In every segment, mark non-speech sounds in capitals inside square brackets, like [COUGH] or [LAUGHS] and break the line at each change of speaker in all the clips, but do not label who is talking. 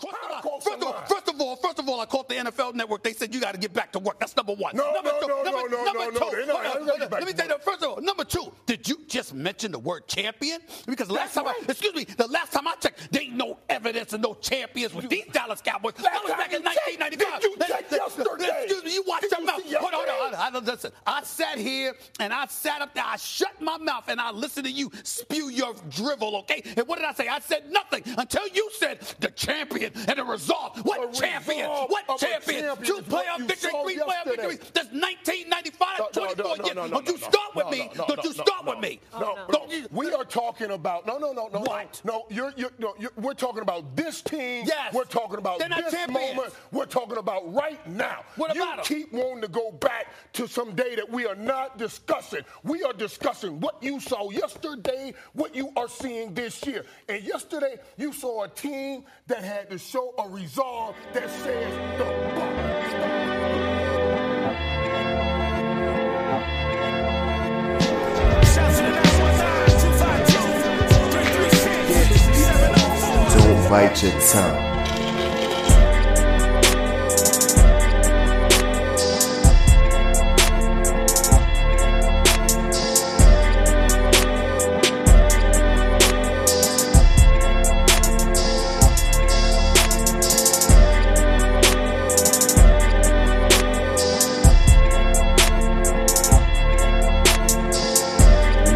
First of, all, first of all, first of all, I called the NFL Network. They said you got to get back to work. That's number one.
No,
number
no,
two,
no,
number,
no, no,
number
no, no.
two.
They're not-
Hold on.
they're not getting back
Let me
to
tell you. First of all, number two, did you just mention the word champion? Because last time, I, excuse me, the last time I checked, there ain't no evidence of no champions with these Dallas Cowboys. that
Last
was back
time
in
you checked,
1995.
did you
Let- let-
check
let-
yesterday?
Excuse me, you watched
Did
your
you
mouth.
see
Hold on, hold on.
yesterday?
I, I, listen, I sat here and I sat up there. I shut my mouth and I listened to you spew your drivel, okay? And what did I say? I said nothing until you said the champion and the result. What
The
champion?
resolve
What
of a
champion?
champion
Two
is what
playoff
you
victory,
saw
three playoff
yesterday.
victory. That's 1995,
No, no,
24
no,
years.
no, no,
Don't
no,
you
no,
start with
no,
me.
no,
Don't
no,
you
no,
start
no.
with me.
No,
Don't you-
we are talking about no, no, no, no.
What?
No, you're, you're, no, you're, we're talking about this team.
Yes.
We're talking about
They're not
this
champions.
moment. We're talking about right now.
What
you
about 'em?
keep wanting to go back to some day that we are not discussing. We are discussing what you saw yesterday, what you are seeing this year. And yesterday, you saw a team that had to show a resolve that says the Bucs.
Shouts to the 919-252-336704.
Don't bite your tongue.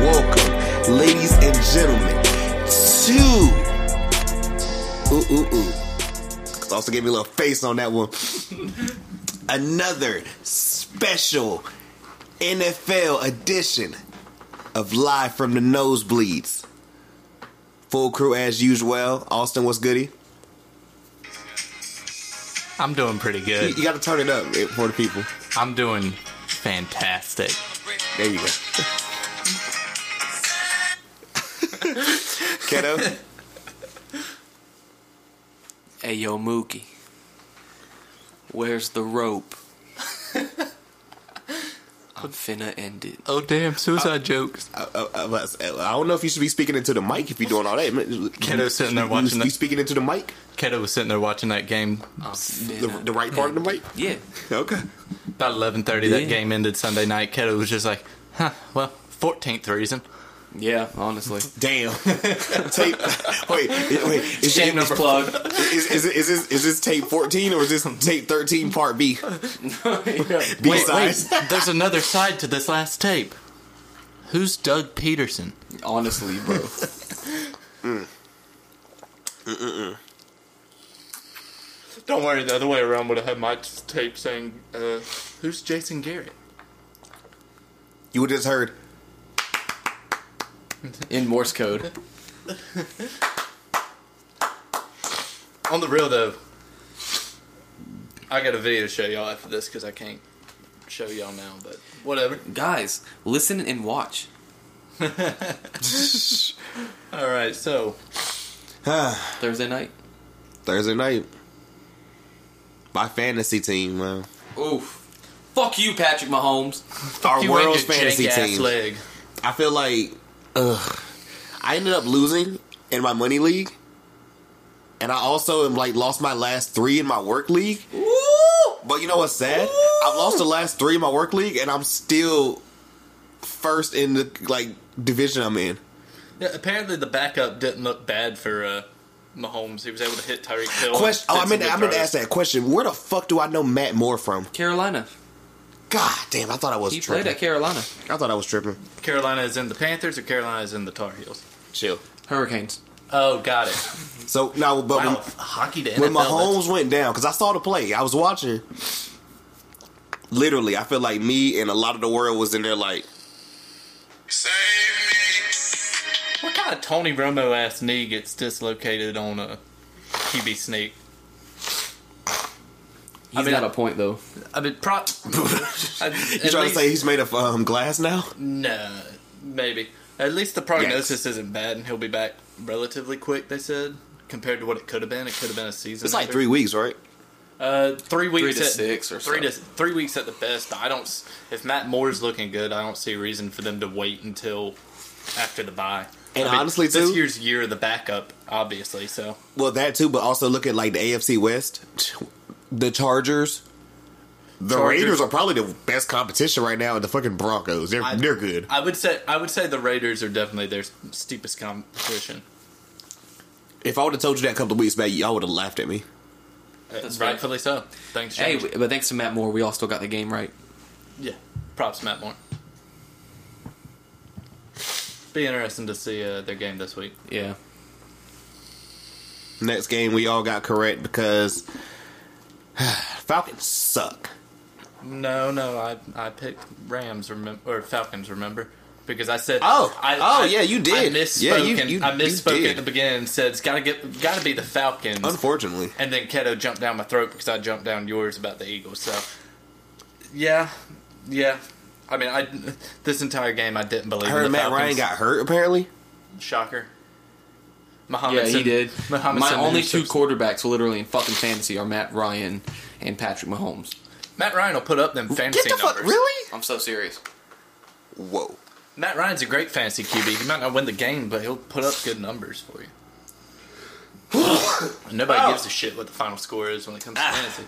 Welcome, ladies and gentlemen, to ooh ooh ooh. Also gave me a little face on that one. [LAUGHS] Another special NFL edition of Live from the Nosebleeds. Full crew as usual. Austin, what's goody?
I'm doing pretty
You,
good.
you got to turn it up eh, for the people.
I'm doing fantastic.
There [LAUGHS] you go. Kiddo,
Hey yo, Mookie. Where's the
[LAUGHS]
rope? I'm finna end it.
Oh damn, suicide jokes.
I, I, I was- I don't know if you should be speaking into the mic if you're doing all that.
Kiddo's sitting there
You-
watching
You,
the-
speaking into the mic,
Keto was sitting there watching that game.
I'm
the,
finna
the right part of the mic.
Yeah.
Okay.
About 11:30,
Yeah.
that game ended Sunday night. Keto was just like, huh, well, 14th reason.
Yeah,
[LAUGHS]
honestly.
Damn. [LAUGHS] tape. [LAUGHS] Wait, wait. Is
Shameless
it-
plug.
Is, is, is, this, is this tape 14 or is this tape 13 part B? B
Wait, wait,
size.
[LAUGHS] there's another side to this last tape. Who's Doug Peterson?
Honestly, bro.
Don't worry, the other way around would have had my tape saying, uh, who's Jason Garrett?
You would just heard.
In Morse code.
On the real though, I got a video to show y'all after this because I can't show y'all now, but whatever.
Guys, listen and watch.
All right, so
Thursday night.
Thursday night. My fantasy team, man.
Oof. Fuck you, Patrick Mahomes.
Our
you
world's
and your
fantasy
jank-ass
team.
leg.
I feel like, ugh. I ended up losing in my money league, and I also am like lost my last three in my work league. But you know what's sad? I've lost the last three in my work league, and I'm still first in the like division I'm in.
Yeah, apparently the backup didn't look bad for uh, Mahomes. He was able to hit Tyreek Hill.
Question. Oh, I
Hit
meant
some
I
good
meant to
throws.
ask that question. Where the fuck do I know Matt Moore from?
Carolina.
God damn! I thought I was
He played
tripping.
at Carolina.
I thought I was tripping.
Carolina is in the Panthers or Carolina is in the Tar Heels.
Chill.
Hurricanes.
Oh, got it.
So no, but
Wow,
when,
hockey to NFL.
when
[LAUGHS] that's-
Mahomes went down, because I saw the play, I was watching. Literally, I feel like me and a lot of the world was in there like,
what kind of Tony Romo ass knee gets dislocated on a QB sneak?
He's
mean,
got
I-
a point though.
I mean,
[LAUGHS]
pro. I,
you trying to say he's made of um, glass now?
No, maybe. At least the prognosis isn't bad, and he'll be back relatively quick. They said compared to what it could have been, it could have been a season.
It's like
under.
three weeks, right?
uh, three weeks,
to
at,
six or
three to three weeks at the best. I don't. s- If Matt Moore's looking good, I don't see a reason for them to wait until after the bye.
And
I mean,
honestly,
this
too,
year's year of the backup, obviously. So
well, that too, but also look at like the AFC West, the Chargers. The
Chargers.
Raiders are probably the best competition right now, and the fucking Broncos. They're
I-
they're good.
I would say I would say the Raiders are definitely their steepest competition.
If I would have told you that a couple of weeks back, y'all would have laughed at me.
That's right.
Uh, Rightfully so. Thanks,
Hey,
James.
w- but thanks to Matt Moore, we all still got the game right.
yeah. Props, Matt Moore. Be interesting to see uh, their game this week.
Yeah.
Next game, we all got correct because [SIGHS] Falcons suck.
No, no, I I picked Rams remem- or Falcons. Remember. Because I said,
Oh.
I,
Oh,
I-
yeah, you
I
did.
misspoke.
Yeah, you-
and-
you-
I
you
misspoke
did.
at the beginning and said it's got to get, got to be the Falcons.
Unfortunately,
and then Keto jumped down my throat because I jumped down yours about the Eagles. So, yeah, yeah. I mean, I this entire game I didn't believe.
I
in
heard
the
Matt Ryan
Falcons.
got hurt. Apparently,
shocker. Muhammad
yeah, he
Sin-
did.
Muhammad
My
Sin-
only
who's-
two quarterbacks, literally in fucking fantasy, are Matt Ryan and Patrick Mahomes.
Matt Ryan will put up them fantasy
get the fuck
numbers.
really.
I'm so serious.
Whoa.
Matt Ryan's a great fantasy QB. He might not win the game, but he'll put up good numbers for you. Nobody gives a shit what the final score is when it comes to fantasy.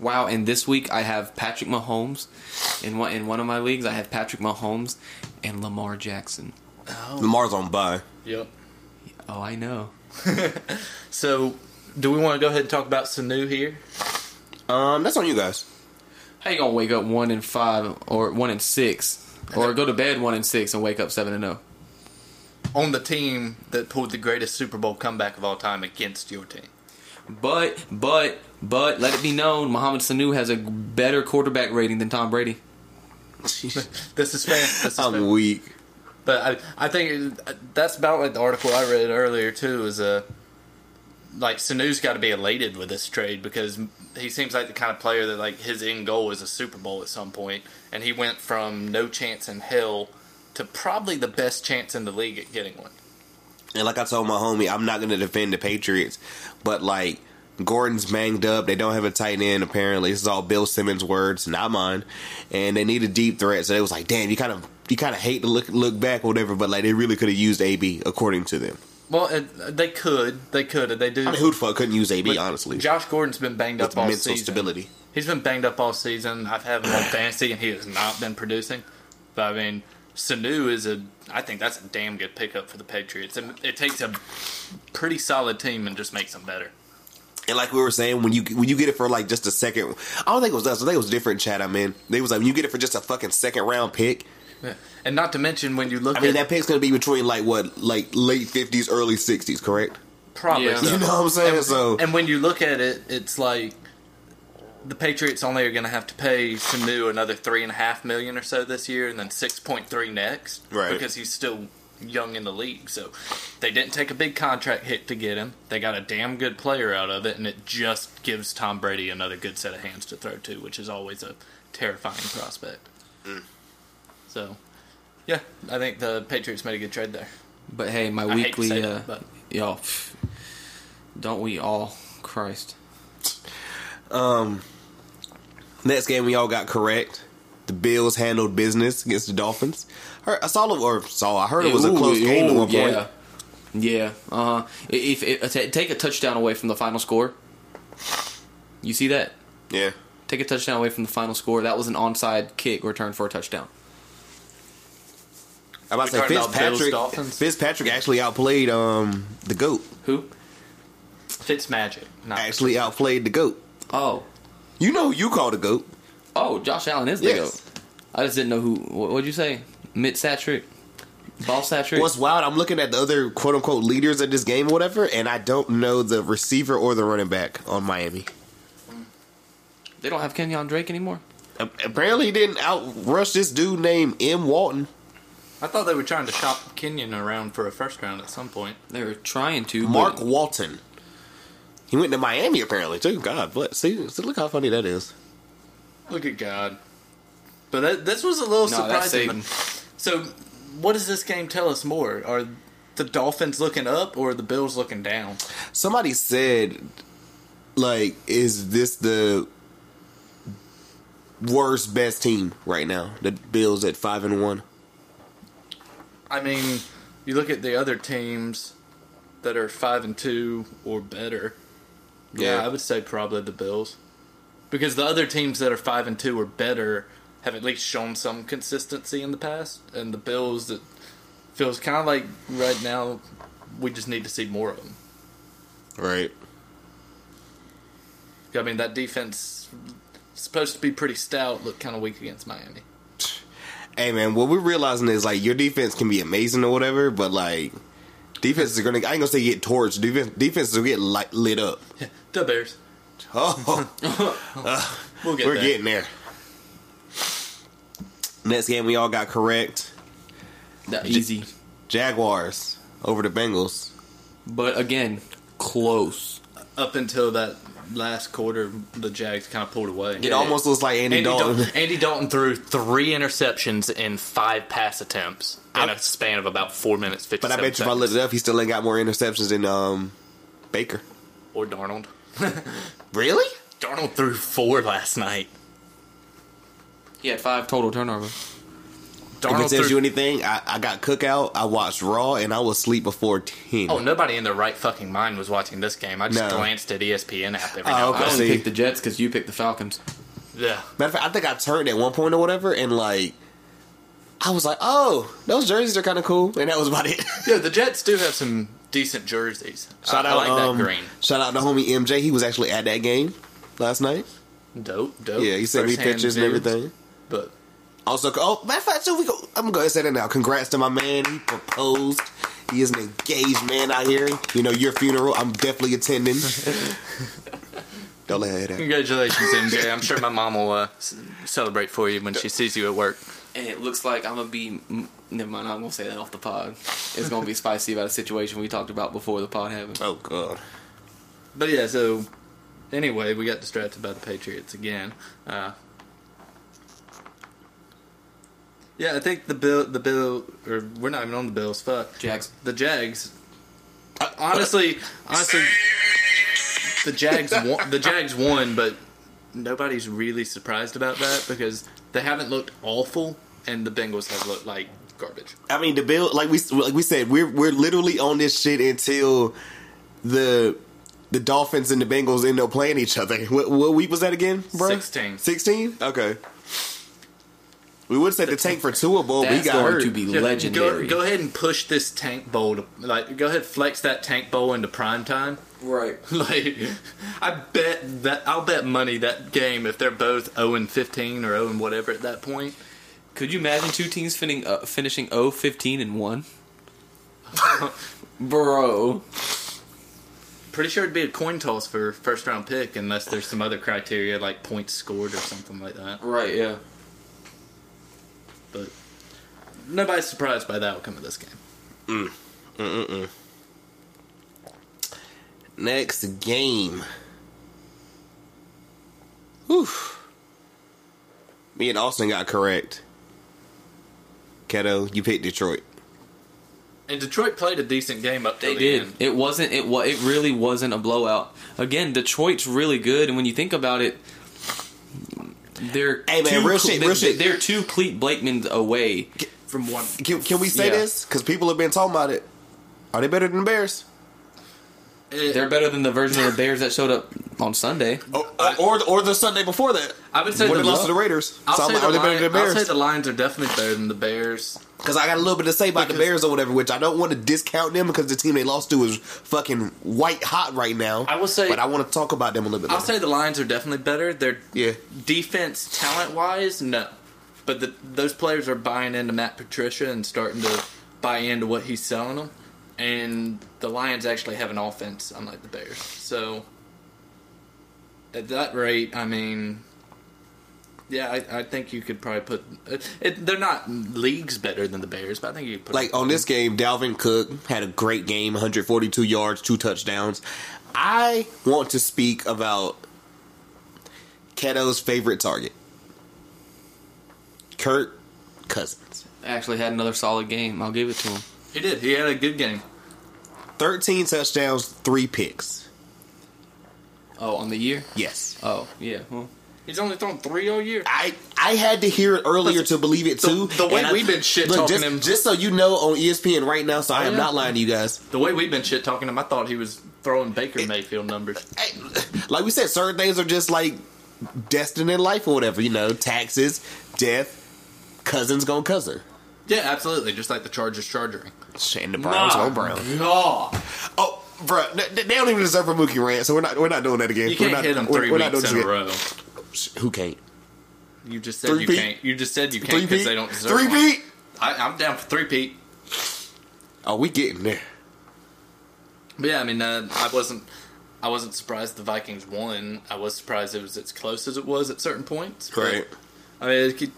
Wow, and this week I have Patrick Mahomes. In one in one of my leagues, I have Patrick Mahomes and Lamar Jackson.
Oh.
Lamar's on bye.
Yep.
Oh, I know.
So, do we want to go ahead and talk about Sanu here?
Um, that's on you guys.
How you gonna wake up one in five or one in six, or go to bed one in six and wake up seven and oh? zero?
on the team that pulled the greatest Super Bowl comeback of all time against your team.
But but but let it be known, Mohamed Sanu has a better quarterback rating than Tom Brady.
This is fair.
[LAUGHS]
This is
I'm
fair.
weak.
But I, I think it- that's about like the article I read earlier too. Is uh, like Sanu's got to be elated with this trade because he seems like the kind of player that like his end goal is a Super Bowl at some point, and he went from no chance in hell to probably the best chance in the league at getting one.
And like I told my homie, I'm not going to defend the Patriots, but like Gordon's banged up. They don't have a tight end apparently. This is all Bill Simmons' words, not mine. And they need a deep threat, so they was like, "Damn, you kind of you kind of hate to look look back, or whatever." But like, they really could have used AB according to them.
Well, it, they could, they could, they do.
I mean, who the fuck couldn't use AB
But
honestly?
Josh Gordon's been banged
with
up all
mental
season.
stability.
He's been banged up all season. I've had him on fantasy, and he has not been producing. But I mean, Sanu is a. I think that's a damn good pickup for the Patriots. It, it takes a pretty solid team and just makes them better.
And like we were saying, when you when you get it for like just a second, I don't think it was us. I think it was a different chat I'm in. They was like, when you get it for just a fucking second round pick.
And not to mention when you look
I mean,
at
that pick's gonna be between like what, like late fifties, early sixties, correct? [LAUGHS]
probably
Yeah.
so.
You know what I'm saying? [LAUGHS]
And,
so
and when you look at it, it's like the Patriots only are going to have to pay Sanu another three and a half million or so this year, and then six point three next,
Right.
Because he's still young in the league, so they didn't take a big contract hit to get him. They got a damn good player out of it, and it just gives Tom Brady another good set of hands to throw to, which is always a terrifying prospect.
Mm.
So, yeah, I think the Patriots made a good trade there.
But hey, my
I hate to
weekly
say
uh,
that, but-
y'all, pff, don't we all? Christ.
next game we all got correct. The Bills handled business against the Dolphins. Heard- I saw or saw I heard it was a
Ooh,
close game at
ooh,
one point.
Yeah. Yeah. Uh, if, if, ta- take a touchdown away from the final score, you see that?
Yeah.
Take a touchdown away from the final score. That was an onside kick return for a touchdown.
I'm about to say
talking about Bills,
Fitzpatrick.
Dolphins?
Fitzpatrick actually outplayed um the goat.
Who?
Fitz magic, not
Actually outplayed the goat.
Oh.
You know who you call the goat.
Oh, Josh Allen is the
Yes.
goat. I just didn't know who. What, what'd you say? Mitt Satrick? Ball Satrick?
What's wild? I'm looking at the other quote unquote leaders of this game or whatever, and I don't know the receiver or the running back on Miami.
they don't have Kenyon Drake anymore.
A- Apparently, he didn't outrush this dude named M. Walton.
I thought they were trying to shop Kenyon around for a first round at some point.
They were trying to.
Mark
but-
Walton. He went to Miami apparently too. God, but see, see, look how funny that is.
Look at God. But that, this was a little
No, that's
surprising. So, what does this game tell us more? Are the Dolphins looking up or are the Bills looking down?
Somebody said, like, is this the worst best team right now? The Bills at five and one.
I mean, you look at the other teams that are five and two or better. Yeah, I would say probably the Bills, because the other teams that are five and two or better have at least shown some consistency in the past, and the Bills that feels kind of like right now we just need to see more of them.
Right.
I mean, that defense supposed to be pretty stout, looked kind of weak against Miami.
Hey man, what we're realizing is like your defense can be amazing or whatever, but like defenses are gonna. I ain't gonna say get torched. Defense, defenses will get light, lit up. [LAUGHS]
The Bears.
Oh,
We'll get
we're
there.
getting there. Next game we all got correct.
That easy.
Jaguars over the Bengals.
But again, close.
Up until that last quarter, the Jags kind of pulled away.
It almost looks like Andy,
Andy
Dalton.
Dalton. Andy Dalton threw three interceptions in five pass attempts in a span of about four minutes fifty.
But I bet you if I looked it up, he still ain't got more interceptions than um Baker.
or Darnold.
Really?
Darnold threw four last night.
He had five total turnovers.
If it
Darnold
tells
threw.
you anything, I, I got cookout. I watched Raw, and I was asleep before ten.
Oh, nobody in their right fucking mind was watching this game. I just
No.
glanced at E ESPN app every
Oh,
now and
okay.
I
then.
only
See.
picked the Jets because you picked the Falcons.
Yeah.
Matter of fact, I think I turned at one point or whatever, and like, I was like, "Oh, those jerseys are kind of cool," and that was
[LAUGHS]
about it.
Yeah, the Jets do have some decent jerseys. I, I like
um,
that green.
Shout out to homie MJ. He was actually at that game last night.
Dope, dope.
Yeah, he sent me
Oh, First-hand
pictures and
views.
everything.
But
Also, oh, matter of fact, so we go. I'm gonna go ahead and say that now. Congrats to my man. He proposed. He is an engaged man out here. You know, your funeral. I'm definitely [LAUGHS] attending. Don't let her hear that.
congratulations, MJ. I'm sure my mom will uh, s- celebrate for you when she sees you at work.
And it looks like I'm gonna be. mm, Never mind. I'm gonna say that off the pod. It's gonna [LAUGHS] be spicy about a situation we talked about before the pod happened.
Oh god.
But yeah, so anyway, we got distracted by the Patriots again. Uh, yeah, I think the bill, the bill, or we're not even on the Bills. Fuck,
Jags.
the Jags. uh, Honestly, honestly, the Jags won. The Jags won, but nobody's really surprised about that because they haven't looked awful, and the Bengals have looked like garbage.
I mean, the bill. Like we like we said, we're we're literally on this shit until the the Dolphins and the Bengals end up playing each other. What, what week was that again, bro?
16.
Sixteen. Okay. We would say the tank for Tua Bowl, but he
That's
got
going
hurt.
to be
Yeah,
legendary.
Go, go ahead and push this tank bowl. To, like, go ahead, flex that tank bowl into prime time. [LAUGHS]
Right.
Like, I bet that I'll bet money that game if they're both zero and fifteen or zero and whatever at that point.
Could you imagine two teams finishing uh, finishing 0 15 and [LAUGHS] 1? Bro.
Pretty sure it'd be a coin toss for first round pick unless there's some other criteria like points scored or something like that.
Right, yeah.
But nobody's surprised by the outcome of this game.
Next game. Whew. Me and Austin got correct. Keto, you picked Detroit.
And Detroit played a decent game up. till
They
the
did.
end.
It wasn't it was it really wasn't a blowout. Again, Detroit's really good and when you think about it they're
Hey, man,
two
real shit,
they-
real shit.
They're two Cleet Blakeman's away.
from one.
Can, can we say
Yeah.
this? Because people have been talking about it. Are they better than the Bears?
They're better than the version of the Bears that showed up on Sunday.
Oh,
Or,
uh,
or, or the Sunday before that?
I would say
when
the
they lost
lo-
to the Raiders.
I'll,
So I'm
say
like,
the
are they better
Lion-
than the
I'll say
Bears?
the Lions are definitely better than the Bears.
Because I got a little bit to say about the
Because-
Bears or whatever, which I don't want to discount them because the team they lost to is fucking white hot right now.
I will say-
But I want to talk about them a little bit
I'll
later.
say the Lions are definitely better. They're
Yeah.
defense talent wise, no, but the, those players are buying into Matt Patricia and starting to buy into what he's selling them. And the Lions actually have an offense, unlike the Bears. So at that rate, I mean, yeah, I, I think you could probably put. It, it, they're not leagues better than the Bears, but I think you could put
like on this game, Dalvin Cook had a great game, 142 yards, two touchdowns. I want to speak about Keto's favorite target, Kirk Cousins.
Actually had another solid game. I'll give it to him.
He did. He had a good game.
13 touchdowns, three picks.
Oh, on the year?
Yes.
Oh, yeah. Well,
He's only thrown three all year.
I I had to hear it earlier to believe it too.
the way
and I-
we've been shit
look,
talking
just,
him-
just so you know, on E ESPN right now, so I am
yeah.
not lying to you guys.
The way we've been shit talking him, I thought he was throwing Baker Mayfield numbers.
Hey, Like we said, certain things are just like destined in life or whatever. You know, taxes, death, cousins gone cousin,
Yeah, absolutely. Just like the Chargers chargering.
and the Browns
Nah.
gone Brown.
God.
Oh, bro, they don't even deserve a Mookie rant, so we're not we're not doing that again.
You can't
we're not,
hit him
we're-
3
we're not
weeks
doing
in a
this again.
row.
Who can't?
You just said you
Three-peat?
can't. You just said you can't
Three
because
beat.
they don't deserve
Three
one.
beat.
I, I'm down for three Pete.
Oh, we getting there.
But yeah, I mean, uh, I wasn't, I wasn't surprised the Vikings won. I was surprised it was as close as it was at certain points. but,
Right.
I mean, it, could-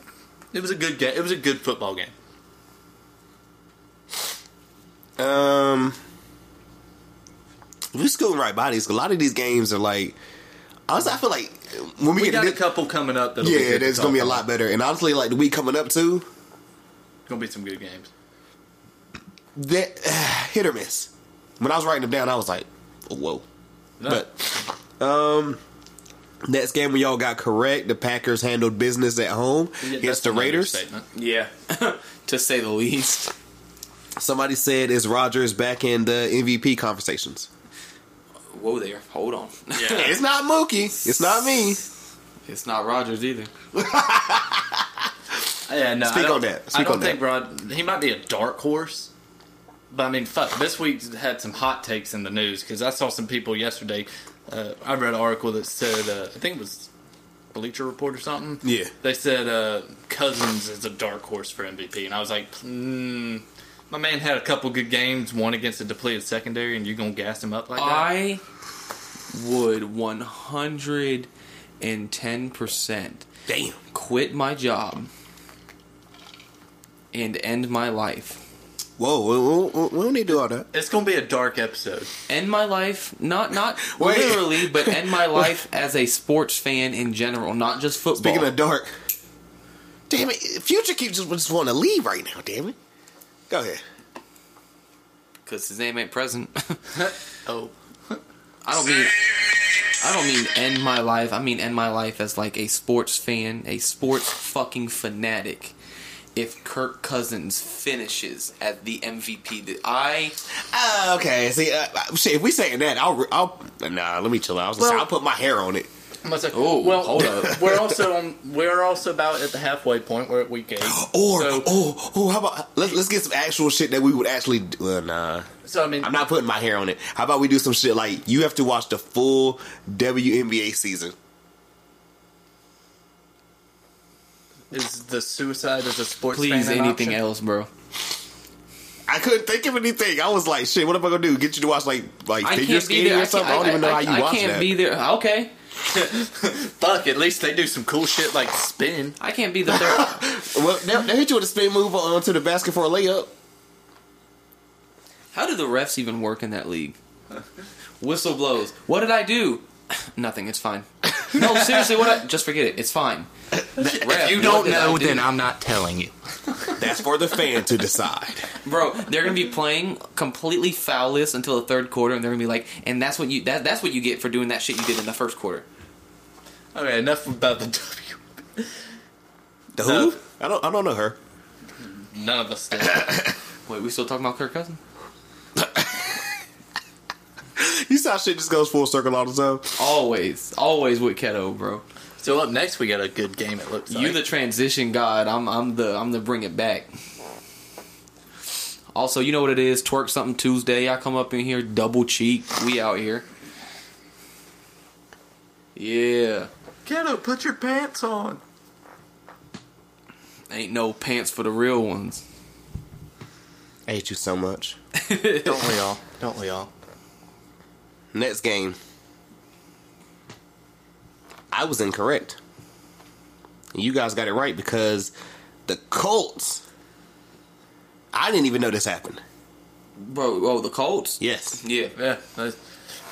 it was a good game. It was a good football game.
Um, we're scooting right by these. A lot of these games are like. Honestly, I feel like when we,
We
get
got
to
a
thi-
couple coming up. That'll be
yeah,
good
there's
to
gonna be a
talk
lot
about.
better. And honestly, like the week coming up too,
Gonna be some good games.
that [SIGHS] hit or miss. When I was writing them down, I was like, whoa.
No.
But um, next game we all got correct. The Packers handled business at home
Yeah, that's
against the
another
Raiders.
statement.
Yeah, to say the least.
Somebody said, "Is Rodgers back in the MVP conversations?"
Whoa there, hold on.
Yeah.
It's not Mookie. It's not me.
[LAUGHS] it's not Rogers either.
Yeah, no, I
Speak
don't-
on that.
I
Speak
don't
on
think Rod. He might be a dark horse, but I mean, fuck. This week's had some hot takes in the news because I saw some people yesterday. Uh, I read an article that said uh, I think it was Bleacher Report or something.
Yeah.
they said uh, Cousins is a dark horse for MVP, and I was like, mm, my man had a couple good games, one against a depleted secondary, and you gonna gas him up like that?
I would one hundred and ten percent
Damn.
quit my job and end my life.
Whoa, whoa, whoa, whoa, we don't need to do all that.
It's gonna be a dark episode.
End my life, not not
[LAUGHS] Wait.
literally, but
[LAUGHS]
end my life as a sports fan in general, not just football.
Speaking of dark, damn it, Future keeps just, just want to leave right now. Damn it, go ahead.
because his name ain't present. [LAUGHS]
Oh,
I don't mean I don't mean end my life. I mean end my life as like a sports fan, a sports fucking fanatic. If Kirk Cousins finishes at the MVP, that I
Ah, okay, see, uh, uh, shit, if we saying that, I'll, re- I'll, nah, let me chill out. I was gonna say,
Well-
I'll put my hair on it.
I'm gonna say,
Oh,
well,
hold up.
[LAUGHS] We're also on, we're also about at the halfway point. We're at
[GASPS]
week eight. [GASPS]
Or,
so,
oh, oh, how about let's let's get some actual shit that we would actually. do. Well, nah,
so I mean,
I'm not putting my hair on it. How about we do some shit like you have to watch the full WNBA season?
is the suicide as a sports
please
fan an
anything
option?
else, bro.
I couldn't think of anything. I was like, shit, what am I gonna do? Get you to watch like like
I
figure
can't be
skating
there. I,
or something? I,
can't-
don't even know how you
I
watch
can't
that.
be there. Okay,
Fuck. At least they do some cool shit like spin.
I can't be the third.
Well, they, they hit you with a spin move onto the basket for a layup.
how do the refs even work in that league? Whistle blows. What did I do? [SIGHS] Nothing. It's fine. No, seriously. What? I, just forget it. It's fine. Ref, what did I do?
I'm not telling you.
That's for the fan [LAUGHS] to decide.
Bro, they're gonna be playing completely foulless until the third quarter, and they're gonna be like, "And that's what you that, that's what you get for doing that shit you did in the first quarter."
Okay, enough about the W.
The who?
No.
I don't. I don't know her.
None of us did.
Wait, we still talking about Kirk Cousins?
You see how shit just goes full circle all the time.
Always, always with Keto, bro.
[COUGHS] so up next, we got a good game. It looks
You
like
the transition god. I'm I'm the I'm the bring it back. Also, you know what it is? Twerk something Tuesday. I come up in here double cheek. We out here. Yeah,
kiddo. Put your pants on.
ain't no pants for the real
[LAUGHS]
ones.
I hate you so much.
Don't we all? Don't we all?
Next game. I was incorrect. You guys got it right because the Colts. I didn't even know this happened.
Bro, oh the Colts.
Yes.
Yeah.
Yeah, that's-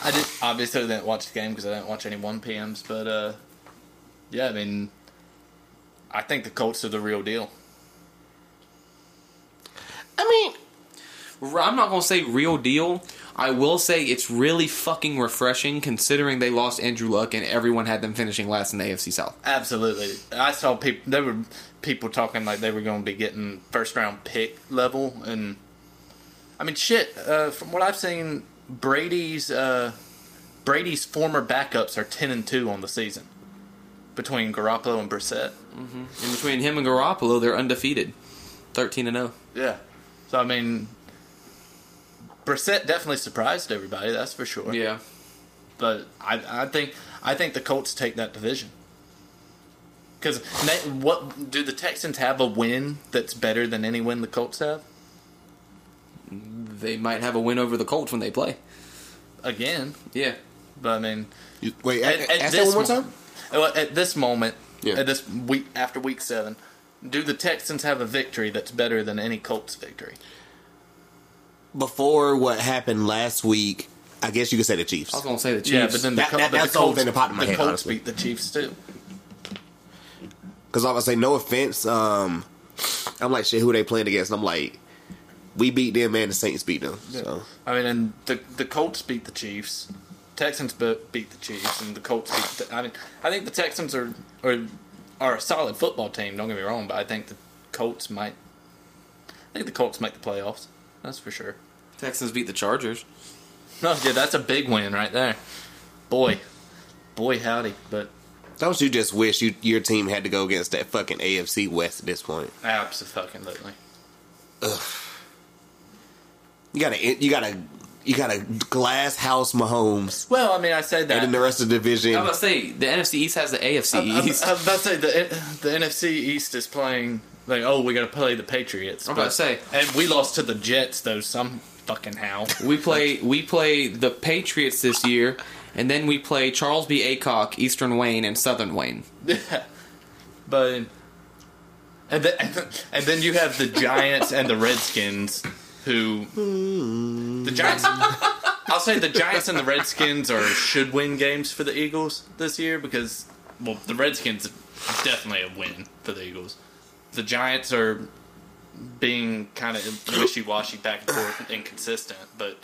I did. Obviously, didn't watch the game because I didn't watch any one PMs. But uh, yeah, I mean, I think the Colts are the real deal.
I mean,
I'm not gonna say real deal. I will say it's really fucking refreshing considering they lost Andrew Luck and everyone had them finishing last in the AFC South.
Absolutely. I saw people. There were people talking like they were going to be getting first round pick level, and I mean, shit. Uh, from what I've seen, Brady's uh, Brady's former backups are ten and two on the season between Garoppolo and Brissett.
In between him and Garoppolo, they're undefeated, thirteen and oh. zero.
Yeah. So I mean, Brissett definitely surprised everybody. That's for sure.
Yeah,
but I, I think I think the Colts take that division. Because what do the Texans have a win that's better than any win the Colts have?
they might have a win over the Colts when they play.
Again,
Yeah,
but I mean,
You- Wait,
at,
a-
at
ask that
this
one more
mo-
time.
well, At this moment,
Yeah.
at this week after week seven, do the Texans have a victory that's better than any Colts victory?
Before what happened last week, I guess you could say the Chiefs.
I was gonna say the Chiefs.
Yeah, but then the,
That-
Col-
that-
but
that's
the
the whole
Colts,
thing that popped in my
the
head,
Colts
honestly.
beat the Chiefs too.
Because I was say, no offense, um, I'm like, shit, who they playing against? And I'm like, we beat them and the Saints beat them. So
I mean, and the the Colts beat the Chiefs, Texans be- beat the Chiefs, and the Colts beat. The, I mean, I think the Texans are are are a solid football team. Don't get me wrong, but I think the Colts might. I think the Colts make the playoffs. That's for sure. [LAUGHS]
Texans beat the Chargers.
No, yeah, that's a big win right there. Boy, boy, howdy! But
don't you just wish you your team had to go against that fucking AFC West at this point?
absolutely.
You gotta, you gotta, you gotta glass house Mahomes,
Well, I mean, I say that.
and then the rest of the division.
I was about to say the NFC East has the AFC
I, I, I
East.
was about to say the the NFC East is playing like oh we got to play the Patriots.
I'm about to say.
but- and we lost to the Jets though some fucking how.
[LAUGHS] We play we play the Patriots this year, and then we play Charles B. Acock, Eastern Wayne, and Southern Wayne.
But and then and then you have the Giants and the Redskins, who the Giants. I'll say the Giants and the Redskins are should win games for the Eagles this year because well the Redskins are definitely a win for the Eagles. The Giants are being kind of wishy washy back and forth inconsistent, but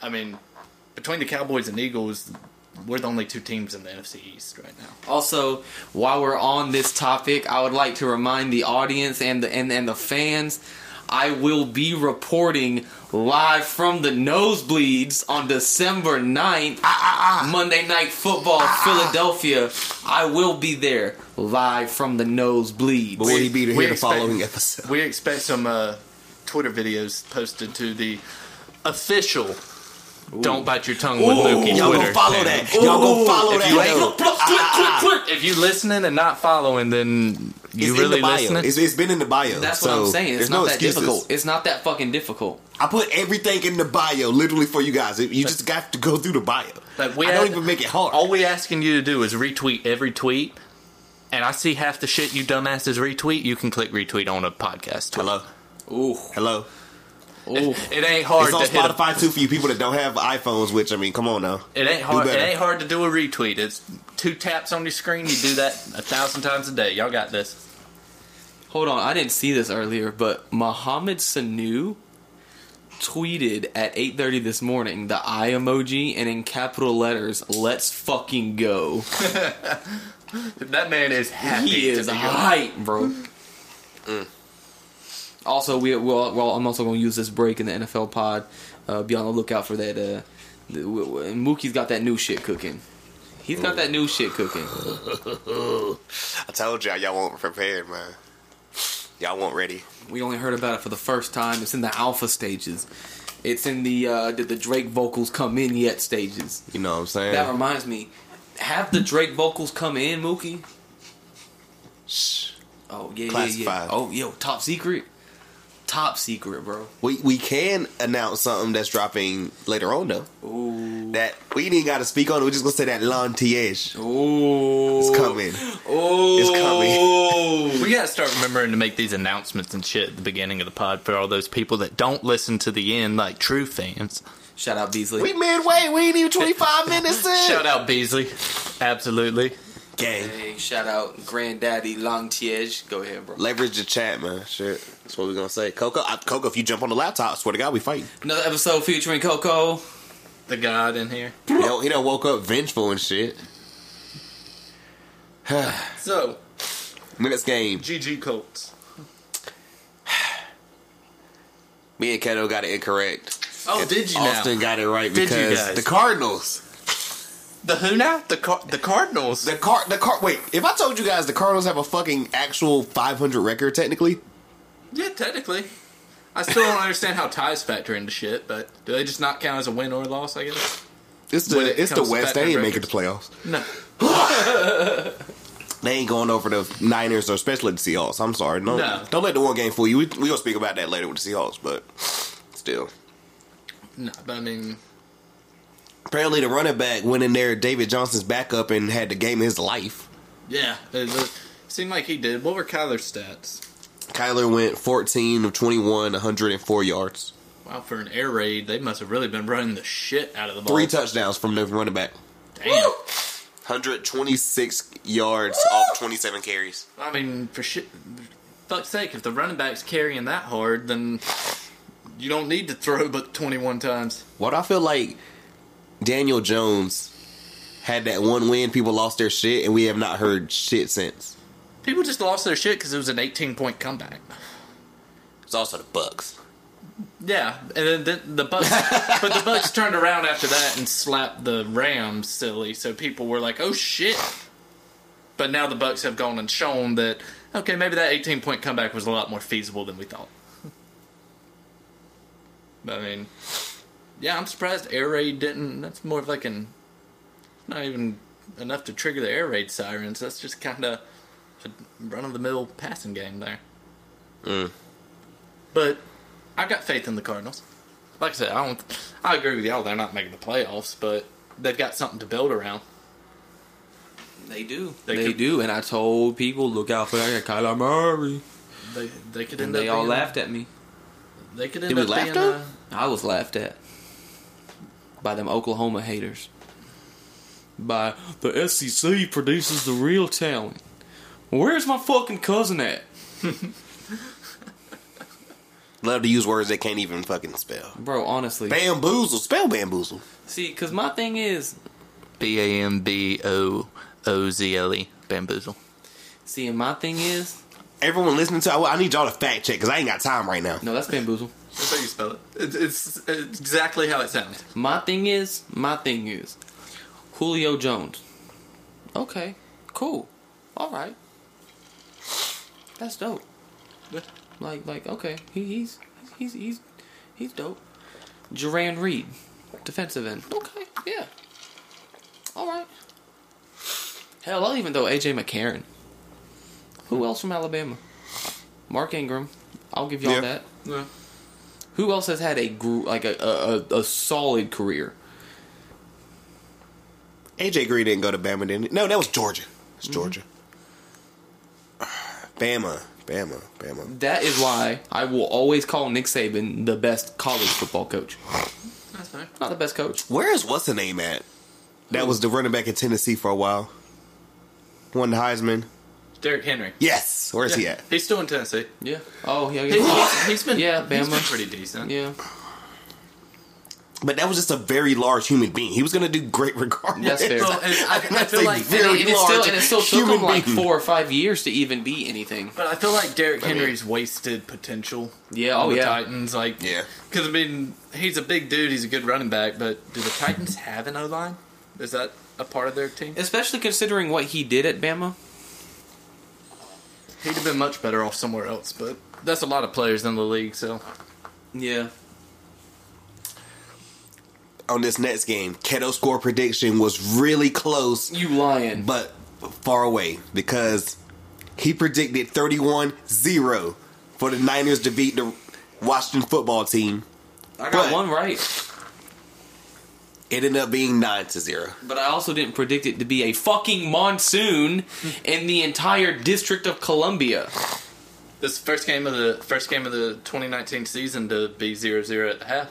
I mean between the Cowboys and Eagles. We're the only two teams in the NFC East right now.
Also, while we're on this topic, I would like to remind the audience and the and, and the fans, I will be reporting live from the nosebleeds on December 9th, Monday Night Football, Philadelphia. I will be there live from the nosebleeds.
but will he be here
we
the
expect-
following episode?
We expect some uh, Twitter videos posted to the official "Don't bite your tongue with Mookie"
Y'all
Twitter.
gonna follow
channel.
that? Y'all gonna follow
If you
that?
ain't
though.
Ah,
If you listening and not following, then
ah. It's
you
in
really
the bio.
listening.
It's- it's been in the bio.
That's
so
what I'm saying. It's
there's
not
no
that
excuses.
difficult. It's not that fucking difficult.
I put everything in the bio, literally for you guys. You just got to go through the bio.
Like, we
I don't
had- Oh.
even make it hard.
All we asking you to do is retweet every tweet. And I see half the shit you dumbasses retweet. You can click retweet on a podcast. Tweet.
Hello,
Ooh,
hello.
ooh.
It ain't hard
It's on
to hit. a-
Spotify too for you people that don't have iPhones. Which I mean, come on now.
It ain't
Do
hard. It
better.
ain't hard to do a retweet. It's two taps on your screen. You do that a thousand times a day. Y'all got this.
Hold on, I didn't see this earlier, but Mohammed Sanu tweeted at 8:30 this morning the eye emoji and in capital letters, "Let's fucking go."
[LAUGHS] That man is happy.
He is
to be
hype, bro.
Mm.
Also, we well, well, I'm also going to use this break in the NFL pod. Uh, be on the lookout for that. Uh, the, w- w- Mookie's got that new shit cooking. He's
Oh.
got that new shit cooking.
I told y'all, y'all weren't prepared, man. Y'all weren't ready.
We only heard about it for the first time. It's in the alpha stages. It's in the uh, did the Drake vocals come in yet stages.
You know what I'm saying?
That reminds me, have the Drake vocals come in, Mookie?
Shh.
Oh yeah, yeah, yeah.
Classified.
Oh yo, top secret, top secret, bro.
We we can announce something that's dropping later on though.
Ooh,
That we didn't gotta speak on. it. We're just gonna say that Lantiege
ooh,
is coming.
Ooh,
It's coming.
We gotta start remembering to make these announcements and shit at the beginning of the pod for all those people that don't listen to the end, like true fans.
Shout out Beasley.
We midway. We ain't even 25 minutes in.
[LAUGHS] Shout out Beasley, absolutely.
gang.
Hey, shout out Granddaddy Langtiege. Go ahead, bro.
Leverage the chat, man. Shit, uh, that's what we're gonna say. Coco, I, Coco, if you jump on the laptop, swear to God, we fighting.
Another episode featuring Coco.
the god in here.
He done, he done woke up vengeful and shit.
So,
Minutes game.
GG Colts.
Me and Keto got it incorrect.
Oh, did you now?
Austin got it right
Did you
because
guys?
the Cardinals.
The who now? The car- the Cardinals.
The car, the car. Wait, if I told you guys the Cardinals have a fucking actual 500 record, technically,
yeah, technically. I still don't understand how ties factor into shit, but do they just not count as a win or a loss? I guess.
it's
When it
the it's the
comes to
West. They
better
ain't making the playoffs.
No.
They ain't going over the Niners or especially the Seahawks. I'm sorry. No,
No.
don't let the one game fool you. We we gonna speak about that later with the Seahawks, but still.
No, but I mean,
Apparently, the running back went in there, David Johnson's backup, and had the game of his life.
yeah. It, it seemed like he did. What were Kyler's stats?
Kyler went 14 of 21, 104 yards,
Wow, for an air raid, they must have really been running the shit out of the ball.
three touchdowns from the running back,
Damn.
126 yards off 27 carries.
I mean, for shit, fuck's sake, if the running back's carrying that hard, then you don't need to throw but 21 times.
Why do I feel like Daniel Jones had that one win? People lost their shit, and we have not heard shit since.
People just lost their shit because it was an 18 point comeback.
It's also the Bucks.
Yeah, and then the, the
[LAUGHS]
Bucks, but the Bucks turned around after that and slapped the Rams silly. So people were like, "Oh shit!" But now the Bucks have gone and shown that okay, maybe that 18 point comeback was a lot more feasible than we thought. I mean, yeah, I'm surprised air raid didn't. That's more of like an not even enough to trigger the air raid sirens. That's just kind of a run of the mill passing game there. But I've got faith in the Cardinals. Like I said, I don't. I agree with y'all. They're not making the playoffs, but they've got something to build around.
They do. They,
They could-
do. And I told people, look out for that Kyler Murray.
They they could
And
end up.
they all
being-
laughed at me.
They could
Did
end
we
up
laugh
being.
though?
uh,
I was laughed at by them Oklahoma haters. By the SEC produces the real talent. Where's my fucking cousin at?
Love to use words they can't even fucking spell.
Bro, honestly.
Bamboozle. Spell bamboozle.
See, because my thing is,
B a m b o o z l e bamboozle.
see, and my thing is,
Everyone listening to, I, I need y'all to fact check because I ain't got time right now.
no, that's bamboozle.
That's how you spell it. It's, it's, it's exactly how it sounds.
My thing is, my thing is, Julio Jones. Okay, cool, all right, that's dope. Like, like, okay, he, he's he's he's he's dope. Duran Reed, defensive end. Okay, yeah, all right. Hell, I'll even throw AJ McCarron. Who else from Alabama? Mark Ingram. I'll give y'all
Yeah.
that.
Yeah.
Who else has had a gr- like a, a a- a solid career?
AJ Green didn't go to Bama, didn't he? No, that was Georgia. It's Georgia. [SIGHS] Bama, Bama, Bama.
That is why I will always call Nick Saban the best college football coach.
That's fair.
Not the best coach.
Where is what's the name at? That was the running back in Tennessee for a while. Won the Heisman.
Derrick Henry.
Yes. Where's he at?
He's still in Tennessee.
Yeah. Oh, yeah. yeah.
He, he's, he's been
Yeah,
he's been
Bama.
pretty decent.
yeah.
But that was just a very large human being. He was gonna do great [LAUGHS] regardless.
That's fair.
Well, and I, I
That's
feel
a
like
And
very
it, it's still,
large
and it still took
human
him like
being.
four or five years to even be anything.
But I feel like Derrick Henry's wasted potential.
Yeah,
on
oh,
the
yeah.
Titans, like
Yeah.
Because I mean, he's a big dude. He's a good running back. But do the Titans have an O line? Is that a part of their team?
Especially considering what he did at Bama.
He'd have been much better off somewhere else. But that's a lot of players in the league. So
Yeah.
On this next game, Keto score prediction was really close.
You lying.
but far away because he predicted 31-0 for the Niners to beat the Washington football team.
I got
but-
one right.
It ended up being 9 to 0.
But I also didn't predict it to be a fucking [LAUGHS] monsoon in the entire District of Columbia.
this first game of the first game of the 2019 season to be 0-0 at the half.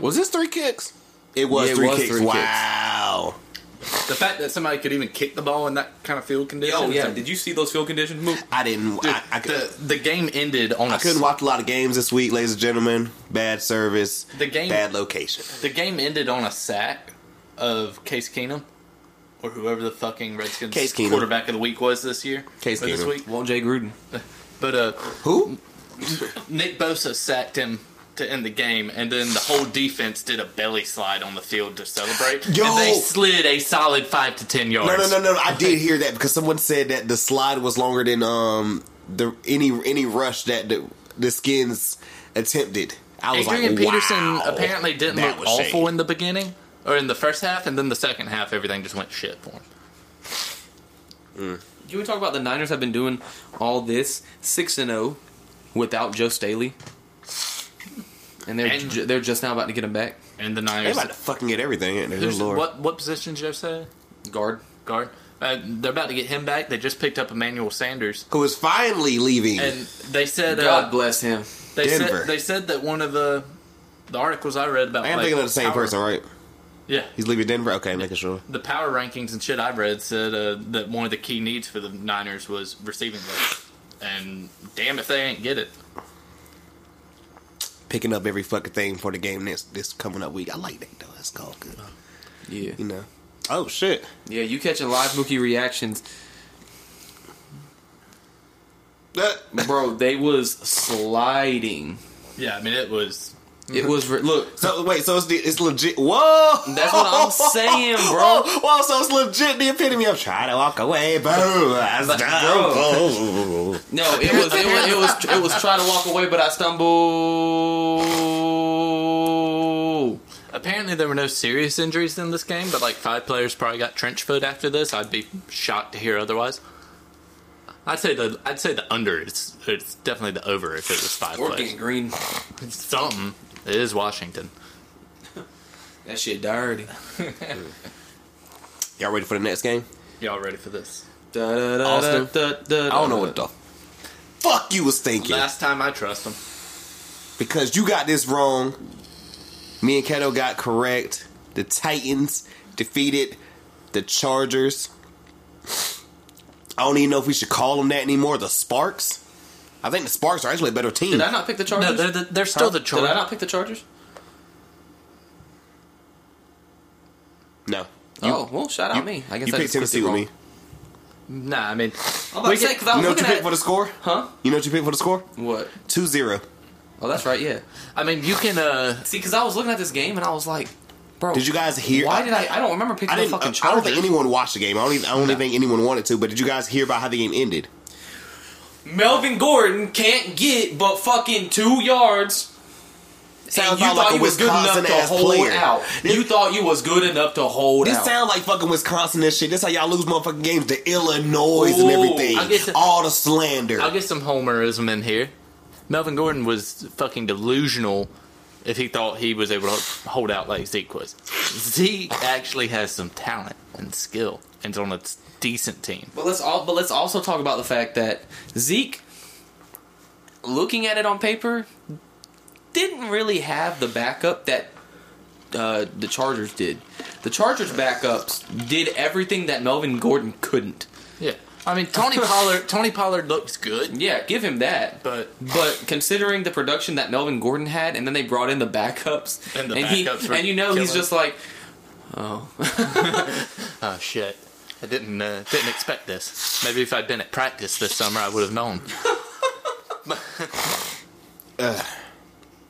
Was this three kicks? It was
Yeah, it
three
was
kicks.
three kicks.
wow.
The fact that somebody could even kick the ball in that kind of field condition.
Oh yeah, did you see those field conditions move?
I didn't. I, I, could,
the, the game ended on a
I couldn't watch a lot of games this week, ladies and gentlemen. Bad service.
The game-
Bad location.
The game ended on a sack of Case Keenum or whoever the fucking Redskins
Case Keenum.
quarterback of the week was this year.
Case
or this
Keenum.
week.
Won't Jay Gruden?
But uh,
Who?
Nick Bosa sacked him to end the game, and then the whole defense did a belly slide on the field to celebrate.
Yo!
And they slid a solid five to ten yards.
No, no, no, no. I did hear that because someone said that the slide was longer than um the any any rush that the, the skins attempted. I was
Adrian
like,
Peterson
wow,
apparently didn't
that
look
was
awful
shady.
in the beginning or in the first half, and then the second half, everything just went shit for him.
Can we talk about the Niners have been doing all this six and zero without Joe Staley, and they're
And-
ju- they're just now about to get him back.
And the
They
Niners.
about to fucking get everything. ain't they? Good
Who's,
lord.
what what position did you say?
Guard.
Guard. Uh, they're about to get him back. They just picked up Emmanuel Sanders,
Who is finally leaving?
and they said uh,
God bless him.
they
Denver.
said they said that one of the the articles I read about.
I am
like,
thinking of the same
power-
person, right?
Yeah,
He's leaving Denver. Okay, making sure.
the power rankings and shit I've read said uh, that one of the key needs for the Niners was receiving votes. And damn if they ain't get it.
Picking up every fucking thing for the game next this coming up week. I like that though. That's called good.
Yeah,
You know. Oh shit.
yeah. You catching live Mookie reactions,
That-
bro? They was sliding.
Yeah, I mean it was.
It was re- look.
So wait, so it's the, it's legit. Whoa,
That's what I'm
[LAUGHS]
saying,
Whoa,
bro.
whoa, so it's Oh, legit the epitome of try to walk away, boom. That's
But,
bro.
No, it was it was it was it was try to walk away, but I stumbled.
Apparently there were no serious injuries in this game, but like five players probably got trench foot after this. I'd be shocked to hear otherwise. I'd say the I'd say the under. It's it's definitely the over if it was five
Or
players.
getting green.
It's something. It is Washington.
That shit dirty.
Y'all ready for the next game?
Y'all ready for this?
Da, da, da,
Austin?
da, da, da,
I don't know what the Uh, fuck you was thinking
Last time I trust them.
because you got this wrong. Me and Kato got correct. The Titans defeated the Chargers. I don't even know if we should call them that anymore. The Sparks. I think the Sparks are actually a better team.
Did I not pick the Chargers?
No, they're the, they're still the
Did I
Chargers.
not pick the Chargers?
no.
oh, well, shout out me. I guess
You
I
picked
just picked
Tennessee
it
with
wrong.
me.
Nah, I mean
I'm about to say, 'cause I
You know what
was
you
looking
picked
at
for the score?
Huh?
You know what you picked for the score?
What?
2 0.
Oh, that's right, yeah.
I mean you can uh
See, because I was looking at this game and I was like, bro.
Did you guys hear?
Why did I? I don't remember picking
I
the
didn't.
fucking
I don't
Chargers.
think anyone watched the game. I don't. Even, I don't even think anyone wanted to. But did you guys hear about how the game ended?
Melvin Gordon can't get but fucking two yards.
Sounds
and you
about
thought
like a
you was good enough to
Wisconsin-ass
hold
player.
out. you thought you was good enough to hold
This
out.
sound like fucking Wisconsin and shit. This how y'all lose motherfucking games. The Illinois and
Ooh,
everything.
I'll get to-
All the slander.
I'll get some homerism in here. Melvin Gordon was fucking delusional if he thought he was able to hold out like Zeke was. Zeke actually has some talent and skill and is on a s- decent team.
But let's all. But let's also talk about the fact that Zeke, looking at it on paper, didn't really have the backup that uh, the Chargers did. The Chargers backups did everything that Melvin Gordon couldn't.
Yeah. I mean [LAUGHS] Tony Pollard Tony Pollard looks good,
Yeah, give him that.
but
But considering the production that Melvin Gordon had, and then they brought in the backups,
[LAUGHS] And the
he,
backups were
and you know he's
killing.
just like,
oh shit. I didn't uh, didn't expect this. Maybe if I'd been at practice this summer I would have known.
[LAUGHS] Ugh.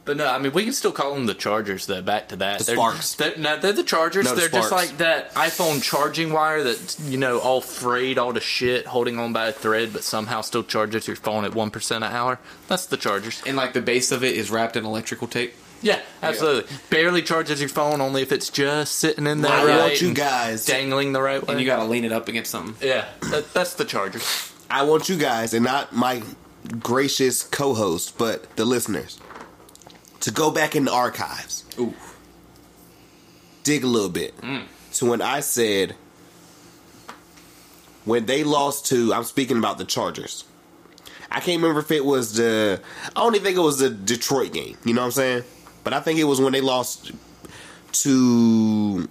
But no, I mean we can still call them the Chargers though. Back to that,
The
they're,
Sparks.
They're, no, they're the Chargers.
No, the
they're just
Sparks.
like that iPhone charging wire that's you know all frayed, all the shit, holding on by a thread, but somehow still charges your phone at one percent an hour. That's the Chargers.
and like the base of it is wrapped in electrical tape.
Yeah, absolutely. Barely charges your phone, only if it's just sitting in there,
I
right,
want you
and
guys.
dangling the right way.
And you gotta lean it up against something.
yeah, that, that's the Chargers.
I want you guys, and not my gracious co-host, but the listeners, to go back in the archives,
Ooh.
dig a little bit to when I said when they lost to. I'm speaking about the Chargers. I can't remember if it was the. I only think it was the Detroit game. You know what I'm saying? But I think it was when they lost to.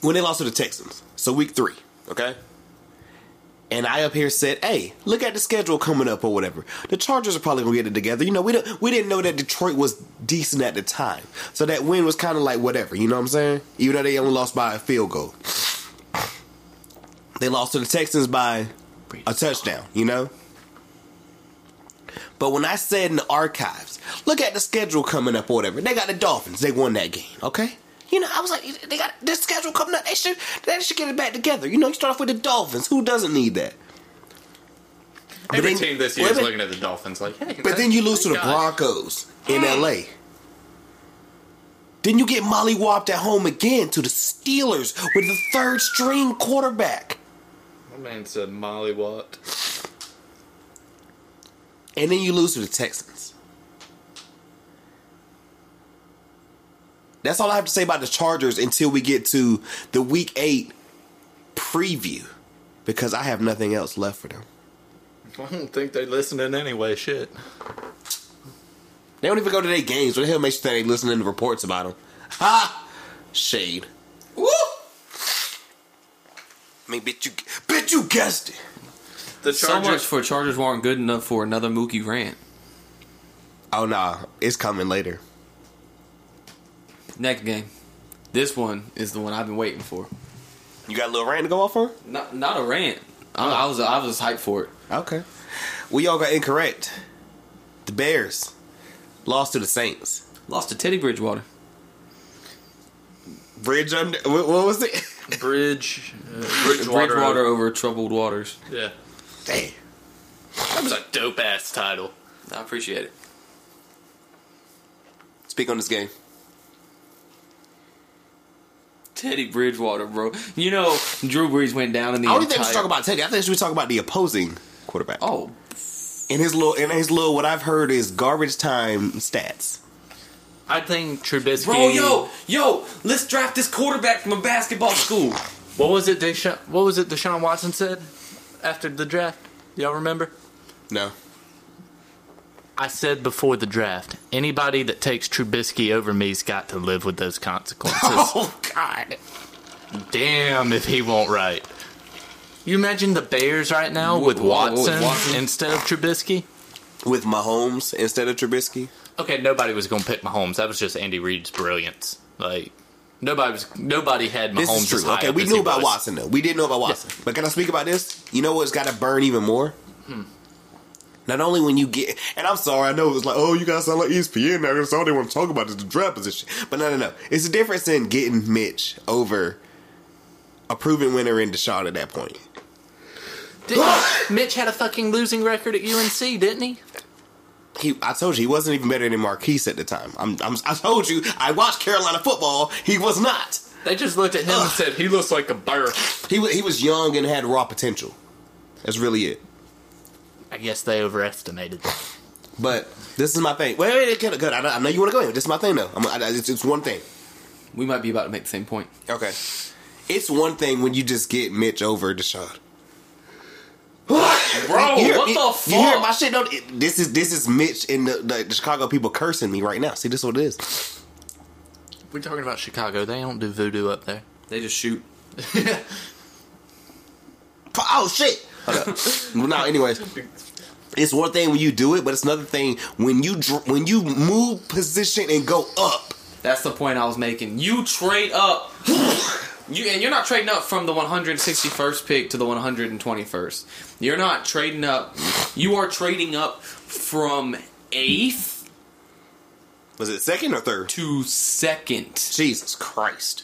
when they lost to the Texans. So week three, okay. And I up here said, "Hey, look at the schedule coming up or whatever. The Chargers are probably gonna get it together. You know, we don't, we didn't know that Detroit was decent at the time, so that win was kind of like whatever. You know what I'm saying? Even though they only lost by a field goal, they lost to the Texans by a touchdown. You know." But when I said in the archives, look at the schedule coming up or whatever, they got the Dolphins. They won that game, okay? You know, I was like, they got this schedule coming up. They should, they should get it back together. You know, you start off with the Dolphins. Who doesn't need that? But
Every
then-
team this year
wait
is
a minute.
looking at the Dolphins like, hey.
But then you lose to the Broncos in LA. Then you get mollywopped at home again to the Steelers with the third string quarterback.
My man said Molly Watt.
And then you lose to the Texans. That's all I have to say about the Chargers until we get to the week eight preview. Because I have nothing else left for them.
I don't think they're listening anyway. Shit.
They don't even go to their games. What the hell makes you think they listening to reports about them? Ha! Shade. Woo! I mean, bitch, you, bitch, you guessed it.
The
So much
Chargers.
for Chargers weren't good enough for another Mookie rant.
Oh, nah. It's coming later.
Next game. This one is the one I've been waiting for.
You got a little rant to go off on?
Not, not a rant. I, I was I was hyped for it.
Okay. We all got incorrect. The Bears lost to the Saints.
Lost to Teddy Bridgewater.
Bridge under. What what was it?
Bridge. Uh,
Bridgewater,
Bridgewater.
over troubled waters.
Yeah.
Damn.
That was a dope ass title.
I appreciate it.
Speak on this game.
Teddy Bridgewater, bro. You know Drew Brees went down in the
I don't even
entire.
think we should talk about Teddy. I think we should talk about the opposing quarterback.
oh,
And his little, and his little, what I've heard is garbage time stats.
I think Trubisky.
bro, yo, yo, let's draft this quarterback from a basketball [LAUGHS] school.
What was it? Deshaun, what was it? Deshaun Watson said after the draft. Y'all remember?
No.
I said before the draft, anybody that takes Trubisky over me's got to live with those consequences.
[LAUGHS] Oh God.
Damn, if he won't write. You imagine the Bears right now with
whoa,
Watson,
with Watson?
instead of Trubisky?
With Mahomes instead of Trubisky.
Okay, nobody was going to pick Mahomes. That was just Andy Reid's brilliance. Like nobody was nobody had Mahomes.
This is
as
true.
high
Okay,
up
we
as he
knew about
was.
Watson though. We didn't know about Watson. But can I speak about this? You know what's got to burn even more?
Hmm.
Not only when you get, and I'm sorry, I know it's like, oh, you guys sound like ESPN now. That's all they want to talk about is the draft position. But no, no, no. It's a difference in getting Mitch over a proven winner in Deshaun at that point.
Didn't- Mitch had a fucking losing record at UNC, didn't he?
He, I told you, he wasn't even better than Marquise at the time. I'm, I'm, I told you, I watched Carolina football. He was not.
They just looked at him and said he looks like a bird.
He, wa- he was young and had raw potential. That's really it.
I guess they overestimated. That.
But this is my thing. Wait, wait, wait, good. I, I know you want to go in. This is my thing, though. I'm, I, I- it's, it's one thing.
We might be about to make the same point.
Okay. It's one thing when you just get Mitch over Deshaun.
[SIGHS] Bro,
You hear-
what
you-
the fuck?
You hear my shit? Don't, it- this is this is Mitch and the, the, the Chicago people cursing me right now. See, this is what it is.
We're talking about Chicago. They don't do voodoo up there.
they just shoot.
Oh shit! Hold up. [LAUGHS] well, now, anyways, it's one thing when you do it, but it's another thing when you dr- when you move position and go up.
That's the point I was making. You trade up. [SIGHS] You and you're not trading up from the 161st pick to the 121st. You're not trading up. You are trading up from 8th
Was it second or third?
to 2nd.
Jesus Christ!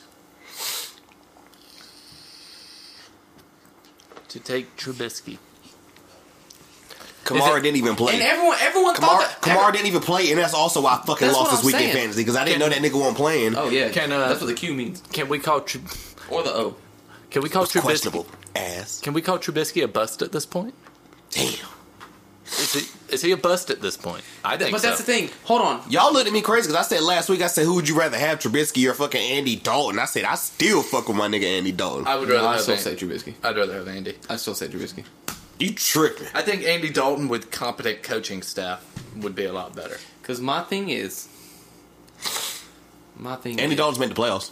To take Trubisky.
Kamara
it-
didn't even play.
And everyone everyone thought
Kamara,
that
Kamara didn't even play, and that's also why I fucking
That's
lost
what
this
I'm
weekend
saying.
fantasy because I didn't know that nigga wasn't playing.
Oh yeah.
Can, uh,
That's what the Q means
Can we call Tru-
or the O.
Can we call Trubisky?
questionable ass.
Can we call Trubisky a bust at this point?
Damn,
Is he is he a bust at this point? I think.
But
so.
that's the thing. Hold on.
y'all looked at me crazy because I said last week I said who would you rather have Trubisky or fucking Andy Dalton? I said I still fuck with my nigga Andy Dalton.
I would
No,
rather
I
have
still
Andy.
say Trubisky.
I'd rather have Andy.
I still say Trubisky.
you tripping?
I think Andy Dalton with competent coaching staff would be a lot better.
Cuz my thing is my thing
Andy
is,
Dalton's made the playoffs.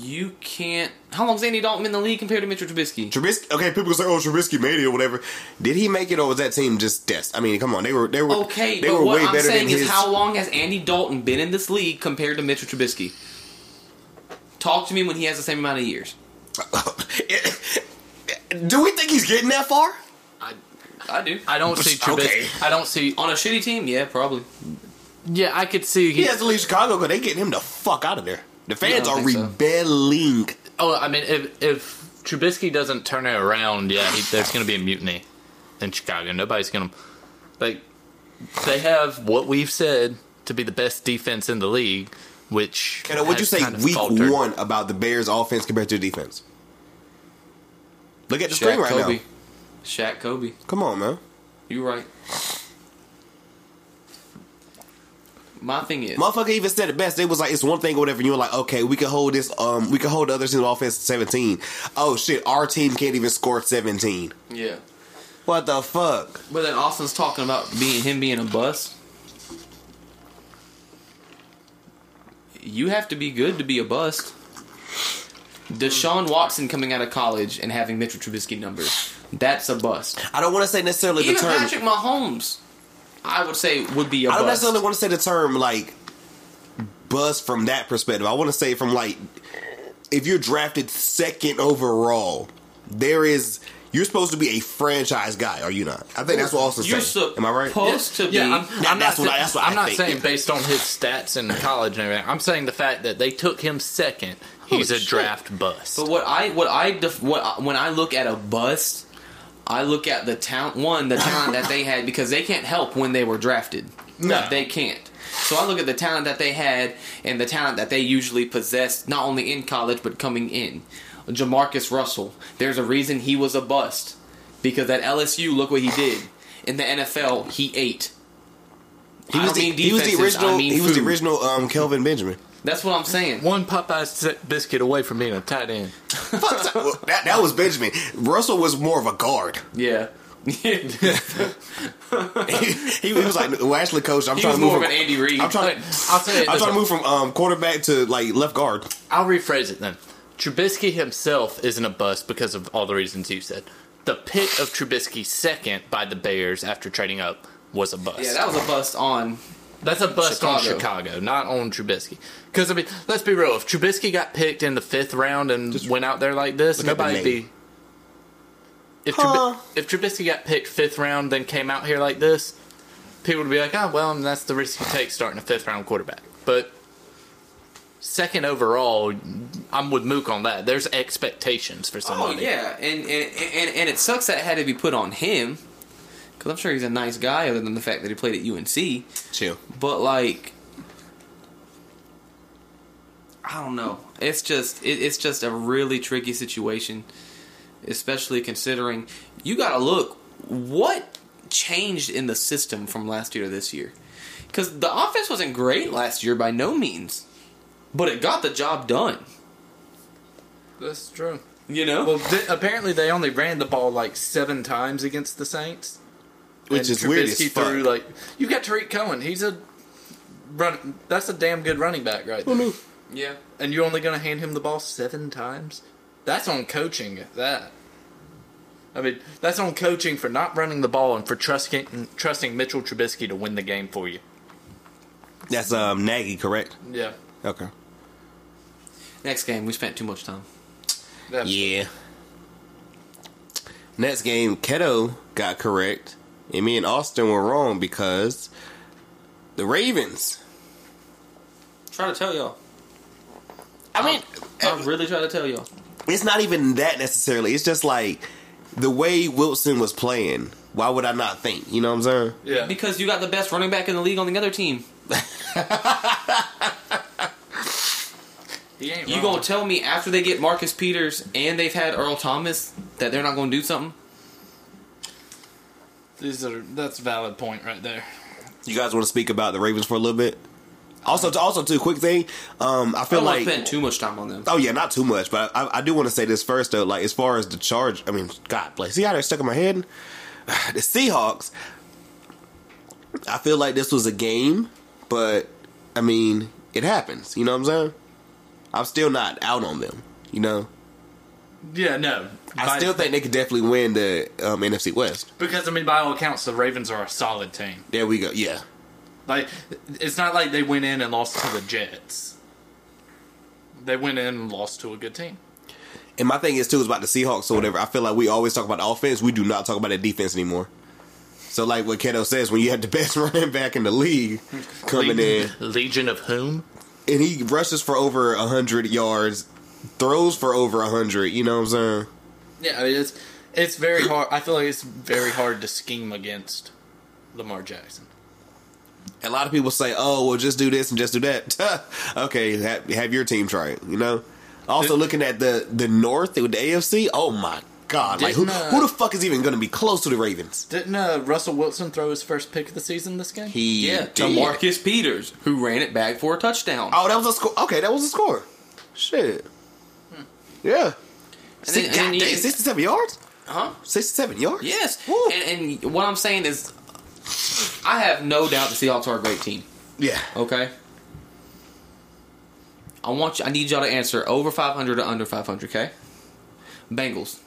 You can't. How long's Andy Dalton in the league compared to Mitchell Trubisky?
Trubisky. Okay, people say, "Oh, Trubisky made it or whatever." Did he make it, or was that team just dust? I mean, come on, they were they were
Okay,
They
but
were
what
way
I'm
better
saying
than
is,
his.
how long has Andy Dalton been in this league compared to Mitchell Trubisky? Talk to me when he has the same amount of years.
[LAUGHS] Do we think he's getting that far?
I, I do.
I don't
[LAUGHS]
see Trubisky.
Okay.
I don't see.
On a shitty team, yeah, probably.
Yeah, I could see.
He has to leave Chicago because they getting him the fuck out of there. The fans
don't
are
think so.
rebelling.
Oh, I mean,
If, if Trubisky doesn't turn it around, yeah, he, there's going to be a mutiny in Chicago. Nobody's going to like. They have what we've said to be the best defense in the league, which
And what'd you
has
say
kind of
week
faltered.
one about the Bears' offense compared to the defense? Look at the
Shaq
screen right
Kobe.
now.
Shaq Kobe.
Come on, man.
You right. My thing is,
Motherfucker even said it best. It was like it's one thing or whatever. And you were like, okay, we can hold this. Um, we can hold the other team's offense to seventeen. Oh shit, our team can't even score seventeen.
yeah.
What the fuck?
But then Austin's talking about being him being a bust. You have to be good to be a bust. Deshaun Watson coming out of college and having Mitchell Trubisky numbers. That's a bust.
I don't want to say necessarily
Even
the term.
Patrick Mahomes, I would say, would be a
I don't
bust.
necessarily want to say the term like bust from that perspective. I want to say from like if you're drafted second overall, there is you're supposed to be a franchise guy, are you not? I think that's what Austin
You're
said. Am I right?
supposed to be.
Yeah, I'm,
That-
I'm
that's
not,
what I-
saying-
that's what I
I'm not
think.
saying based on his stats in college and everything. I'm saying the fact that they took him second. He's a draft bust.
But what I what I def- what I, when I look at a bust, I look at the talent one the talent that they had because they can't help when they were drafted. No, they can't. So I look at the talent that they had and the talent that they usually possessed, not only in college but coming in. Jamarcus Russell, there's a reason he was a bust because at LSU, look what he did. In the NFL, he ate.
He
I
was,
don't
the,
mean
he was the
defenses, I
original.
mean
he was the
food.
original um, Kelvin Benjamin.
That's what I'm saying.
One Popeye's t- biscuit away from being a tight end.
Fuck, well, that, that was Benjamin. Russell was more of a guard. [LAUGHS]
Yeah. [LAUGHS]
he, he was like, well, actually, coach, I'm
He
trying
was
to move.
more of
From,
an Andy Reid.
I'm trying.
I'll say it
I'm
this
trying to
way.
move from um, quarterback to like left guard.
I'll rephrase it then. Trubisky himself isn't a bust because of all the reasons you said. The pick of Trubisky second by the Bears after trading up was a bust.
[LAUGHS] Yeah, that was a bust on
That's a bust on
Chicago.
Chicago, not on Trubisky. Because I mean, let's be real. If Trubisky got picked in the fifth round and went out there like this,
look at the
nobody'd
name.
be. If, Trubi- if Trubisky got picked fifth round, then came out here like this, people would be like, "Oh, well, that's the risk you take starting a fifth round quarterback." But second overall, I'm with Mook on that. There's expectations for
Oh
somebody.
yeah, and and, and and it sucks that it had to be put on him because I'm sure he's a nice guy, other than the fact that he played at UNC.
Chill.
But like, I don't know. It's just it, it's just a really tricky situation, especially considering you got to look what changed in the system from last year to this year. Because the offense wasn't great last year by no means, but it got the job done.
that's true.
You know,
Well, th- apparently they only ran the ball like seven times against the Saints,
Which is weird as fuck.
threw, like you got Tariq Cohen. He's a run. That's a damn good running back right
Oh,
there.
yeah.
And you're only going to hand him the ball seven times? That's on coaching. That. I mean, that's on coaching for not running the ball and for trusting trusting Mitchell Trubisky to win the game for you.
That's um, Nagy, correct?
Yeah.
Okay.
Next game, we spent too much time.
Yeah. Next game, Keto got correct, and me and Austin were wrong because the Ravens.
Try to tell y'all.
I mean,
I really try to tell y'all.
it's not even that necessarily. It's just like the way Wilson was playing. Why would I not think? You know what I'm saying?
Yeah.
Because you got the best running back in the league on the other team.
He ain't
You
Uh-huh.
gonna tell me after they get Marcus Peters and they've had Earl Thomas that they're not gonna do something?
These are that's a valid point right there.
You guys want to speak about the Ravens for a little bit? Also, also too quick thing. Um, I
I
feel
don't
like
wanna spend too much time on them.
Oh yeah, not too much, but I, I do want to say this first though. Like as far as the charge, I mean, God, like see how they're stuck in my head. [SIGHS] The Seahawks. I feel like this was a game, but I mean, it happens. You know what I'm saying? I'm still not out on them. You know,
Yeah, no.
I
By-
still think they could definitely win the um, NFC West.
because I mean, by all accounts, the Ravens are a solid team.
There we go. Yeah,
Like, it's not like they went in and lost to the Jets. They went in and lost to a good team.
and my thing is too is about the Seahawks or whatever. I feel like we always talk about the offense. We do not talk about the defense anymore. So like what Keto says, when you have the [LAUGHS] best running back in the league coming in,
Legion of whom?
and he rushes for over 100 yards, throws for over 100, you know what I'm saying?
Yeah, I mean, it's it's very hard. I feel like it's very hard to scheme against Lamar Jackson.
A lot of people say, "Oh, well just do this and just do that." [LAUGHS] okay, have, have your team try it, you know? Also looking at the the North with the AFC, oh my god. Like who
Didn't, uh,
who the fuck is even going to be close to the Ravens?
Didn't uh, Russell Wilson throw his first pick of the season this game?
He
Yeah, to
did.
Marcus Peters, who ran it back for a touchdown.
Oh, that was a score. Okay, that was a score. Shit. Yeah.
Hmm. And
Six,
then- and then
goddamn,
you-
67 yards?
Huh?
67 yards?
Yes.
Woo.
And, and what I'm saying is, I have no doubt the Seahawks are a great team.
yeah.
Okay. I want you. I need y'all to answer over 500 or under 500. Okay. Bengals.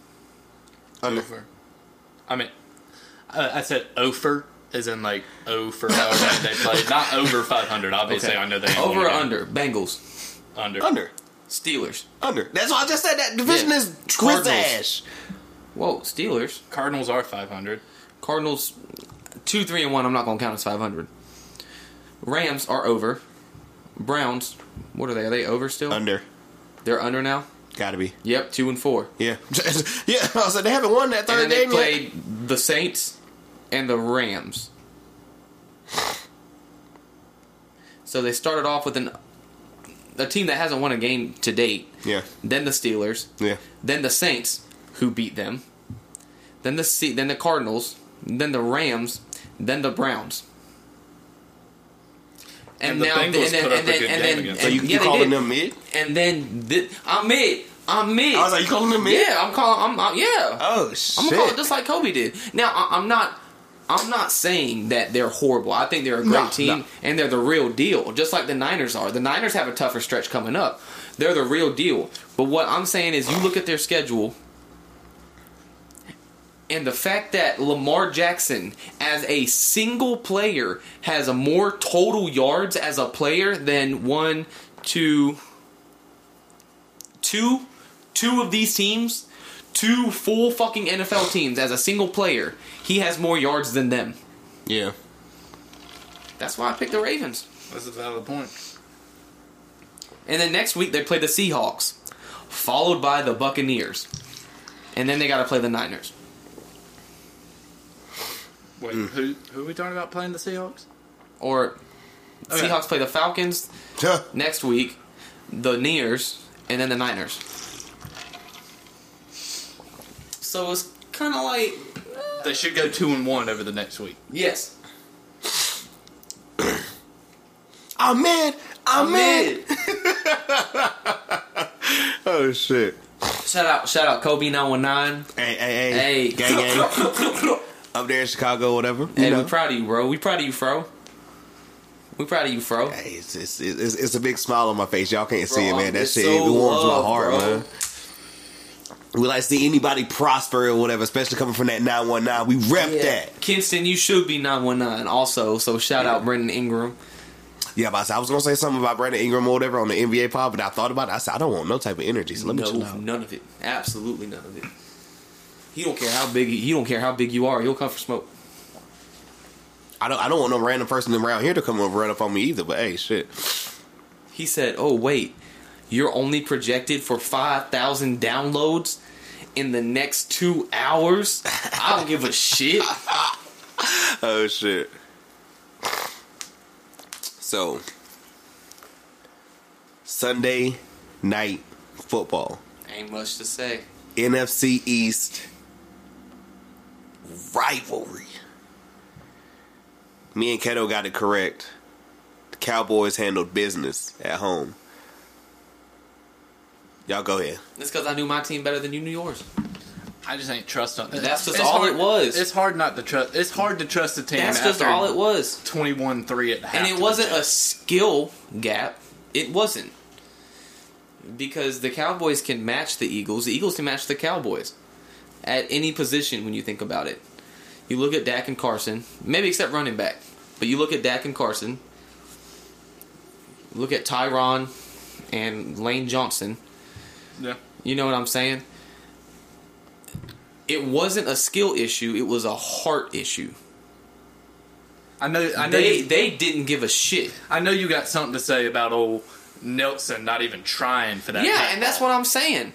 Under.
Ofer. I mean, uh, I, I said Ofer as in like O for however they played, not over 500. Obviously, I know they ain't
over or
gonna
under Bengals.
go under
Under.
Steelers.
Under. That's why I just said that division
Yeah.
is Chris
Cardinals.
Ash.
Whoa, Steelers.
Cardinals are 500.
Cardinals. Two, three, and one. I'm not gonna count as 500. Rams are over. Browns. What are they? Are they over still?
Under.
They're under now.
Gotta be.
Yep, two and four.
Yeah. [LAUGHS] yeah. I said they haven't won that
And
third
then they
game yet.
played the Saints and the Rams. So they started off with an a team that hasn't won a game to date.
Yeah.
Then the Steelers.
Yeah.
Then the Saints, who beat them. Then the Se- then the Cardinals. Then the Rams. Then the Browns. And,
And the
now,
Bengals
and then,
put up
and
a
then,
good
and
game
then,
against
So you,
and-
you
yeah, they
calling
did.
them mid?
And then thi- I'm it. I'm it.
I was like, you calling them mid?
Yeah, I'm calling. I'm, I'm yeah.
Oh shit.
I'm gonna call it just like Kobe did. Now I, I'm not. I'm not saying that they're horrible. I think they're a great
No,
team
no.
and they're the real deal, just like the Niners are. The Niners have a tougher stretch coming up. They're the real deal. But what I'm saying is, you look at their schedule, and the fact that Lamar Jackson, as a single player, has a more total yards as a player than one, two, two, two of these teams, two full fucking NFL teams as a single player, he has more yards than them.
yeah.
That's why I picked the Ravens.
That's a valid point.
And then next week they play the Seahawks, followed by the Buccaneers, and then they got to play the Niners.
Wait, who who are we talking about playing the Seahawks?
Or
Okay.
Seahawks play the Falcons
Huh.
next week, the Nears, and then the Niners. So it's kind of like
They should go two and one over the next week.
yes,
I'm in. I'm, in.
mid.
Oh shit.
Shout out, shout out, Kobe nine one nine.
Hey, hey, hey.
Hey.
Gang,
[LAUGHS]
gang. Up there in Chicago, whatever. You
Hey,
know.
we proud of you, bro. We proud of you, fro. We proud of you, fro.
Hey, it's, it's, it's, it's a big smile on my face. Y'all can't see it,
Bro,
man. That
it's
shit
so
it warms
love,
my heart,
bro.
man. We like to see anybody prosper or whatever, especially coming from that 919. We rep that.
Kinston, you should be nine one nine also. So shout out Brendan Ingram.
Yeah, but I, said- I was gonna say something about Brandon Ingram or whatever on the NBA pod, but I thought about it. I said I don't want no type of energy, so let me chill
No,
out.
none of it. Absolutely none of it. He don't care how big he don't care how big you are. He'll come for smoke.
I don't. I don't want no random person around here to come over and run up on me either. But hey, shit.
He said, "Oh wait, you're only projected for five thousand downloads in the next two hours. I don't give
[LAUGHS]
a shit."
Oh shit. So Sunday night football,
Ain't much to say.
NFC East rivalry. Me and Keto got it correct. The Cowboys handled business at home. Y'all go ahead.
It's because I knew my team better than you knew yours.
I just ain't trust on.
That's just all it was.
It's hard not to trust. It's hard to trust a team.
That's just
after
all it was.
21-3 at the half.
and it wasn't a skill gap. It wasn't. because the Cowboys can match the Eagles. The Eagles can match the Cowboys at any position when you think about it. You look at Dak and Carson, maybe except running back, but you look at Dak and Carson. Look at Tyron and Lane Johnson.
Yeah.
You know what I'm saying? It wasn't a skill issue; it was a heart issue.
I know. I know.
They
you-
they didn't give a shit.
I know you got something to say about old Nelson not even trying for that.
Yeah,
hat
and that's
ball.
what I'm saying.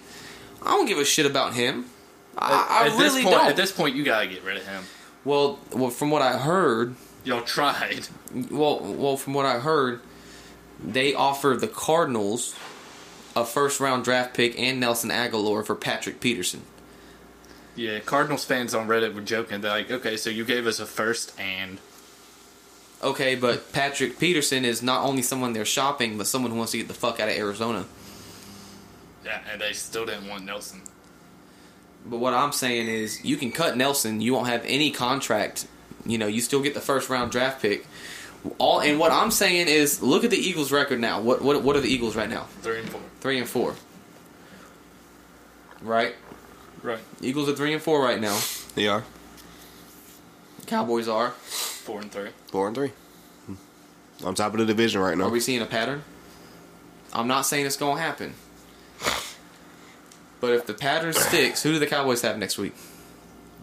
I don't give a shit about him. I,
At
I
this
really
point,
don't.
At this point, you gotta get rid of him.
well, well, from what I heard,
Y'all tried. [LAUGHS]
well, well, from what I heard, they offered the Cardinals a first round draft pick and Nelson Aguilar for Patrick Peterson.
Yeah, Cardinals fans on Reddit were joking. They're like, okay, so you gave us a first and
Okay, but Patrick Peterson is not only someone they're shopping, but someone who wants to get the fuck out of Arizona.
yeah, and they still didn't want Nelson.
But what I'm saying is, you can cut Nelson. You won't have any contract. You know, you still get the first round draft pick. All and what I'm saying is, look at the Eagles' record now. What what what are the Eagles right now?
Three and four.
Three and four. Right,
Right.
Eagles are three and four right now.
They are
Cowboys are.
Four and three.
four and three. On top of the division right
Are
now.
we seeing a pattern? I'm not saying it's gonna happen. But if the pattern sticks, who do the Cowboys have next week?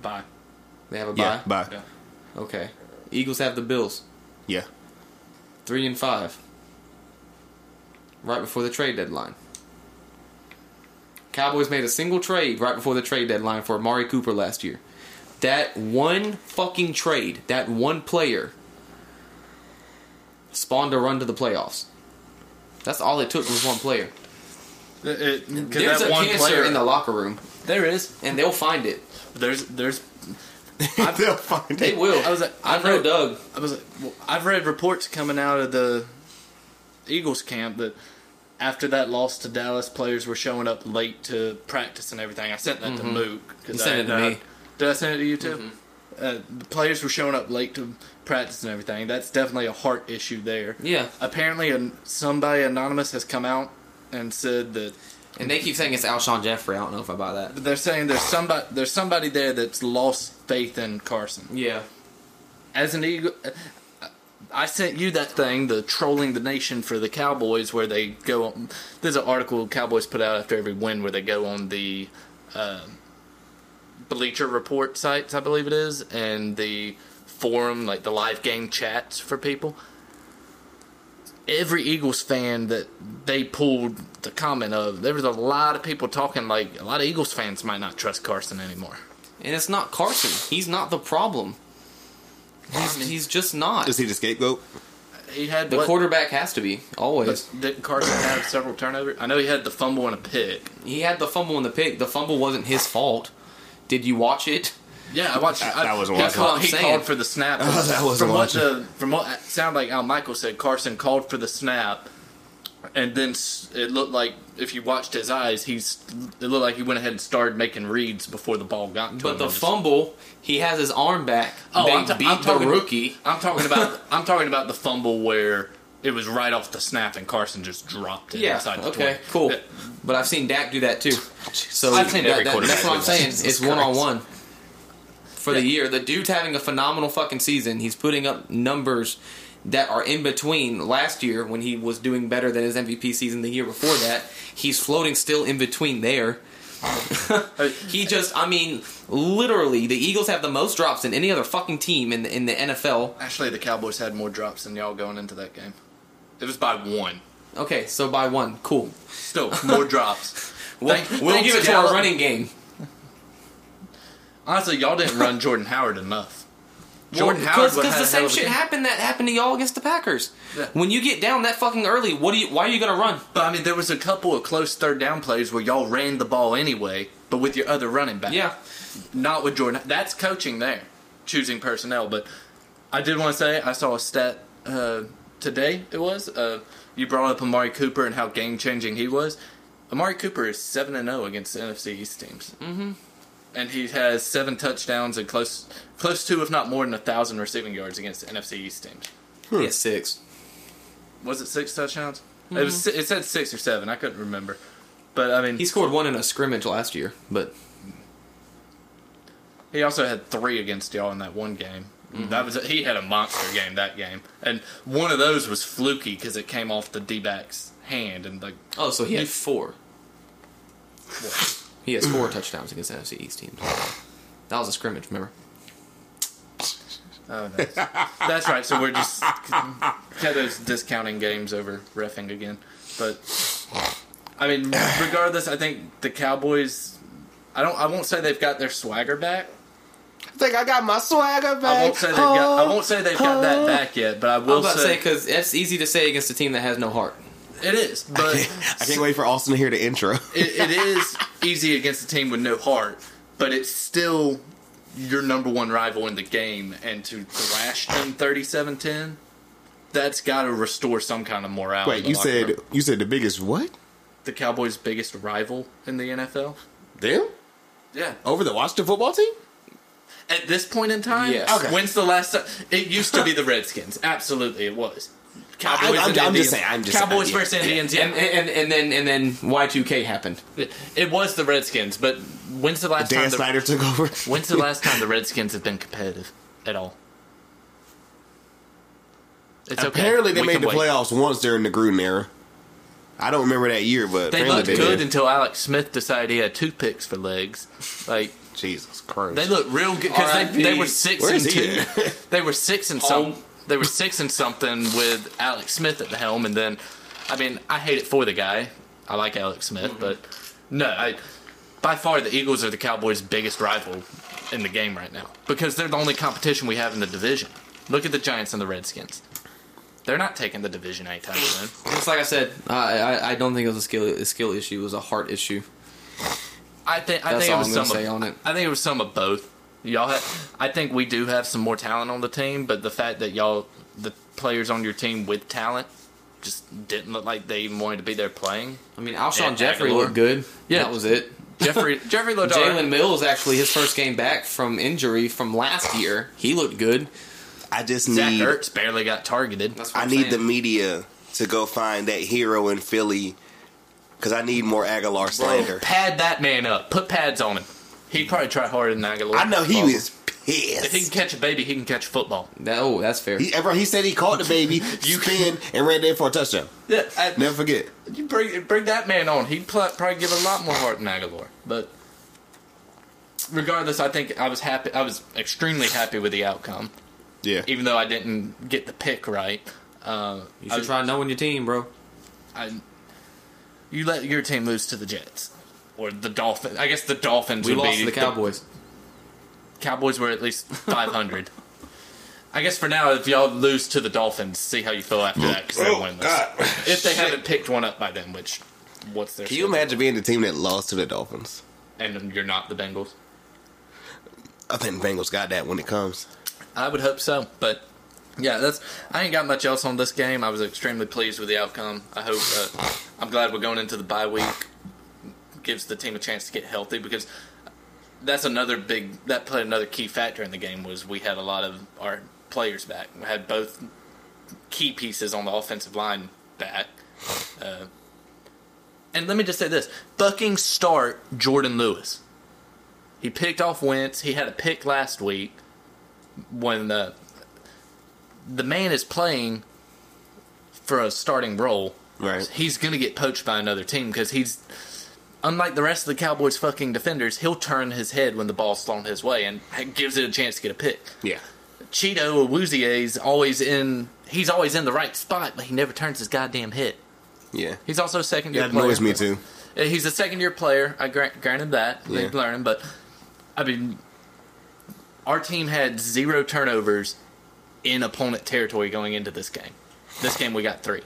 Bye.
They have a bye.
yeah, bye.
Yeah.
Okay. Eagles have the Bills.
Yeah.
three and five, right before the trade deadline. Cowboys made a single trade right before the trade deadline for Amari Cooper last year. That one fucking trade, that one player, spawned a run to the playoffs. That's all it took was one player.
It- it- 'cause
There's
that
a
one
cancer
player
in the locker room,
There is.
and they'll find it.
There's. [LAUGHS] There's.
They'll find
They
it.
will.
I was like,
I
I've
know
read-
Doug.
I was. Like, well, I've read reports coming out of the Eagles camp that after that loss to Dallas, players were showing up late to practice and everything. I sent that to Mook. 'cause
You Mm-hmm.
I
sent it to
had not-
me. Mm-hmm.
Did I send it to you too? Uh, the players were showing up late to practice and everything. That's definitely a heart issue there.
Yeah.
Apparently, an, somebody anonymous has come out and said that
And they keep saying it's Alshon Jeffrey. I don't know if I buy that.
they're saying there's somebody there's somebody there that's lost faith in Carson.
Yeah.
as an eagle uh, i sent you that thing the trolling the nation for the cowboys where they go on there's an article cowboys put out after every win where they go on the um bleacher report sites i believe it is and the forum like the live game chats for people every eagles fan that they pulled the comment of there was a lot of people talking like a lot of eagles fans might not trust carson anymore
And it's not Carson. He's not the problem. He's, he's just not.
Is he the scapegoat?
he had
The
what-
quarterback has to be always.
Didn't Carson have several turnovers? I know he had the fumble and a pick.
He had the fumble in the pick. The fumble wasn't his fault. Did you watch it?
Yeah, I watched.
That-
I,
that wasn't
he
watching.
called,
That's
he
what I'm saying.
called for the snap.
that wasn't
from what
watching.
the from what it sounded like Al Michael said, Carson called for the snap, and then s- it looked like if you watched his eyes, he's it looked like he went ahead and started making reads before the ball got to him.
But the
It was-
fumble, he has his arm back.
Oh,
they
I'm ta-
beat
I'm
the
talking-
rookie.
I'm talking [LAUGHS] about. I'm talking about the fumble where it was right off the snap and Carson just dropped it.
Yeah.
inside the
Okay.
20.
Cool.
Yeah.
But I've seen Dak do that too. So
I've seen
that-
every
that-
quarterback
that's what
do
I'm
that.
saying.
Jesus
It's
Christ.
one on one for the year. The dude's having a phenomenal fucking season. He's putting up numbers that are in between last year when he was doing better than his MVP season the year before that. He's floating still in between there.
Uh,
he just, I mean, literally, the Eagles have the most drops than any other fucking team in the, in the NFL.
Actually, the Cowboys had more drops than y'all going into that game. It was by one.
Okay, so by one, cool.
Still, more [LAUGHS] drops.
We'll,
Thank-
we'll
thanks,
give it to our
Gallup.
running game.
Honestly, y'all didn't run Jordan Howard enough. Jordan
Well,
Howard would
because
have
the
had a hell
same
of a
shit
game.
happened that happened to y'all against the Packers.
Yeah.
When you get down that fucking early, what do you? Why are you gonna run?
But I mean, there was a couple of close third down plays where y'all ran the ball anyway, but with your other running back.
Yeah,
Not with Jordan. That's coaching there, choosing personnel. But I did want to say I saw a stat uh, today. It was uh, you brought up Amari Cooper and how game changing he was. Amari Cooper is seven and zero against NFC East teams, mm-hmm. and he has seven touchdowns and close close to, if not more than a thousand receiving yards against NFC East teams.
yeah, six.
Was it six touchdowns? It was. si- It said six or seven. I couldn't remember. But I mean,
He scored one in a scrimmage last year, but
He also had three against y'all in that one game. That was he had a monster game that game, and one of those was fluky because it came off the D back's hand and like
oh, so he had four. He has four touchdowns against NFC East teams. That was a scrimmage, remember?
oh no, that's right. So we're just had those discounting games over refing again, but I mean, regardless, I think the Cowboys. I don't. I won't say they've got their swagger back.
I think I got my swagger back.
I won't say they've got. I won't say they've got that back yet, but I
I
will
was about to say
say,
because it's easy to say against a team that has no heart.
it is. But
I can't wait for Austin to hear the intro.
it, it is easy against a team with no heart, but it's still your number one rival in the game, and to thrash them 37-10, that's got to restore some kind of morale. in
Wait,
the
you
locker
said
room.
you said the biggest what?
the Cowboys' biggest rival in the NFL?
Them
Yeah.
over the Washington football team?
At this point in time,
Yes.
Okay.
when's the last time? It used to be the Redskins. [LAUGHS] Absolutely, it was. Cowboys
I'm-
and
I'm just
Indians.
saying, I'm just-
Cowboys
yeah.
versus Indians. Yeah,
And and, and then and then Y two K happened.
it, it was the Redskins. But when's the last
Dan
time? The,
Snyder took over.
when's the last time the Redskins have been competitive at all? It's okay.
Apparently, they
We
made
can
the
wait.
playoffs once during the Gruden era. I don't remember that year, but
They
apparently
looked good
did.
until Alex Smith decided he had two picks for legs. Like
Jesus Christ!
they looked real good because they,
R.I.P..
they were six
Where
and
is he
two. they were six and some.
Home.
They were six and something with Alex Smith at the helm, and then, I mean, I hate it for the guy. I like Alex Smith,
Mm-hmm.
but no, I, by far the Eagles are the Cowboys' biggest rival in the game right now because they're the only competition we have in the division. Look at the Giants and the Redskins. They're not taking the division anytime soon.
Just like I said, I I, I don't think it was a skill a skill issue. It was a heart issue.
I think I
That's
think it
all
was
I'm gonna
some of,
say on it.
I think it was some of both. Y'all, have, I think we do have some more talent on the team, but the fact that y'all, the players on your team with talent, just didn't look like they even wanted to be there playing.
I mean, Alshon
And
Jeffrey
Aguilar.
looked good.
Yeah.
that was it.
Jeffrey Jeffrey
Jalen
Lodar,
Mills actually his first game back from injury from last year. He looked good.
[LAUGHS] I just
Zach
need
Ertz barely got targeted.
That's what
I
I'm
need
saying.
the media to go find that hero in Philly because I need more Aguilar slander.
Oh, Pad that man up. Put pads on him. He'd probably try harder than Aguilar.
I know he was
If he can
pissed.
catch a baby, he can catch a football.
That, oh, that's fair.
He, ever, he said he caught the baby, [LAUGHS] you can, and ran in for a touchdown.
Yeah, I-
Never forget.
you bring bring that man on. He'd pl- probably give a lot more heart than Aguilar. But regardless, I think I was happy. I was extremely happy with the outcome,
Yeah.
even though I didn't get the pick right. Uh,
you
I,
should try knowing your team, bro.
I- you let your team lose to the Jets or the Dolphins. I guess the Dolphins.
We
would
lost to
be
the Cowboys.
Cowboys were at least five hundred. [LAUGHS] I guess for now, if y'all lose to the Dolphins, see how you feel after that because they're winless. If they haven't picked one up by then, which what's their
Can you
schedule?
imagine being the team that lost to the Dolphins?
And you're not the Bengals.
I think the Bengals got that when it comes.
I would hope so, but yeah, that's. I ain't got much else on this game. I was extremely pleased with the outcome. I hope. Uh, I'm glad we're going into the bye week. Gives the team a chance to get healthy because that's another big. That played another key factor in the game was we had a lot of our players back. We had both key pieces on the offensive line back. Uh, and let me just say this: fucking start Jordan Lewis. He picked off Wentz. He had a pick last week when the the man is playing for a starting role,
Right.
He's gonna get poached by another team because he's unlike the rest of the Cowboys' fucking defenders. He'll turn his head when the ball's thrown his way and gives it a chance to get a pick.
Yeah.
Cheeto Awuzie is always in. He's always in the right spot, but he never turns his goddamn head.
Yeah.
He's also a second year
That
player.
annoys me too.
Uh, He's a second year player. I grant, granted that they
Yeah.
learn learning, but I mean, our team had zero turnovers in opponent territory going into this game. This game we got three.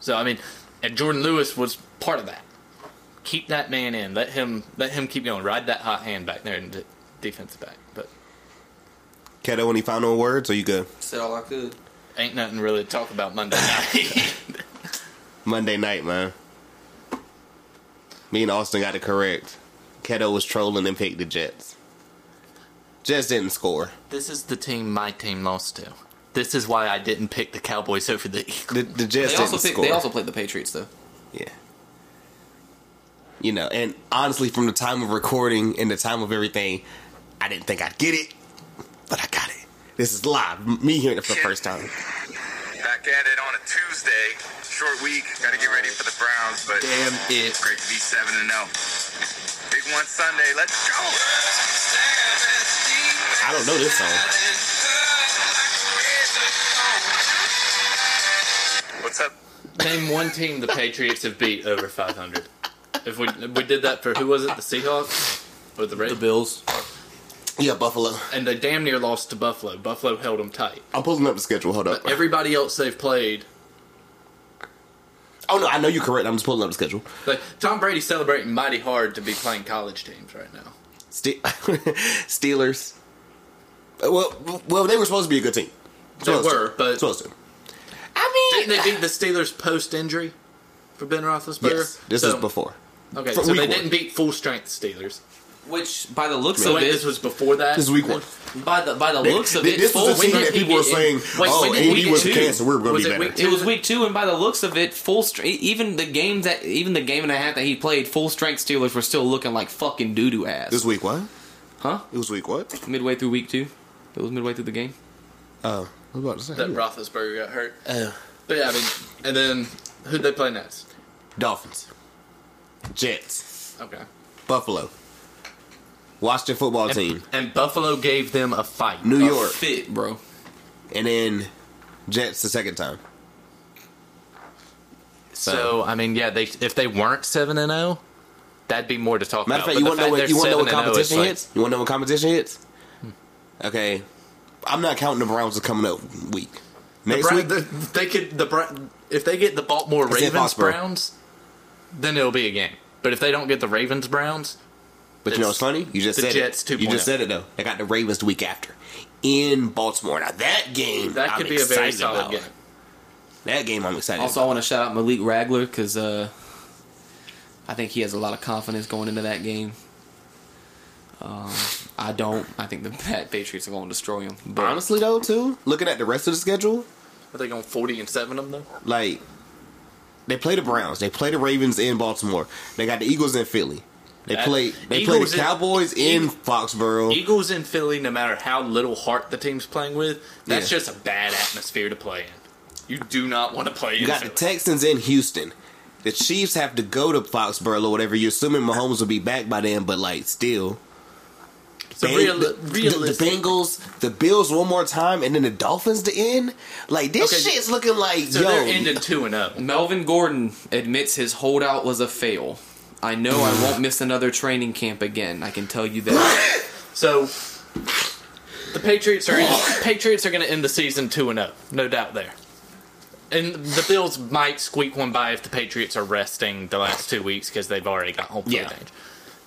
So I mean, and Jordan Lewis was part of that. Keep that man in. Let him. Let him keep going. Ride that hot hand back there in the defensive back. But
Keto, any final words? Are you good?
Said all I could.
ain't nothing really to talk about Monday night. [LAUGHS]
Monday night, man. Me and Austin got it correct. Keto was trolling and picked the Jets. Jets didn't score.
this is the team my team lost to. This is why I didn't pick the Cowboys over the Eagles.
The, the Jets
They also
didn't
picked,
score.
they also played the Patriots though.
yeah. You know, and honestly, from the time of recording and the time of everything, I didn't think I'd get it, but I got it. This is live, m- me hearing it for the first time.
Back at it on a Tuesday. Short week. Got to get ready for the Browns, but
Damn it.
great to be seven and zero. Big one Sunday. Let's go.
I don't know this song.
What's up?
Name one team the Patriots have beat over 500. If we if we did that for who was it? The Seahawks or the
The
Ravens?
Bills.
Yeah, Buffalo.
and they damn near lost to Buffalo. Buffalo held them tight.
I'm pulling up the schedule. Hold up.
Everybody else they've played,
oh no, I know you're correct. I'm just pulling up the schedule.
like Tom Brady's celebrating mighty hard to be playing college teams right now.
Ste- [LAUGHS] Steelers. Uh, Well, well, they were supposed to be a good team.
They
Supposed to.
were, but
supposed to.
didn't they beat the Steelers post injury for Ben Roethlisberger?
Yes, this
So-
is before.
Okay,
for
so
week
they
one.
didn't beat full strength Steelers.
Which, by the looks
So
of
wait,
it,
this was before that.
This is week one.
by the by the looks of it,
This was
Foles
a team
did
that
beat
people were
it in-
saying,
Wait,
"Oh,
when did
AD
he
was
get two?
cancer. We're going
Was
to be
it
better."
week two?
It was week two, and by the looks of it, full strength. Even the games that, even the game and a half that he played, full strength Steelers were still looking like fucking doo doo ass.
This week what?
Huh?
It was week what?
midway through week two, it was midway through the game.
Oh, I was about to say
that Roethlisberger got hurt.
Oh.
But yeah, I mean, and then who'd they play next?
Dolphins, Jets,
Okay.
Buffalo, Washington football team,
And Buffalo gave them a fight.
New
A
York,
fit, bro.
and then Jets the second time.
So I mean, yeah, they if they weren't seven and zero, that'd be more to talk
Matter of
about.
fact, you
But
want
the
to know
fact
what you want to know what
they're 7-0 is
competition
like-
hits? You want to know what competition hits? Okay, I'm not counting the Browns as coming up week.
The
Next
Bra-
week,
the- they could the Bra- if they get the Baltimore
It's in
Ravens
Foxborough.
Browns, then it'll be a game. But if they don't get the Ravens Browns,
but you know what's funny? You just
the
said
Jets
it. You
2.0.
just said it though. They got the Ravens the week after in Baltimore. Now that game,
that
I'm
could be a very
excited
solid
about.
game.
That game, I'm excited.
Also, I want to shout out Malik Ragler because uh, I think he has a lot of confidence going into that game. Um, I don't. I think the [LAUGHS] Pat Patriots are going to destroy him.
about.
But
honestly though, too, looking at the rest of the schedule,
Are they going forty and seven of them though?
like they play the Browns, they play the Ravens in Baltimore, they got the Eagles in Philly, they
That-
play they play the
Eagles in-
Cowboys in,
Eagles-
Foxborough.
Eagles in Philly, no matter how little heart the team's playing with, that's
Yeah.
just a bad atmosphere to play in. You do not want to play
You
in
got the
Philly.
Texans in Houston. The Chiefs have to go to Foxborough or whatever. You're assuming Mahomes will be back by then, but like still,
so
Bang-
real,
the, the- the
realistic-
Bengals, the Bills one more time, and then the Dolphins to end. Like this
Okay,
shit's looking like
so
yo.
they're ending two and oh. zero.
Melvin Gordon admits his holdout was a fail. I know I won't miss another training camp again. I can tell you that.
So the Patriots are Patriots are going to end the season two and zero, no doubt there. And the Bills might squeak one by if the Patriots are resting the last two weeks because they've already got home field
Yeah.
advantage.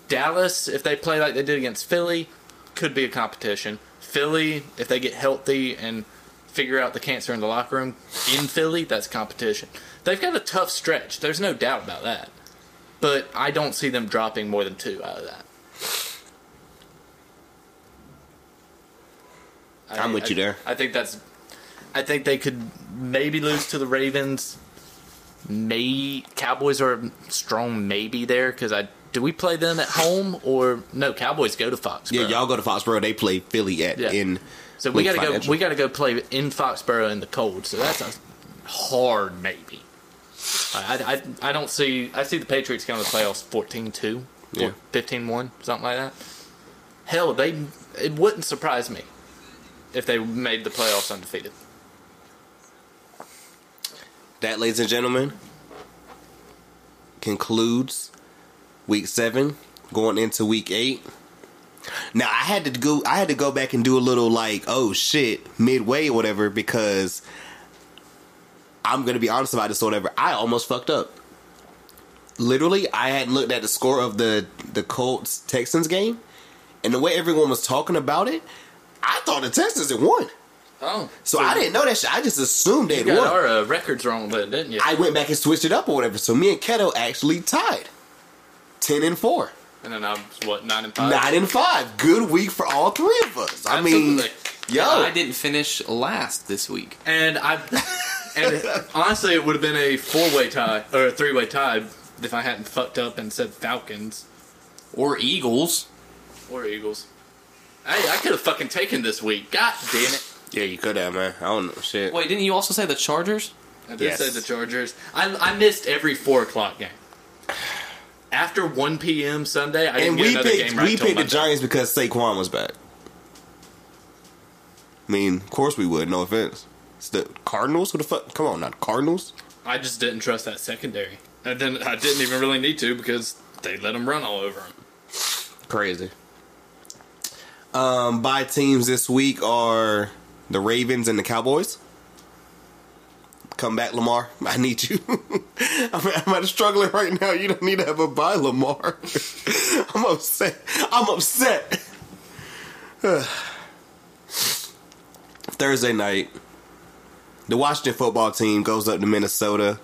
Dallas, if they play like they did against Philly, could be a competition. Philly, if they get healthy and figure out the cancer in the locker room in Philly, that's competition. They've got a tough stretch. There's no doubt about that. But I don't see them dropping more than two out of that. I-
I'm with
I-
you there.
I think that's. I think they could maybe lose to the Ravens. May Cowboys are a strong maybe there because I do we play them at home or no? Cowboys go to Foxborough.
yeah, y'all go to Foxborough. They play Philly at
Yeah.
in.
So we
Week
gotta go.
financial.
We gotta go play in Foxborough in the cold. So that's a hard maybe. I, I, I- I don't see. I see the Patriots going to the playoffs 14-2,
Yeah.
or 15-1, something like that. Hell, they. It wouldn't surprise me if they made the playoffs undefeated.
That, ladies and gentlemen, concludes week seven, going into week eight. Now I had to go. I had to go back and do a little like, oh shit, midway or whatever, because I'm gonna be honest about this or whatever. I almost fucked up. Literally, I hadn't looked at the score of the the Colts Texans game, and the way everyone was talking about it, I thought the Texans had won.
Oh,
So, I didn't know that shit. I just assumed they
You
had
got
won.
our uh, records wrong, then, didn't you?
I went back and switched it up or whatever. So me and Keto actually tied. 10 and 4.
and then I was what nine and five.
9 and 5. Good week for all three of us. I mean,
Absolutely.
yo.
I didn't finish last this week.
And I, and honestly, it would have been a four-way tie or a three-way tie if I hadn't fucked up and said Falcons
Or Eagles.
or Eagles. I, I could have fucking taken this week. God damn it.
Yeah, you could have, man. I don't know shit.
Wait, didn't you also say the Chargers?
I did
Yes.
say the Chargers. I, I missed every four o'clock game. After one p.m. Sunday, I didn't
and
get
we
another
picked
game right
we
till
picked the
Monday.
Giants because Saquon was back. I mean, of course we would. No offense. It's the Cardinals. Who the fuck? Come on, not Cardinals.
I just didn't trust that secondary. I didn't. I didn't even really need to because they let them run all over them.
Crazy. Um, by teams this week are the Ravens and the Cowboys. Come back, Lamar. I need you. [LAUGHS] I'm, I'm at struggling right now. You don't need to have a bye, Lamar. [LAUGHS] I'm upset. I'm upset. [SIGHS] Thursday night, the Washington football team goes up to Minnesota,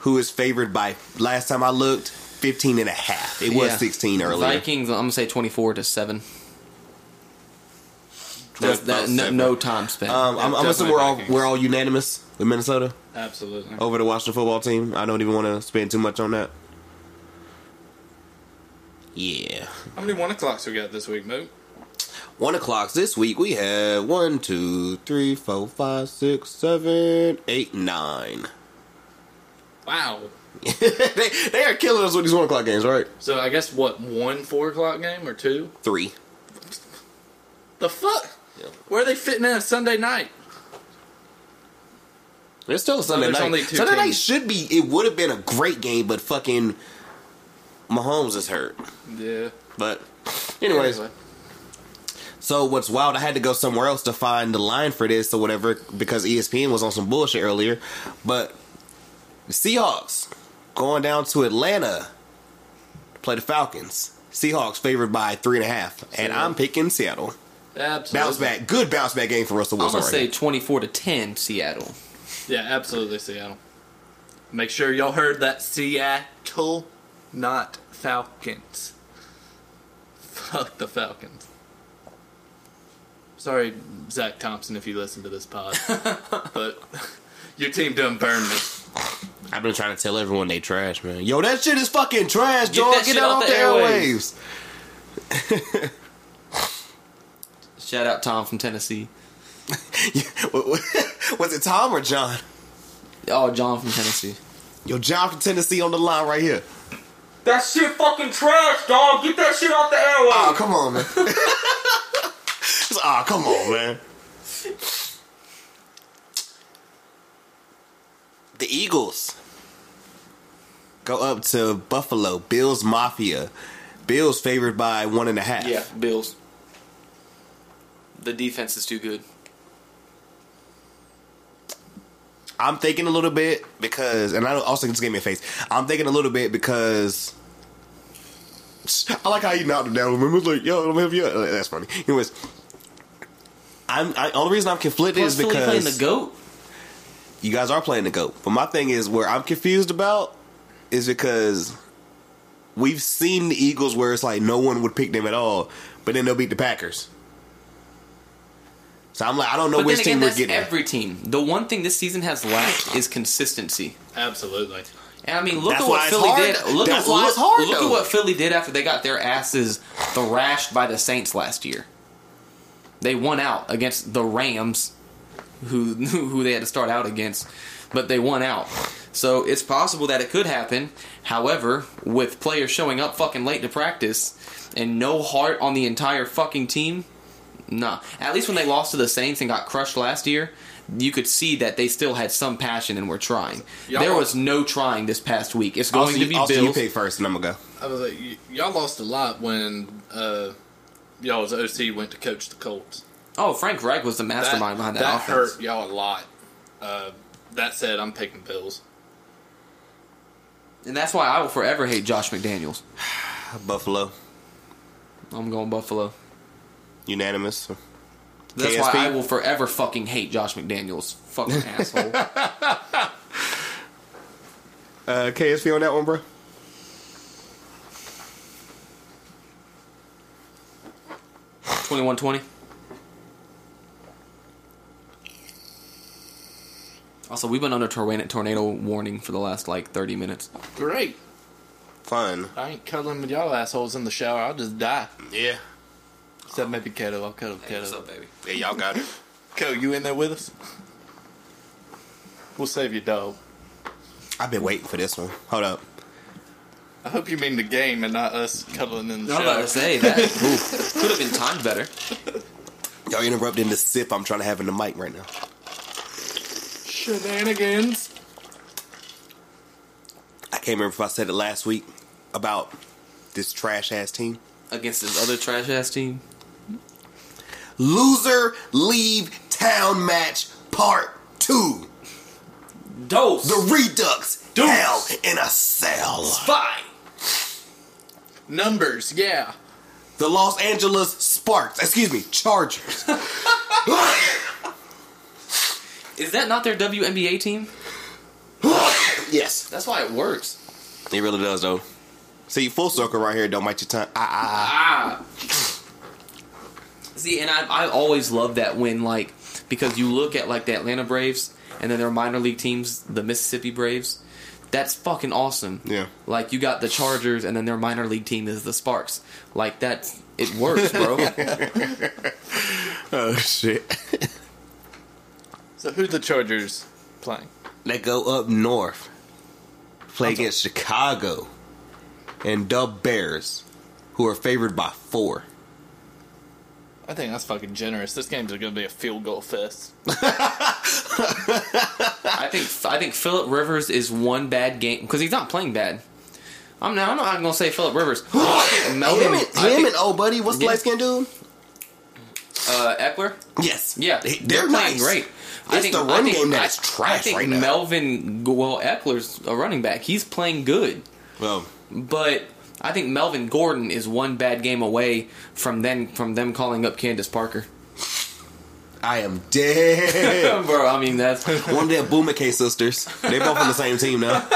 who is favored by, last time I looked, 15 and a half. It was
Yeah.
16 earlier.
Vikings, I'm going to say 24 to 7. That's, that,
That's
no,
separate.
no time spent.
Um, I'm, I'm assuming
definitely
we're all
Vikings.
we're all unanimous with Minnesota
Absolutely.
over the Washington football team. I don't even want to spend too much on that. Yeah,
How many one o'clocks we got this week, Mo?
one o'clock this week. We have one, two, three, four, five, six, seven, eight, nine. [LAUGHS]
Wow.
they they are killing us with these one o'clock games, right?
So I guess what one four o'clock game or two?
Three.
The fuck?
Yeah.
Where are they fitting in a Sunday night?
It's still a Sunday
there's
night.
only two
Sunday night
teams.
should be. It would have been a great game, but fucking Mahomes is hurt.
Yeah.
But anyways. So what's wild? I had to go somewhere else to find the line for this or whatever because E ESPN was on some bullshit earlier. But the Seahawks going down to Atlanta to play the Falcons. Seahawks favored by three and a half, and I'm picking Seattle.
Absolutely.
Bounce back, good bounce back game for Russell
I'm
Wilson.
going to
right
say
here.
24 to 10 Seattle.
Yeah, absolutely Seattle. Make sure y'all heard that Seattle, not Falcons. Fuck the Falcons. Sorry, Zach Thompson, if you listen to this
[LAUGHS]
pod, but [LAUGHS] your team done burned me.
I've been trying to tell everyone they trash, man. Yo, that shit is fucking trash, dog.
that
Get
shit
out
off
off the
the
airwaves.
Shout out Tom from Tennessee.
What- what- was it Tom or John?
Oh, John from Tennessee.
Yo, John from Tennessee on the line right here.
That shit fucking trash, dog. Get that shit off the airway.
Oh, come [LAUGHS] on, man. oh, come on, man. The Eagles go up to Buffalo. Bills Mafia. Bills favored by one and a half.
Yeah, Bills. The defense is too good.
I'm thinking a little bit because, and I don't- also just gave me a face. I'm thinking a little bit because I like how you knocked him down. Remember, like, yo, I'm help you. out. Like, That's funny. Anyways, I'm I, only reason I'm conflicted
Plus,
is
Philly playing the
because
goat.
you guys are playing the goat. But my thing is where I'm confused about is because we've seen the Eagles where it's like no one would pick them at all, but then they'll beat the Packers. So I'm like, I don't know
But
which
then again,
team we're
that's
getting.
every team. The one thing this season has lacked is consistency.
Absolutely.
And I mean, look
That's
at
why
what
it's
Philly
hard.
did. Look
That's
at,
why
look,
it's hard,
look
though.
at what Philly did after they got their asses thrashed by the Saints last year. They won out against the Rams, who who they had to start out against, but they won out. So it's possible that it could happen. However, with players showing up fucking late to practice and no heart on the entire fucking team, Nah. At least when they lost to the Saints and got crushed last year, you could see that they still had some passion and were trying.
Y'all-
there was no trying this past week. It's going
Austin,
to be
Austin, you
Bills.
pick first, and I'm gonna go.
I was like, y- y'all lost a lot when uh, y'all's OC went to coach the Colts.
Oh, Frank Reich was the mastermind behind that, offense.
hurt y'all a lot. Uh, that said, I'm picking Bills.
And that's why I will forever hate Josh McDaniels.
Buffalo,
I'm going Buffalo.
unanimous.
That's
KSP?
why I will forever fucking hate Josh McDaniels. [LAUGHS] Fucking asshole.
Uh, KSP on that one, bro.
Twenty-one twenty. Also, we've been under tornado tornado warning for the last like 30 minutes.
Great.
fun.
I ain't cuddling with y'all assholes in the shower. I'll just die.
Yeah.
Except maybe Keto. I'll cuddle
Hey, what's up,
Keto.
baby?
Yeah, y'all got it.
Keto, you in there with us? We'll save you, dog.
I've been waiting for this one. Hold up.
I hope you mean the game and not us cuddling in the
I'm about
shower.
to say [LAUGHS] that. Ooh, could have been timed better.
Y'all interrupting the sip I'm trying to have in the mic right now.
Shenanigans.
I can't remember if I said it last week about this trash ass team.
Against this other trash ass team.
Loser leave town match part two.
Dose.
The Redux
Dudes.
hell in a cell.
Fine.
Numbers, yeah.
The Los Angeles Sparks. Excuse me, Chargers.
Is that not their WNBA team?
yes.
That's why it works.
It really does though. See, full circle right here. Don't bite your tongue. Ah, ah,
Ah. See, and I, I always love that when like because you look at like the Atlanta Braves and then their minor league teams, the Mississippi Braves. That's fucking awesome.
Yeah.
Like you got the Chargers and then their minor league team is the Sparks. Like that's it
[LAUGHS]
works, bro.
ah. Oh
[LAUGHS]
shit.
So who the Chargers playing?
They go up north, play against Chicago, and Dub Bears, who are favored by four.
I think that's fucking generous. This game's gonna be a field goal fest.
I think I think Philip Rivers is one bad game because he's not playing bad. I'm not, I'm not gonna say Philip
[GASPS]
Rivers. I think
Oh, Him
Melvin,
and,
I
him
think,
and old buddy, what's the
Yeah.
light skinned dude?
uh, Eckler.
Yes.
Yeah,
They-
they're, playing
nice.
great.
It's the run game that is trash
I think
right now.
Melvin, well, Eckler's a running back. He's playing good,
Well,
but I think Melvin Gordon is one bad game away from then from them calling up Candace Parker.
I am dead.
[LAUGHS] Bro, I mean that's
[LAUGHS] One of their Boomer K sisters. They both on the same team now.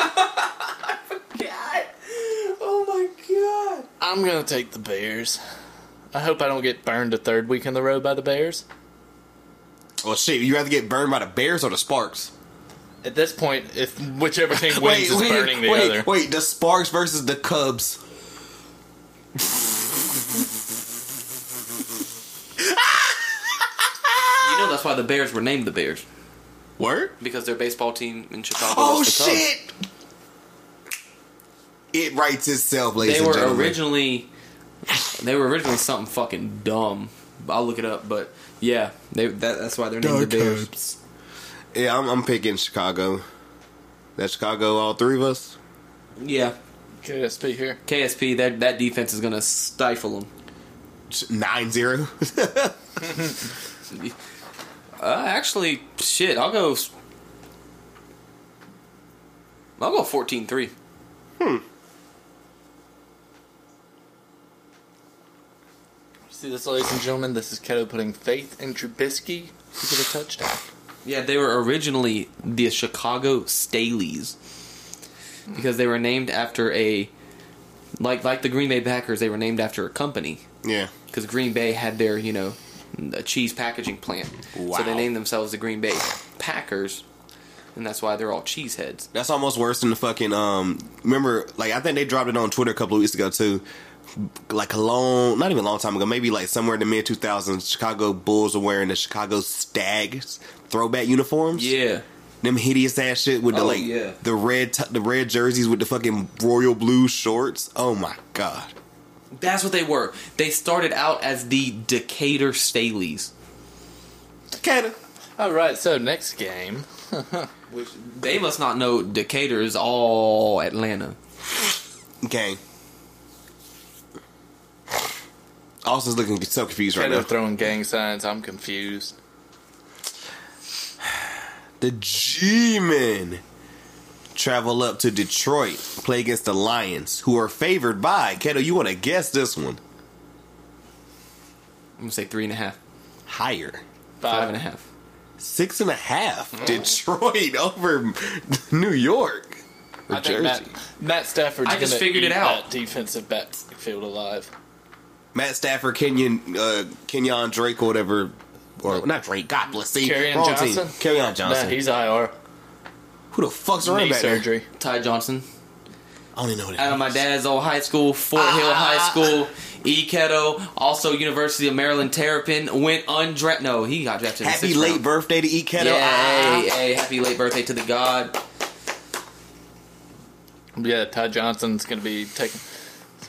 Oh
I'm gonna take the Bears. I hope I don't get burned a third week in the row by the Bears.
Well, Oh, shit, you rather get burned by the Bears or the Sparks?
At this point, if
[LAUGHS]
whichever team wins is burning the
wait,
other.
wait, the Sparks versus the Cubs.
you know that's why the Bears were named the Bears
Word?
because their baseball team in Chicago.
Oh,
was the Cubs.
shit! It writes itself, ladies
They were
and gentlemen.
originally they were originally something fucking dumb. I'll look it up, but yeah, they that, that's why they're named the Bears.
Yeah, I'm, I'm picking Chicago. That Chicago, all three of us.
Yeah,
KSP here.
KSP, that that defense is gonna stifle them.
9 0.
Uh, actually, shit, I'll go. I'll go 14-3.
See this, ladies and gentlemen. This is Keto putting faith in Trubisky to get a touchdown.
Yeah, they were originally the Chicago Staleys because they were named after a like like the Green Bay Packers. They were named after a company
[LAUGHS] yeah.
because Green Bay had their you know a cheese packaging plant, so they
Wow.
named themselves the Green Bay Packers, and that's why they're all cheese heads.
That's almost worse than the fucking. Um, remember, like I think they dropped it on Twitter a couple of weeks ago too. Like a long, not even a long time ago, maybe like somewhere in the mid 2000s, Chicago Bulls were wearing the Chicago Stags throwback uniforms.
Yeah,
them hideous ass shit with the
Oh,
like
yeah.
the red t- the red jerseys with the fucking royal blue shorts. Oh my god,
that's what they were. They started out as the Decatur Staleys.
Decatur.
All right, so next game.
Which they must not know Decatur is all Atlanta.
Okay. Austin's looking so confused right
Keto
now.
throwing gang signs. I'm confused.
The G Men travel up to Detroit, play against the Lions, who are favored by Keto. You want to guess this one?
I'm gonna say three and a half,
Higher.
five and a half.
Six and a half.
Mm.
Detroit [LAUGHS] over New York. Or
I think Matt,
Jersey.
Matt Stafford's
I just
gonna
figured
eat
it out.
that defensive backfield alive.
Matt Stafford, Kenyon, uh, Kenyon Drake, or whatever. Or not Drake. God bless. See,
Kerryon
wrong
Johnson?
team. Kerryon Johnson.
Nah, he's IR.
Who the fuck's around
Knee
back there?
surgery.
Ty Johnson.
I don't even know what
out of my dad's old high school, Fort Hill High School, E Keto, also University of Maryland Terrapin, went undrafted. No, he got drafted. in the
Happy
sixth
late
round.
birthday Ah. to E Keto.
Yeah, hey, hey, happy late birthday to the god.
Yeah, Ty Johnson's going to be taken.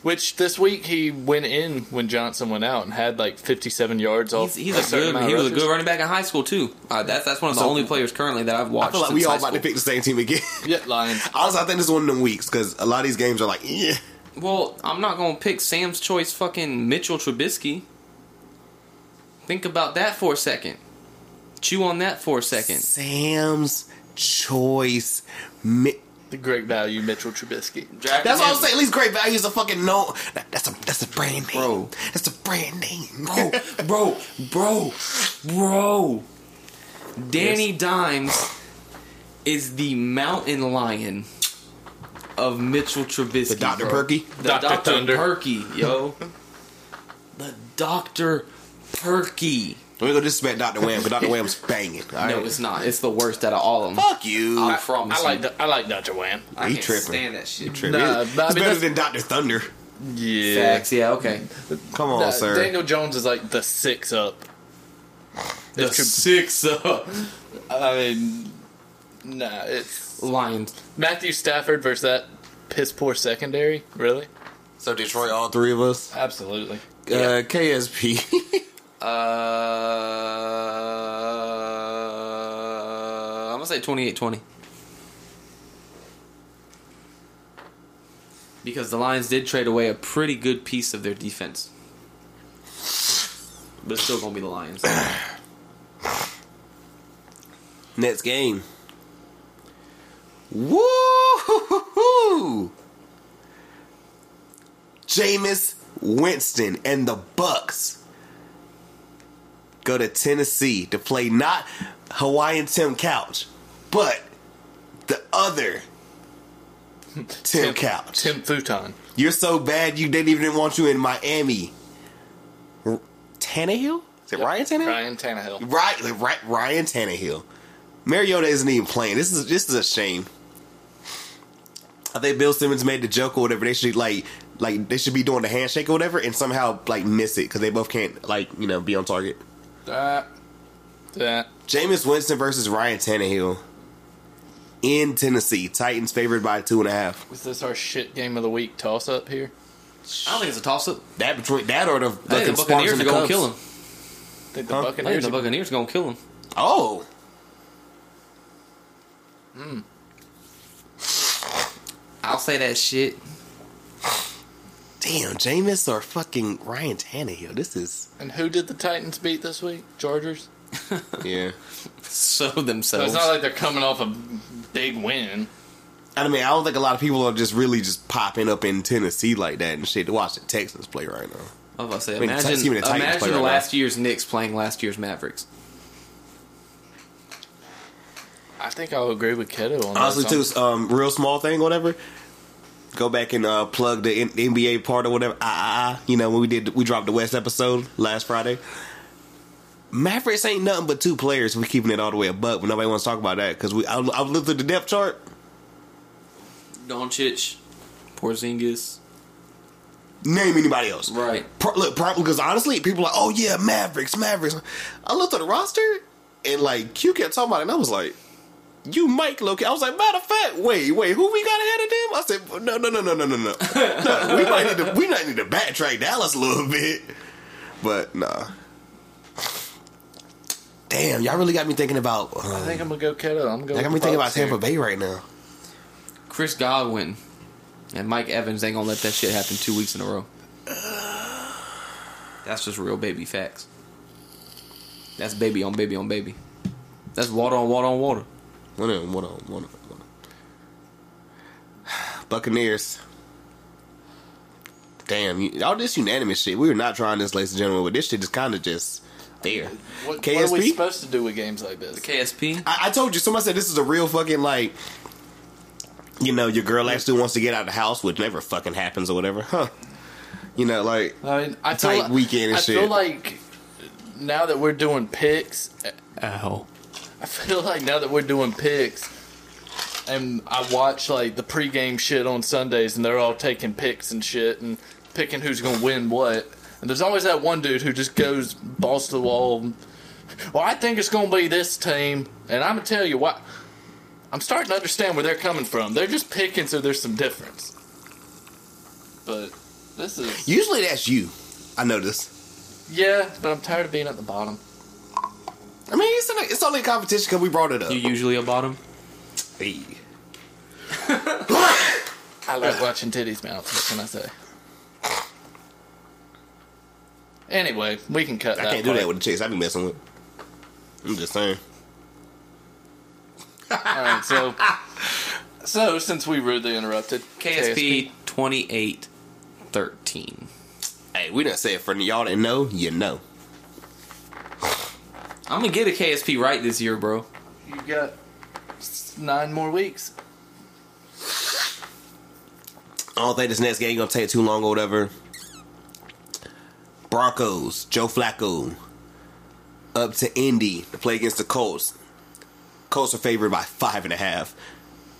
Which this week he went in when Johnson went out and had like 57 yards off.
He's, he's a good. He was a good running back in high school too. Uh, that's that's one of the only players currently that I've watched.
I feel like
since
we all
high
about to
school.
pick the same team again. [LAUGHS]
Yeah, Lions.
Honestly, I think this is one of them weeks because a lot of these games are like, yeah.
Well, I'm not gonna pick Sam's choice, fucking Mitchell Trubisky. Think about that for a second. Chew on that for a second.
Sam's choice. Mi-
The great value, Mitchell Trubisky.
That's what I'm saying. At least great value is a fucking no. that- That's a that's a brand name. Bro. That's a brand name, bro.
bro, bro, bro. Danny Dimes is the mountain lion of Mitchell Trubisky.
the Dr.
bro.
Perky.
The
Dr.
Dr.
Thunder.
Perky, yo. the Dr. Perky.
Let me go disrespect Dr. Wham because Dr. Wham's banging. All right?
No, it's not. It's the worst out of all of them.
Fuck you.
I promise
I
you.
like I like Dr. Wham.
I
He
can't
tripping.
stand that shit.
Trip.
Nah,
it's
but I mean,
better
that's-
than Dr. Thunder.
Yeah.
Facts, yeah, okay.
Come on,
Uh,
sir.
Daniel Jones is like the six up. If Trub-
six up.
I mean, nah, it's
Lions.
Matthew Stafford versus that piss poor secondary. Really?
So Detroit, all three of us.
Absolutely.
Uh, KSP.
Uh, I'm gonna say 28-20. Because the Lions did trade away a pretty good piece of their defense. But it's still gonna be
[COUGHS]
the Lions.
Next game. Woo! Jameis Winston and the Bucks go to Tennessee to play not Hawaiian Tim Couch, but the other Tim, Couch.
Tim Futon.
You're so bad you didn't even want you in Miami. R- Tannehill? Is it Ryan Tannehill?
Ryan Tannehill.
Right, like, right, Ryan Tannehill. Mariota isn't even playing. This is this is a shame. I think Bill Simmons made the joke or whatever. They should like like they should be doing the handshake or whatever, and somehow like miss it because they both can't like you know be on target.
Uh, that.
Jameis Winston versus Ryan Tannehill in Tennessee. Titans favored by two and a half.
Was this our shit game of the week toss up here?
I don't think it's a toss-up.
That between that or the
I think
fucking Spartans
the Buccaneers
and
are
the
gonna
Cubs.
kill him.
I think the
Huh?
I think
Buccaneers.
the Buccaneers are gonna kill him.
Oh.
I'll say that shit. [LAUGHS]
Damn, Jameis or fucking Ryan Tannehill. This
[LAUGHS]
is
and who did the Titans beat this week? Chargers.
yeah.
So
So
themselves.
it's not like they're coming off a big win.
I mean, I don't think a lot of people are just really just popping up in Tennessee like that and shit to watch the Texans play right now.
I was about to say,
I mean, the Ti-
imagine,
excuse me, the Titans play
imagine the
right
last year's Knicks playing last year's Mavericks.
I think I'll agree with Keto on
Honestly,
that.
too,
song.
um, real small thing, whatever. Go back and uh, plug the N- NBA part or whatever. Ah, ah, ah. You know when we did we dropped the West episode last Friday. Mavericks ain't nothing but two players. We keeping it all the way above, but nobody wants to talk about that because we I, I've looked at the depth chart.
Doncic, Porzingis,
Name anybody else,
right?
Pro- look, probably because honestly, people are like, oh yeah, Mavericks, Mavericks. I looked at the roster and like Q kept talking about it, and I was like, you might look. I was like, matter of fact, wait, wait, who we got ahead of them? I said, no, no, no, no, no, no, no. no we might need to, we might need to backtrack Dallas a little bit, but nah. Damn, y'all really got me thinking about. Um,
I think I'm gonna go Keto. I'm gonna go.
y'all got
with
me
the
thinking about
Bucks
Tampa
here.
Bay right now.
Chris Godwin and Mike Evans ain't gonna let that shit happen two weeks in a row. That's just real baby facts. That's baby on baby on baby. That's water on water on water.
One of them, one of them, one of them, one of them. [SIGHS] Buccaneers. Damn, you, all this unanimous shit. We were not trying this, ladies and gentlemen, but this shit is kind of just there.
What, what are we
KSP?
supposed to do with games like this?
KSP.
I, I told you, somebody said this is a real fucking, like, you know, your girl actually wants to get out of the house, which never fucking happens or whatever. Huh. You know, like,
I mean, I
Tight
feel like,
weekend and
I feel
shit.
like now that we're doing picks,
Ow.
I feel like now that we're doing picks, and I watch like the pregame shit on Sundays, and they're all taking picks and shit and picking who's gonna win what. And there's always that one dude who just goes balls to the wall. and, Well, I think it's gonna be this team, and I'm gonna tell you why. I'm starting to understand where they're coming from. They're just picking, so there's some difference. But this is
Usually that's you. I notice.
yeah, but I'm tired of being at the bottom.
I mean, it's, in a, it's only a competition because we brought it up.
You usually a bottom.
Hey.
I like watching titties mouth. What can I say? Anyway, we can cut.
I
that
can't do
part.
that with the chicks. I be messing with. I'm just saying.
All right, [LAUGHS] so so since we rudely interrupted,
KSP twenty eight thirteen.
Hey, we didn't say it for y'all didn't know. You know.
I'm gonna get a KSP right this year, bro.
you got s- nine more weeks.
I don't think this next game gonna take too long or whatever. Broncos, Joe Flacco, up to Indy to play against the Colts. Colts are favored by five and a half.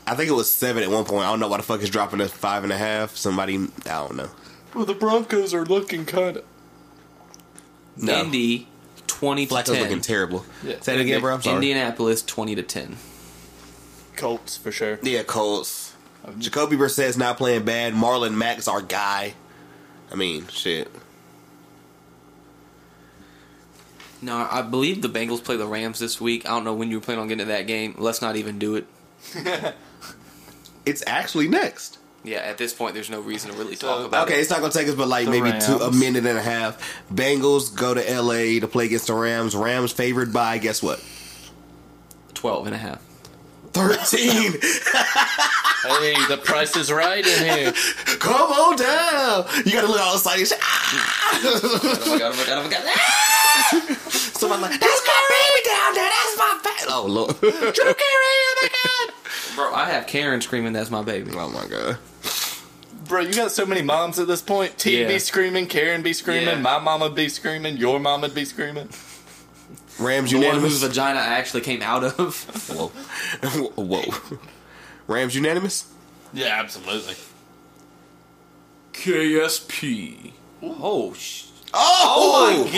I think it was seven at one point. I don't know why the fuck is dropping to five and a half. Somebody, I don't know.
Well, the Broncos are looking kind of.
No,
Indy twenty to
Flacco's looking
ten.
terrible.
Yeah.
Say it again, bro. I'm sorry.
Indianapolis twenty to ten.
Colts for sure.
Yeah, Colts. Jacoby Brissett's not playing bad. Marlon Mack's our guy. I mean, shit.
No, I believe the Bengals play the Rams this week. I don't know when you were planning on getting to that game. Let's not even do it.
It's actually next.
Yeah, at this point, there's no reason to really talk about
Okay,
it.
it's not gonna take us but like
The
maybe two a
Rams.
minute and a half. Bengals go to LA to play against the Rams. Rams favored by guess what?
12 and a [LAUGHS] half.
Thirteen.
[LAUGHS]
[LAUGHS]
Hey, the price is right in here.
Come on down. You gotta look all excited. Ah!
Oh my God, oh my God, oh my God.
Somebody like that's my baby down there. That's my baby. Oh lord. Drew Carey. Oh my
Bro, I have Karen screaming, that's my baby.
god. Oh my god.
[LAUGHS] Bro, you got so many moms at this point. T
Yeah.
be screaming, Karen be screaming,
Yeah.
my mama be screaming, your mama be screaming.
Rams
The one
unanimous.
whose vagina I actually came out of. [LAUGHS]
Whoa. [LAUGHS] Whoa. Rams unanimous.
Yeah, absolutely.
KSP. Oh, sh-
Oh, my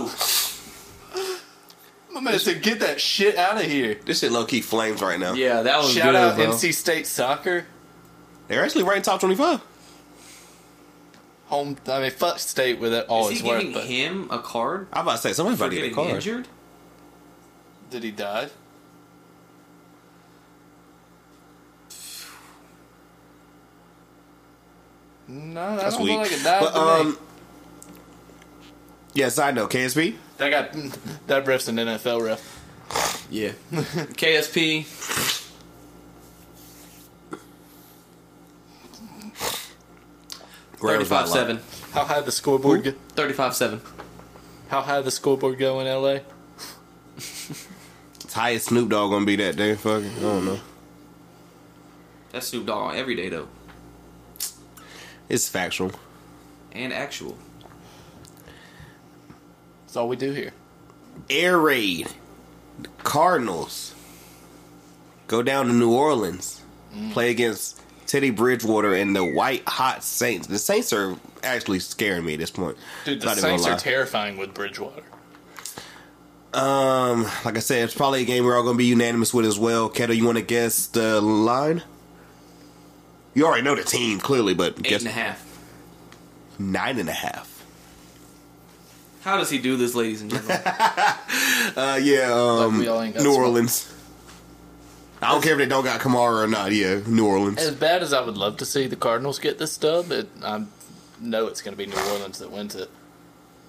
God. Bro!
My man said, get that shit out of here.
This shit low key flames right now.
Yeah, that was
Shout
good,
out
bro.
NC State soccer.
They're actually ranked top twenty five.
Home, I mean, fuck state with it
Is
always
he
worked,
giving
but
him a card
I'm about to say somebody's
for
about to get a
getting
card.
injured?
did he die? No, that's
That's
don't
weak.
weak. like it died
but
to me.
um, yeah. Side note, KSB.
That got [LAUGHS] that ref's an NFL ref.
Yeah. [LAUGHS] KSP.
Rams by a lot.
35-7.
How high the scoreboard? Go,
35-7.
how high the scoreboard go in LA?
It's high as Snoop Dogg gonna be that day. Fucking, I don't know.
That's Snoop Dogg every day, though.
It's factual.
And actual.
That's all we do here.
Air raid. The Cardinals go down to New Orleans, play against Teddy Bridgewater and the White Hot Saints. The Saints are actually scaring me at this point.
Dude, the
Not even gonna
Saints are
lie.
terrifying with Bridgewater.
Um, like I said, it's probably a game we're all gonna be unanimous with as well. Keto, you want to guess the line? You already know the team clearly, but
Eight
guess
and a half.
nine and a half.
How does he do this, ladies and gentlemen?
Uh, yeah, um,
we all ain't got
New
smoke.
Orleans. I don't care if they don't got Kamara or not. Yeah, New Orleans.
As bad as I would love to see the Cardinals get this dub, it, I know it's going to be New Orleans that wins it.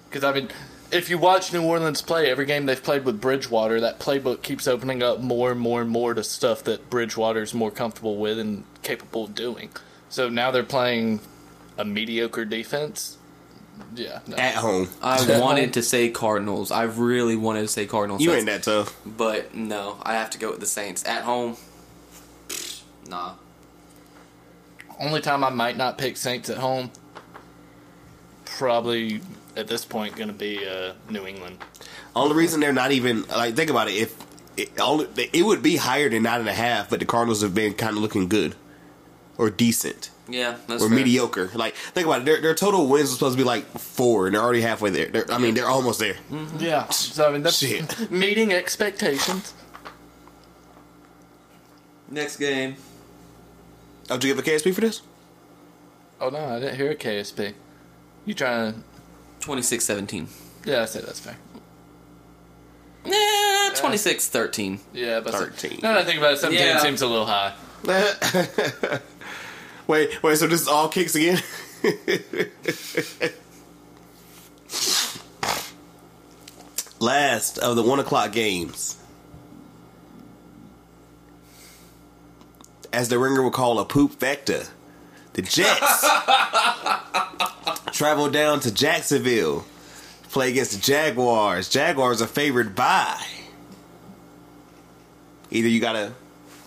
Because, I mean, if you watch New Orleans play, every game they've played with Bridgewater, that playbook keeps opening up more and more and more to stuff that Bridgewater's more comfortable with and capable of doing. So now they're playing a mediocre defense. Yeah. no.
At home, [LAUGHS]
I wanted to say Cardinals. I really wanted to say Cardinals.
you ain't that tough.
But no, I have to go with the Saints. At home, nah.
Only time I might not pick Saints at home, probably at this point, going to be uh, New England.
Only reason they're not even like think about it. If it, all, it would be higher than nine and a half, but the Cardinals have been kind of looking good or decent
Yeah, that's
or
fair.
mediocre. Like think about it, their, their total wins was supposed to be like four, and they're already halfway there. They're, I mean, they're almost there.
Mm-hmm.
Yeah. So I mean, that's
Shit.
meeting expectations.
Next game.
Oh, did you give a KSP for this?
Oh no, I didn't hear a KSP. You trying to?
26-17.
Yeah, I say that's fair.
Nah, 26-13.
Yeah, but
13.
No, I think about it, seventeen
Yeah.
seems a little high.
Wait, wait. So this is all kicks again. [LAUGHS] Last of the one o'clock games, as the ringer would call a poop vector, the Jets travel down to Jacksonville, play against the Jaguars. Jaguars are favored by. Either you got a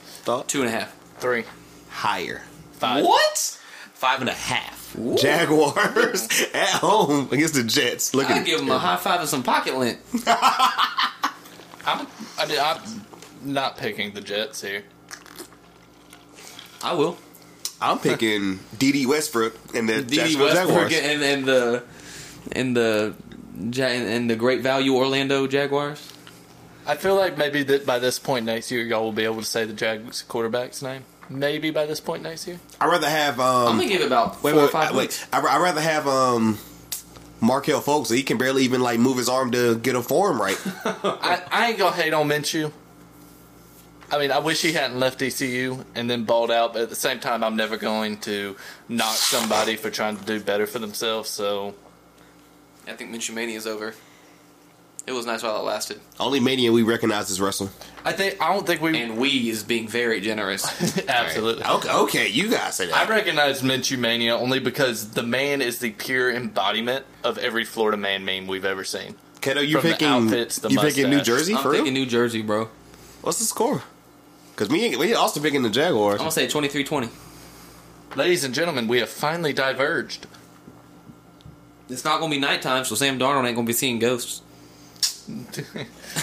thought
Two and a half.
Three.
higher.
Five.
What?
Five and a half. Jaguars
[LAUGHS]
at home against the Jets. Look
I'd
at
give
it.
him a high five and some pocket lint.
I'm, I mean, I'm not picking the Jets here.
I
[LAUGHS]
will.
I'm picking DD Westbrook and the
D.D.
Jacksonville
Westbrook
Jaguars.
and, and the and the Ja- and the great value Orlando Jaguars.
I feel like maybe that by this point next year, y'all will be able to say the Jags quarterback's name. Maybe by this point next year.
I'd rather have um
I'm gonna give it about four
wait,
or
wait,
five
wait,
weeks.
wait. I'd, I'd rather have um Markel Folks. He can barely even like move his arm to get a form
[LAUGHS]
right.
I, I ain't gonna hate on Minshew. I mean, I wish he hadn't left ECU and then balled out, but at the same time, I'm never going to knock somebody for trying to do better for themselves. So
I think Minshew Mania is over. It was nice while it lasted.
Only mania we recognize is Russell.
I think I don't think we [LAUGHS]
And we is being very generous.
absolutely.
Okay, okay, you guys say
I
that.
recognize Minshew Mania only because the man is the pure embodiment of every Florida man meme we've ever seen.
Kato, you
from the
picking
outfits, the
you picking New
mustache.
Jersey
I'm
for real?
thinking New Jersey, bro. I'm
What's the score? Because we ain't, we also picking the Jaguars.
gonna say 23-20.
Ladies and gentlemen, we have finally diverged.
It's not gonna be nighttime, so Sam Darnold ain't gonna be seeing ghosts.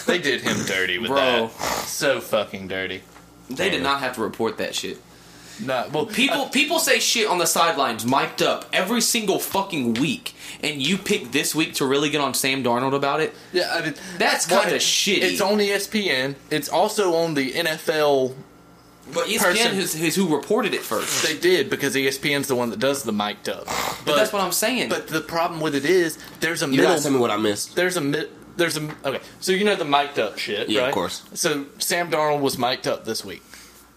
they did him dirty [LAUGHS] with
Bro.
that. So fucking dirty.
They did not have to report that shit.
No, well,
People people say shit on the sidelines, mic'd up every single fucking week, and you pick this week to really get on Sam Darnold about it.
Yeah, I mean,
That's
well,
kinda
it-
shitty.
It's on E ESPN. It's also on the NFL.
But E ESPN
Person-
is, is who reported it first.
They did because E ESPN's the one that does the mic'd up. But,
But, that's what I'm saying.
But the problem with it is there's a
you
middle.
guys tell me what I missed.
there's a mid. There's a okay. So you know the mic'd up shit,
Yeah, of
right?
course.
So Sam Darnold was mic'd up this week.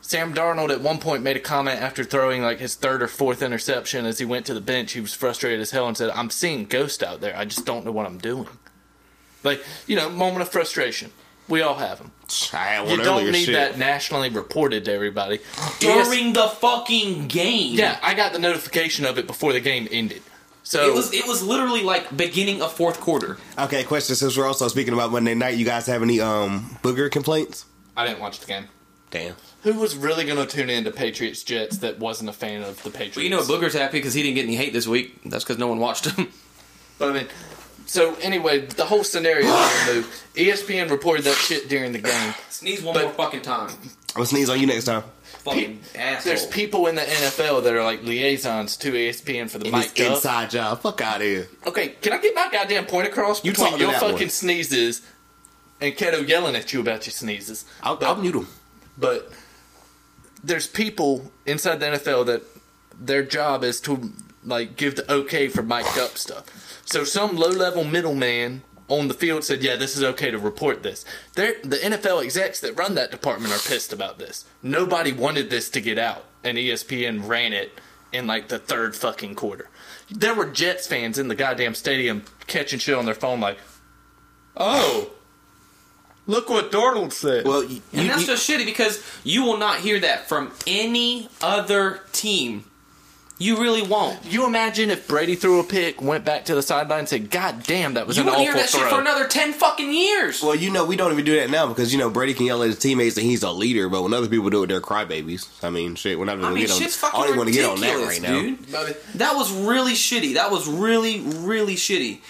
Sam Darnold at one point made a comment after throwing like his third or fourth interception as he went to the bench. He was frustrated as hell and said, "I'm seeing ghosts out there. I just don't know what I'm doing." Like you know, moment of frustration. We all have them.
I had one
You don't
earlier,
need
shit.
that nationally reported to everybody.
during the fucking game.
yeah, I got the notification of it before the game ended. So
It was it was literally like beginning of fourth quarter.
Okay, question. Since we're also speaking about Monday night, you guys have any um booger complaints?
I didn't watch the game.
Damn.
Who was really going to tune in to Patriots Jets that wasn't a fan of the Patriots?
But you know Booger's happy because he didn't get any hate this week. That's because no one watched him.
But I mean, so anyway, the whole scenario was removed. ESPN reported that shit during the game.
Sneeze one
But-
more fucking time.
I'm gonna sneeze on you next time.
Fucking asshole.
There's people in the NFL that are like liaisons to E ESPN for the
It is
mic up.
inside job. Fuck out of here.
Okay, can I get my goddamn point across
You
between
talking to
your
that
fucking
one.
sneezes and Keto yelling at you about your sneezes?
I'll,
But-
I'll mute him.
but there's people inside the NFL that their job is to like give the okay for mic'd up stuff. So some low level middleman on the field said, "Yeah, this is okay to report this." They're, the NFL execs that run that department are pissed about this. Nobody wanted this to get out, and E ESPN ran it in like the third fucking quarter. There were Jets fans in the goddamn stadium catching shit on their phone, like, "Oh, look what Darnold said."
Well, you,
and
you-
that's
you-
just shitty because you will not hear that from any other team. You really won't.
You imagine if Brady threw a pick, went back to the sideline, and said, "God damn, that was
You
an
won't
awful
hear that shit
throw."
for another ten fucking years.
well, you know, we don't even do that now because you know Brady can yell at his teammates and he's a leader, but when other people do it, they're crybabies. I mean, shit. We're not even
I
gonna
mean,
get on.
shit's fucking
I don't want to get on
ridiculous,
that right now.
dude. That was really shitty. That was really, really shitty.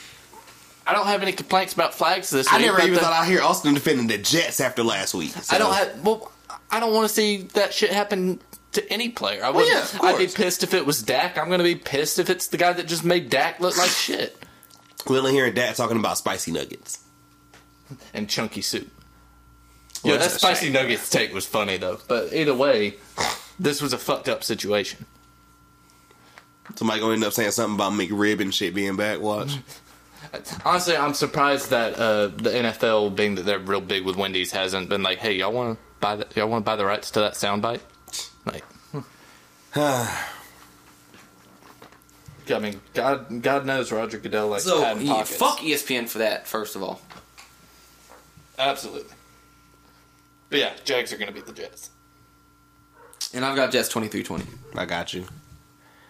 I don't have any complaints about flags this
I
week,
never
but
even
the-
thought I'd hear Austin defending the Jets after last week. So.
I don't have. Well, I don't want to see that shit happen to any player. I would.
yeah, of
I'd be
course.
pissed if it was Dak. I'm gonna be pissed if it's the guy that just made Dak look like shit
We only hearing Dad talking about spicy nuggets.
and chunky soup.
Well,
Yo, that
that's a shame.
spicy nuggets take was funny though. But either way, this was a fucked up situation.
Somebody gonna end up saying something about McRib and shit being back. Watch.
Honestly, I'm surprised that uh, the NFL, being that they're real big with Wendy's, hasn't been like, "Hey, y'all want to buy the, y'all want to buy the rights to that soundbite?" [SIGHS] Like, I mean, God, God knows Roger Goodell like
So,
had
yeah,
pockets.
fuck
ESPN for that. First of all, absolutely. But yeah, Jags are going to beat the Jets. And I've got Jets 23-20.
I got you.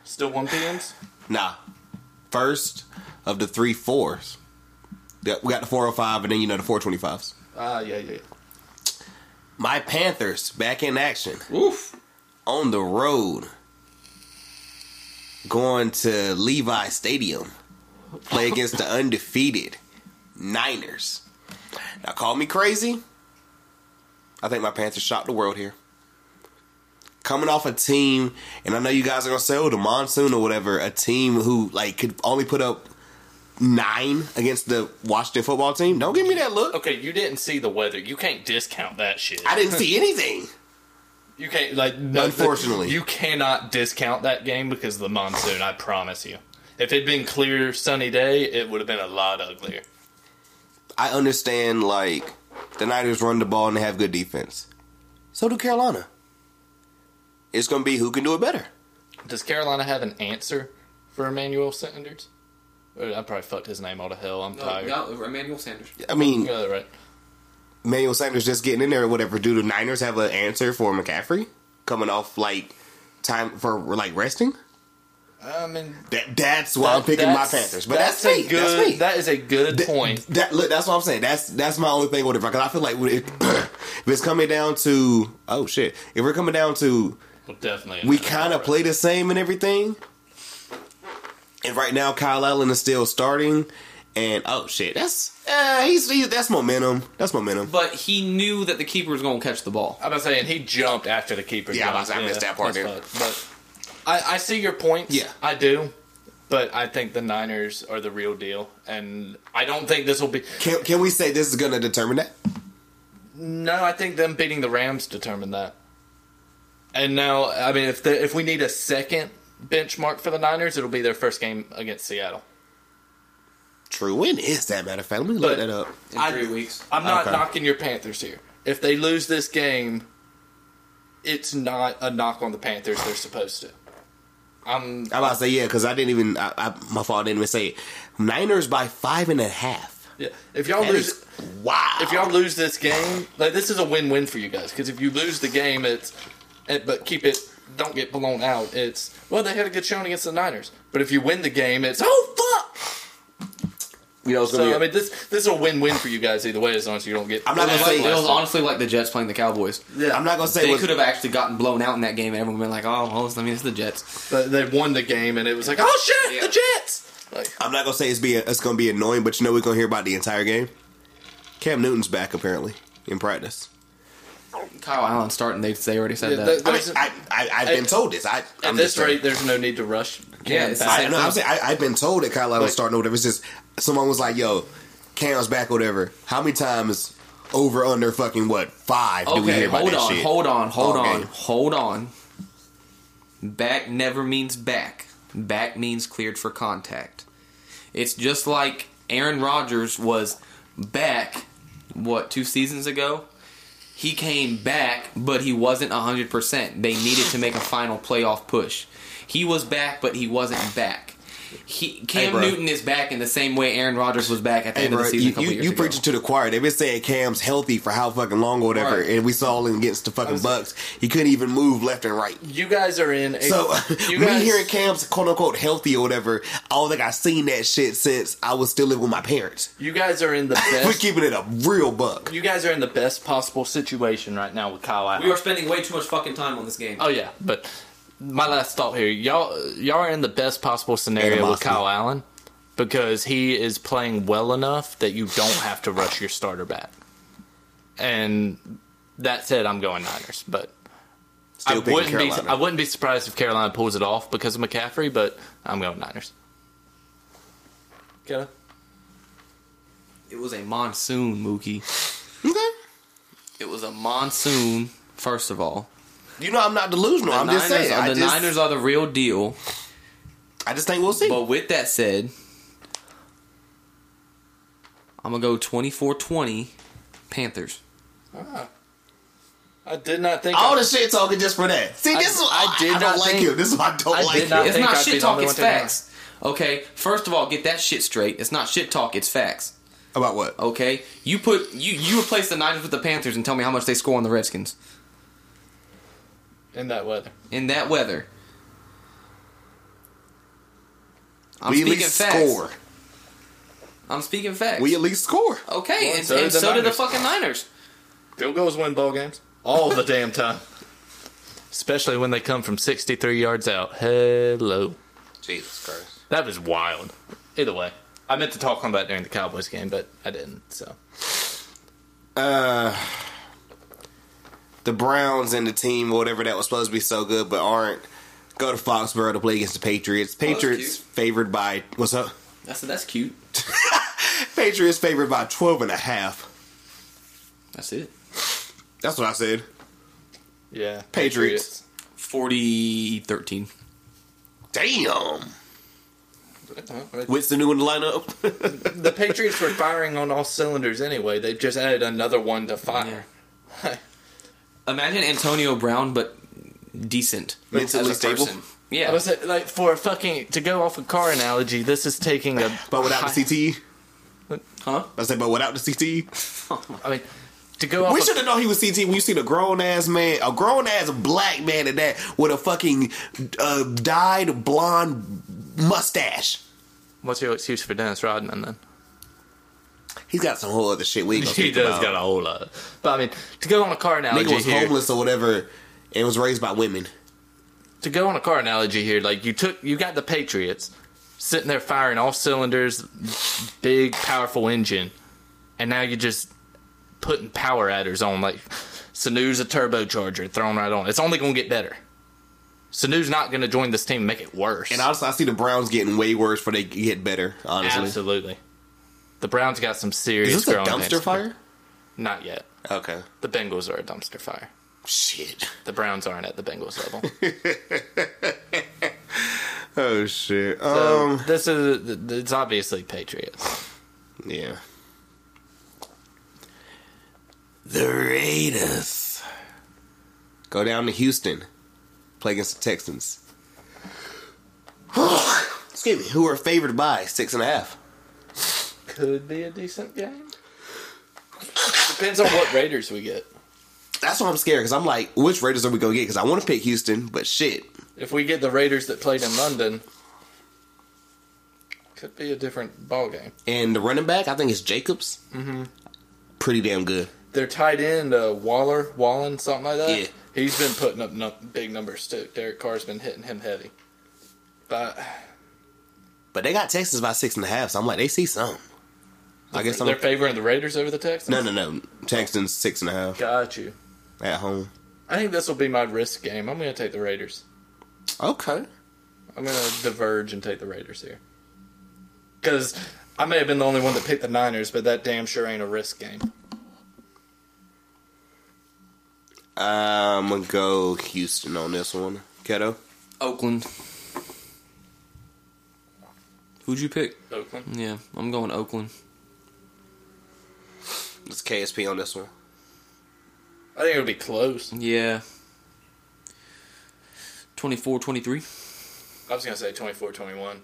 Still one PMs.
Nah. First of the three fours. Yeah, We got the 405 and then, you know, the 425s.
Ah, yeah, yeah,
My Panthers back in action
yeah. Oof.
on the road. Going to Levi Stadium. Play against the undefeated Niners. Now, call me crazy. I think my Panthers shocked the world here. Coming off a team, and I know you guys are gonna say, "Oh, the monsoon or whatever." A team who like could only put up nine against the Washington football team. Don't give me that look.
Okay, you didn't see the weather. You can't discount that shit.
I didn't see anything.
You can't like no-
Unfortunately.
you cannot discount that game because of the monsoon. I promise you. If it'd been clear sunny day, it would have been a lot uglier.
I understand like the Niners run the ball and they have good defense. So do Carolina. It's gonna be who can do it better.
Does Carolina have an answer for Emmanuel Sanders? Or I probably fucked his name all to hell. I'm tired.
Uh, Emmanuel Sanders.
I mean,
Yeah, right.
Manuel Sanders just getting in there or whatever. Do the Niners have an answer for McCaffrey coming off like time for like resting?
I mean,
That that's why I'm picking my
that's-
Panthers. But that's, me.
a good.
that's me.
That is a good
Th-
point.
That look, that's what I'm saying. That's that's my only thing with it because I feel like when it, [CLEARS THROAT] if it's coming down to oh shit, if we're coming down to
Well, definitely.
we kind of play the same and everything. And right now, Kyle Allen is still starting, and oh shit, that's uh, he's, he's that's momentum. That's momentum.
But he knew that the keeper was going to catch the ball.
I'm not saying he jumped after the keeper.
Yeah, I
jumped.
was- I missed that part
that's
there.
fucked. But I, I see your points.
Yeah.
I do. But I think the Niners are the real deal, and I don't think this will be.
Can can we say this is going to determine that?
No, I think them beating the Rams determined that. And now, I mean, if the, if we need a second benchmark for the Niners, it'll be their first game against Seattle.
True. When is that? Matter of fact, let me look
But-
that up.
In
I-
three weeks.
I'm not
Okay.
knocking your Panthers here. If they lose this game, it's not a knock on the Panthers. They're supposed to. I'm
I'm about to say yeah because I didn't even I, I, my fault didn't even say it. Niners by five and a half.
yeah. If y'all
That
lose,
is wow.
if y'all lose this game, like this is a win-win for you guys because if you lose the game, it's it, but keep it. Don't get blown out. It's well, they had a good showing against the Niners, but if you win the game, it's oh fuck.
you know, it's gonna
So
be-
I mean, this this is a win-win for you guys either way, as long as you don't get.
I'm not gonna say
It was honestly like the Jets playing the Cowboys.
Yeah,
I'm not gonna say
They
what's-
could have actually gotten blown out in that game, and everyone been like, "Oh, well, I mean, it's the Jets."
But they won the game, and it was like, oh shit,
Yeah.
the Jets. Like,
I'm not gonna say it's be it's gonna be annoying, but you know we're gonna hear about the entire game. Cam Newton's back apparently in practice.
Kyle Allen starting. They they already said
Yeah,
that.
they- they-
I mean, I, I, I've been
At-
told this. I, I'm
at this
just saying.
rate, there's no need to rush.
Yeah, it's the
back.
I, no, I'm saying I, I've been told that Kyle Allen was starting or whatever. It's just someone was like, "Yo, Cam's back, or whatever." How many times over under fucking what five do we
okay,
hear about
hold
that
on,
shit?
hold on, hold
All
on,
game.
hold on. Back never means back. Back means cleared for contact. It's just like Aaron Rodgers was back. What two seasons ago? He came back, but he wasn't 100%. They needed to make a final playoff push. He was back, but he wasn't back. He, Cam
bro.
Newton is back in the same way Aaron Rodgers was back at the
Hey,
end
bro,
of the season a
you,
couple
you,
years
you
ago.
preaching to the choir. They've been saying Cam's healthy for how fucking long or whatever,
Right.
and we saw him against the fucking Bucks. He couldn't even move left and right. [LAUGHS]
You guys are in. A,
So [LAUGHS]
you
me
guys-
hearing Cam's quote unquote healthy or whatever, I don't think I've seen that shit since I was still living with my parents.
you guys
[LAUGHS]
are in the
We're
best.
keeping it a real buck.
you guys are in the best possible situation right now with Kyle Allen.
we are spending way too much fucking time on this game.
oh yeah, but my last thought here, y'all, y'all are in the best possible scenario with
Animosity.
Kyle Allen. because he is playing well enough that you don't have to rush your starter back. And that said, I'm going Niners, but I
Still picking
wouldn't be
Carolina.
I wouldn't be surprised if Carolina pulls it off because of McCaffrey, but I'm going Niners. Kiddo?
It was a monsoon, Mookie. It was a monsoon. First of all,
You know I'm not delusional.
the
I'm
Niners,
just saying.
are,
I
the
just,
Niners are the real deal.
I just think we'll see.
But with that said, I'm gonna go 24-20 Panthers.
I did not think
all the shit talking just for that. See, this is
I
why I,
did
don't
not
like
think-
you. This is why I don't
I
like
did not
you.
It's
think
not
I'd be
shit
the
talk.
only
It's
one taking
facts. Okay, first of all, get that shit straight. It's not shit talk. It's facts.
About what?
Okay, you put you you replace the Niners with the Panthers and tell me how much they score on the Redskins
in that weather.
in that weather. I'm
we at
speaking
least
facts.
score.
I'm speaking facts.
We at least score.
okay,
Well,
and
so
and
did the
so did the
Niners.
fucking Niners.
Field goals win ball games all the damn time, especially when they come from 63 yards out. Hello,
Jesus Christ.
that was wild. Either way, I meant to talk on that during the Cowboys game, but I didn't. So
The Browns and the team, whatever that was supposed to be so good, but aren't. Go to Foxborough to play against the Patriots. Patriots
cute.
favored by what's up?
I said that's cute.
Patriots favored by 12 and a half.
That's it.
That's what I said.
yeah,
Patriots.
40 13.
Damn. What's the new one lineup?
The Patriots were firing on all cylinders anyway. They just added another one to fire.
[LAUGHS] Imagine Antonio Brown, but decent.
Mentally
as a
stable.
person.
I
Yeah.
was at- like for a fucking to go off a car analogy. This is taking a
But [LAUGHS] without the CTE.
Huh?
I said, but without the E. CTE.
I mean, to go off.
We
a-
should have known he was CT when you seen a grown ass man, a grown ass black man at that with a fucking uh, dyed blonde mustache.
what's your excuse for Dennis Rodman then?
He's got some whole other shit we ain't gonna
He
speak
does
about.
got a whole lot. But I mean, to go on a car analogy
Nigga was
here,
homeless or whatever and was raised by women.
to go on a car analogy here, like you took you got the Patriots sitting there firing all cylinders, big powerful engine, and now you're just putting power adders on like Sanu's a turbocharger thrown right on. It's only gonna get better. Sanu's not gonna join this team and make it worse.
And also, I see the Browns getting way worse before they get better, honestly.
absolutely. The Browns got some serious.
Is this a
growing pains.
dumpster fire?
Not yet.
Okay.
The Bengals are a dumpster fire.
Shit.
The Browns aren't at the Bengals level.
Oh, shit.
So
Um,
this is it's obviously Patriots.
yeah. The Raiders. Go down to Houston. Play against the Texans. [SIGHS] Excuse me. Who are favored by six and a half?
Could be a decent game. Depends on what Raiders we get.
That's why I'm scared because I'm like, which Raiders are we gonna get? Because I want to pick Houston, but shit,
If we get the Raiders that played in London, could be a different ball game.
and the running back I think is Jacobs. Mm-hmm. Pretty damn good.
Their tight end uh, Waller, Wallen, something like that.
Yeah.
He's been putting up num- big numbers too. Derek Carr's been hitting him heavy. But
But they got Texans by six and a half, so I'm like, they see some. I guess I'm
they're favoring the Raiders over the Texans.
no, no, no. Texans six and a half
Got you.
at home.
I think this will be my risk game. I'm going to take the Raiders.
Okay.
I'm gonna diverge and take the Raiders here. Cause I may have been the only one that picked the Niners, but that damn sure ain't a risk game.
I'm gonna go Houston on this one, Keto.
Oakland. Who'd you pick?
Oakland.
Yeah, I'm going Oakland.
It's KSP on this one.
I think it'll be close.
Yeah. 24 23.
I was gonna say 24-21.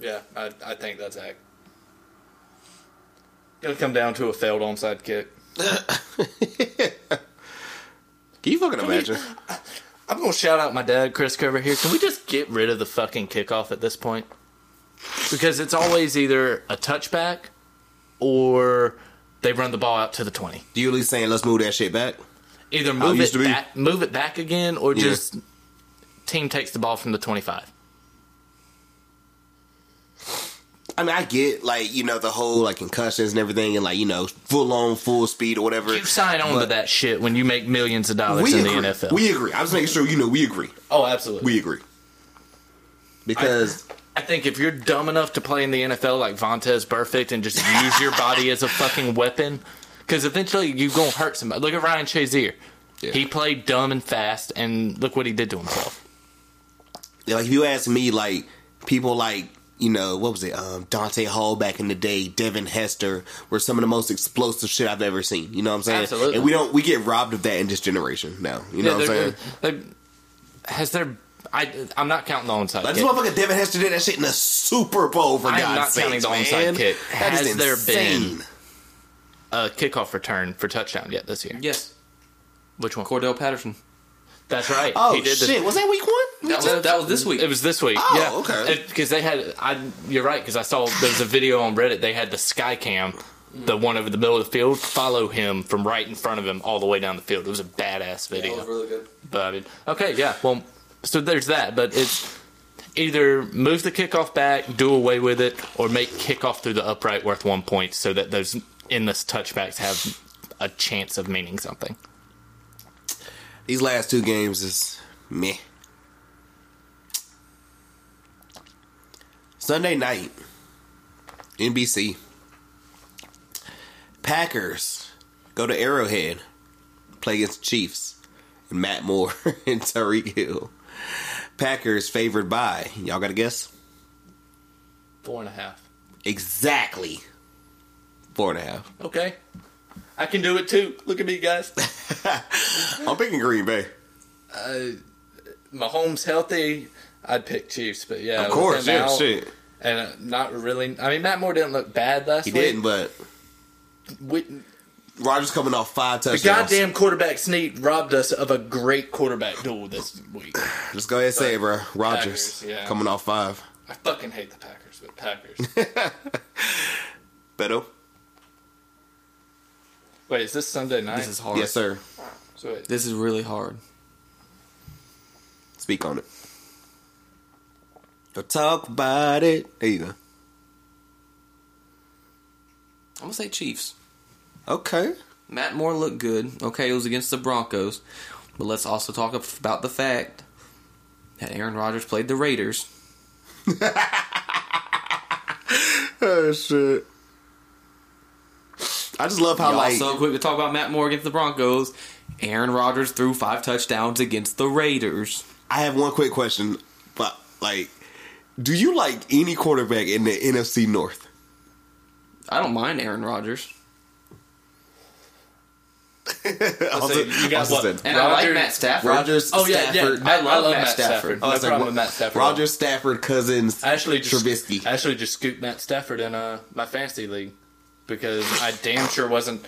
Yeah, I, I think that's act. Gonna come down to a failed onside kick.
Can you fucking imagine?
I'm gonna shout out my dad, Chris Kerber here. Can we just get rid of the fucking kickoff at this point? Because it's always either a touchback or they run the ball out to the twenty.
Do you at least saying let's move that shit back?
either move
used
it
to be.
back, move it back again, or
Yeah.
just team takes the ball from the twenty five.
I mean, I get like you know the whole like concussions and everything, and like you know full on full speed or whatever.
You sign on to that shit when you make millions of dollars
we
in
agree.
the NFL.
We agree. I'm just making sure you know we agree.
oh, absolutely.
We agree because
I think if you're dumb enough to play in the NFL like Vontez Perfect and just use your body as a fucking weapon, because eventually you're going to hurt somebody. Look at Ryan Shazier. He played dumb and fast, and look what he did to himself.
Yeah, like if you ask me, like people like you know what was it, um, Dante Hall back in the day, Devin Hester were some of the most explosive shit I've ever seen. You know what I'm saying?
Absolutely.
And we don't we get robbed of that in this generation now. You know what I'm saying?
they're- they- has there? I I'm not counting the onside.
Like
kick.
this motherfucker Devin Hester did that shit in the Super Bowl for
I am not
God's sake.
counting the onside
man.
kick.
That is
Has there been-
insane.
A Uh, kickoff return for touchdown yet this year?
Yes,
Which one?
Cordell Patterson.
That's right.
Oh
he did the-
shit! was that week one?
That was, that was this week.
It was this week.
Oh,
yeah.
okay.
Because they had, I, you're right. Because I saw there was a video on Reddit. They had the sky cam, the one over the middle of the field, follow him from right in front of him all the way down the field. It was a badass
Yeah,
video.
it was really good.
But I mean, okay, yeah. Well, so there's that. But it's either move the kickoff back, do away with it, or make kickoff through the upright worth one point, so that those endless touchbacks have a chance of meaning something.
These last two games is meh. Sunday night, NBC. Packers go to Arrowhead, play against the Chiefs, and Matt Moore [LAUGHS] and Tariq Hill. Packers favored by y'all got to guess
Four and a half.
exactly four and a half.
Okay. I can do it too. Look at me, guys.
[LAUGHS] I'm picking Green Bay.
Mahomes Uh, healthy, I'd pick Chiefs. But yeah,
Of
with
course,
him
yeah,
out
shit.
And uh, not really. I mean, Matt Moore didn't look bad last
He
week.
didn't, but
We,
Rogers coming off five
the
touchdowns.
goddamn quarterback sneak robbed us of a great quarterback duel this week.
Just go ahead and say it, bro. Rogers
Packers, yeah.
coming off five.
I fucking hate the Packers, but Packers.
[LAUGHS] Beto?
Wait, is this Sunday night?
This is hard.
Yes, sir.
So wait,
This is really hard.
Speak on it. Don't talk about it. There you go.
I'm gonna say Chiefs.
Okay.
Matt Moore looked good. Okay, it was against the Broncos, but let's also talk about the fact that Aaron Rodgers played the Raiders.
Oh, shit. I just love how,
Y'all
like,
so quick to talk about Matt Moore against the Broncos. Aaron Rodgers threw five touchdowns against the Raiders.
I have one quick question, but, like, do you like any quarterback in the NFC North?
I don't mind Aaron Rodgers,
Also-
you got
also
what?
said-
and I
Rodgers-
like Matt Stafford.
Rodgers,
Oh, yeah,
Stafford.
yeah. I- I
love
love
Matt
Matt
Stafford.
Stafford.
I
No
said
problem
Ro-
with Matt Stafford.
Rogers, Stafford, Cousins,
Ashley just
Trubisky.
Ashley just scooped Matt Stafford in uh, my fantasy league because I damn sure wasn't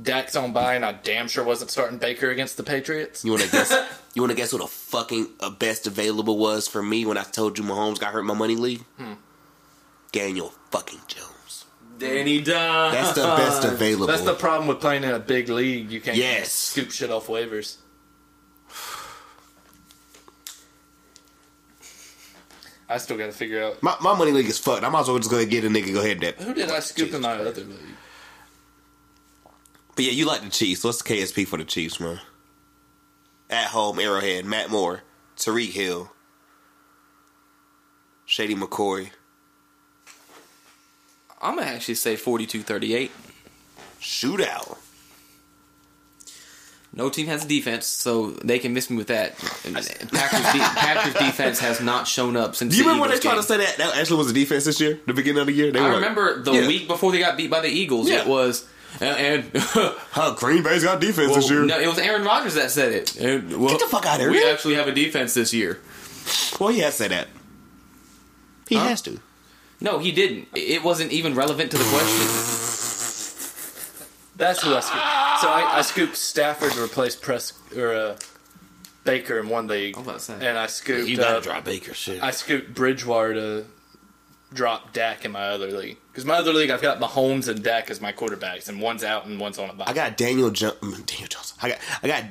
Dax on by, and I damn sure wasn't starting Baker against the Patriots.
You want to guess? you want to guess what a fucking uh, best available was for me when I told you Mahomes got hurt in my money league?
Hmm.
Daniel fucking Jones.
Danny Dimes.
That's the best available.
That's the problem with playing in a big league. You can't
Yes.
scoop shit off waivers. [SIGHS] I still got to figure out
my, my money league is fucked. I might as well just go ahead and get a nigga. Go ahead and
who did I scoop in my other league.
But yeah, you like the Chiefs. What's the KSP for the Chiefs, man? At home, Arrowhead, Matt Moore, Tariq Hill, Shady McCoy.
I'm gonna actually say 42-38.
Shootout.
No team has a defense, so they can miss me with that. And Packers, de- Packers defense has not shown up since.
Do you
the
remember when they
Eagles
tried to
game.
say that? That actually was a defense this year, the beginning of the year. They were
I
like,
remember the
Yeah.
week before they got beat by the Eagles.
Yeah.
It was and, [LAUGHS] and
Huh, Green Bay's got defense this year.
no, it was Aaron Rodgers that said it. And, well,
Get the fuck outta here.
We actually have a defense this year.
Well, he has said that. He has to.
No, he didn't. It wasn't even relevant to the question.
That's who I scooped. So I, I scooped Stafford to replace Press or uh, Baker in one league,
I was about to say.
and I scooped. uh,
Baker shit.
I scooped Bridgewater to drop Dak in my other league because my other league I've got Mahomes and Dak as my quarterbacks, and one's out and one's on a bye.
I got Daniel jo- mm, Daniel Johnson. I got I got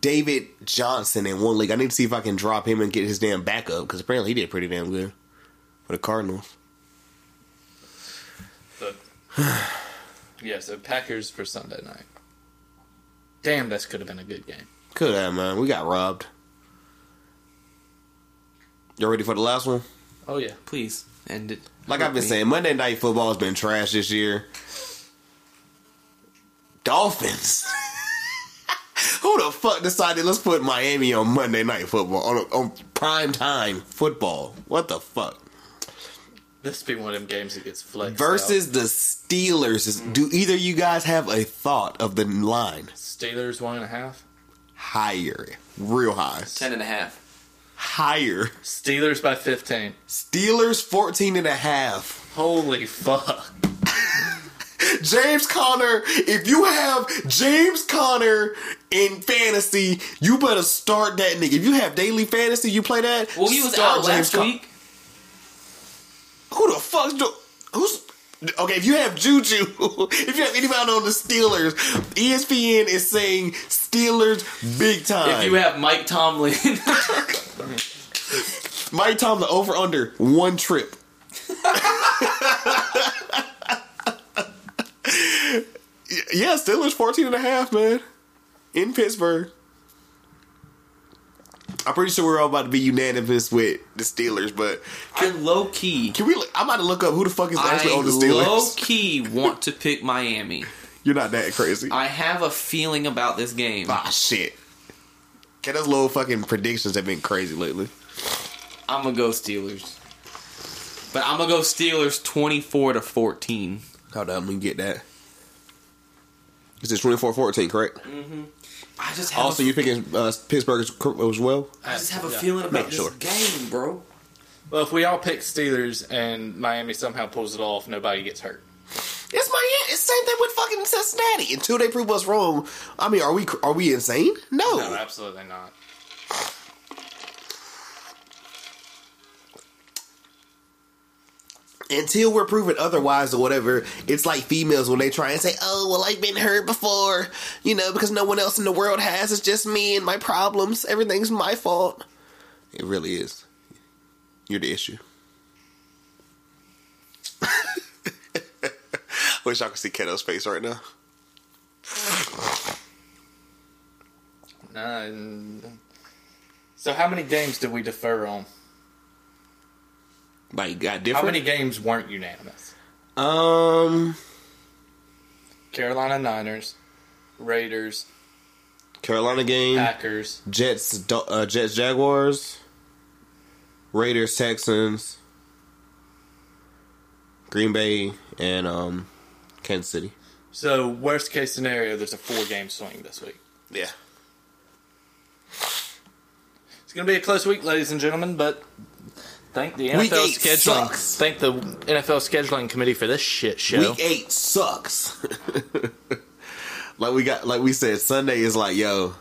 David Johnson in one league. I need to see if I can drop him and get his damn backup because apparently he did pretty damn good for the Cardinals.
[SIGHS] Yeah, so Packers for Sunday night. Damn, this could have been a good game.
Could have, man. We got robbed. Y'all ready for the last one?
Oh yeah.
Please end it.
Like I've been saying, Monday Night Football has been trash this year. Dolphins. [LAUGHS] Who the fuck decided let's put Miami on Monday Night Football on, on prime time football? What the fuck?
This be one of them games that gets flexed. out.
Versus the Steelers. Is- Do either you guys have a thought of the line
Steelers one and a half.
higher, real high,
Ten and a half.
higher?
Steelers by fifteen.
Steelers 14 and a half.
Holy fuck.
James Conner, if you have James Conner in fantasy, you better start that nigga. If you have daily fantasy, you play that.
Well, he was
start
out last
Con-
week.
Who the fuck's do? Who's okay? If you have Juju, [LAUGHS] if you have anybody on the Steelers, E ESPN is saying Steelers big time.
If you have Mike Tomlin, [LAUGHS]
Mike Tomlin over under one trip. [LAUGHS] yeah, Steelers 14 and a half, man. In Pittsburgh. I'm pretty sure we're all about to be unanimous with the Steelers, but
I low key.
can we? look- I'm about to look up who the fuck is
I
actually on the Steelers.
low key want to pick Miami.
You're not that crazy.
I have a feeling about this game.
ah, shit. Okay, those little fucking predictions have been crazy lately.
I'm gonna go Steelers, but I'm gonna go Steelers 24 to 14.
Hold on, let me get that. This is 24 14, correct?
I just have
Also,
a,
you're picking uh, Pittsburgh as, as well?
I just have a feeling about
Make
this
sure.
game, bro.
Well, if we all pick Steelers and Miami somehow pulls it off, nobody gets hurt.
It's my it's same thing with fucking Cincinnati. Until they prove us wrong, I mean, are we are we insane? No.
No, absolutely not.
Until we're proven otherwise or whatever, it's like females when they try and say, "Oh, well, I've been hurt before," you know, because no one else in the world has. It's just me and my problems. Everything's my fault. It really is. You're the [LAUGHS] issue. Wish I could see Keto's face right now.
Nah, and- so how many games did we defer on?
Like, got
How
different.
many games weren't unanimous?
Um,
Carolina Niners, Raiders,
Carolina game.
Packers,
Jets, Do- uh, Jets, Jaguars, Raiders, Texans, Green Bay, and um, Kansas City.
So worst case scenario, there's a four game swing this week.
Yeah,
It's gonna be a close week, ladies and gentlemen. But thank the
Week
NFL
eight
scheduling.
sucks.
Thank the NFL scheduling committee for this shit show.
Week Eight sucks. [LAUGHS] like we got, like we said, Sunday is like, yo.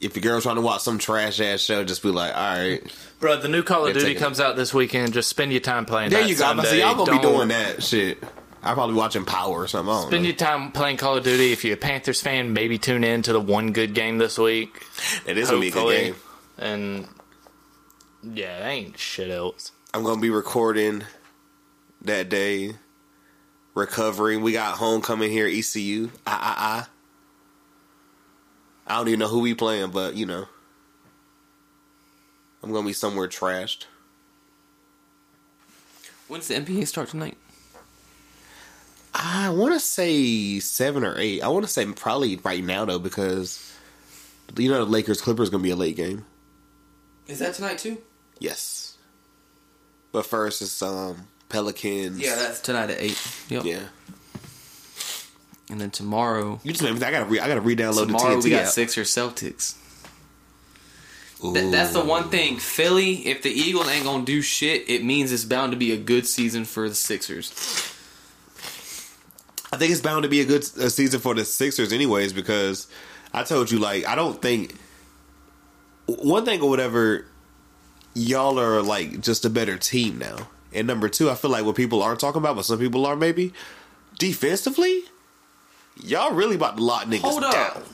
If your girl's trying to watch some trash ass show, just be like, all right.
Bro, the new Call of
They're
Duty
taking-
comes out this weekend. Just spend your time playing.
There
that
you go. I'm about to say,
Sunday.
y'all gonna be
Don't-
doing that shit. I'm probably watching Power or something. I don't
Spend
know.
your time playing Call of Duty. If you're a Panthers fan, maybe tune in to the one good game this week.
It is gonna be
hopefully,
a good game.
and yeah, that ain't shit else.
I'm gonna be recording that day. Recovering. We got homecoming here, E ECU. I I I. Ah, I don't even know who we playing, but you know. I'm gonna be somewhere trashed.
When's the NBA start tonight?
I wanna say seven or eight. I wanna say probably right now though, because you know the Lakers Clippers gonna be a late game.
Is that tonight too?
Yes. But first it's um Pelicans.
Yeah, that's tonight at eight. Yep.
yeah.
And then tomorrow,
You just made me- I gotta re- I gotta re-download
tomorrow
the TNT
we got
app.
Sixers Celtics. Th- that's the one thing, Philly. If the Eagles ain't gonna do shit, it means it's bound to be a good season for the Sixers.
I think it's bound to be a good uh season for the Sixers, anyways, because I told you, like, I don't think one thing or whatever, y'all are like just a better team now. And number two, I feel like what people aren't talking about, but some people are maybe defensively, y'all really about to lock niggas
Hold up.
down.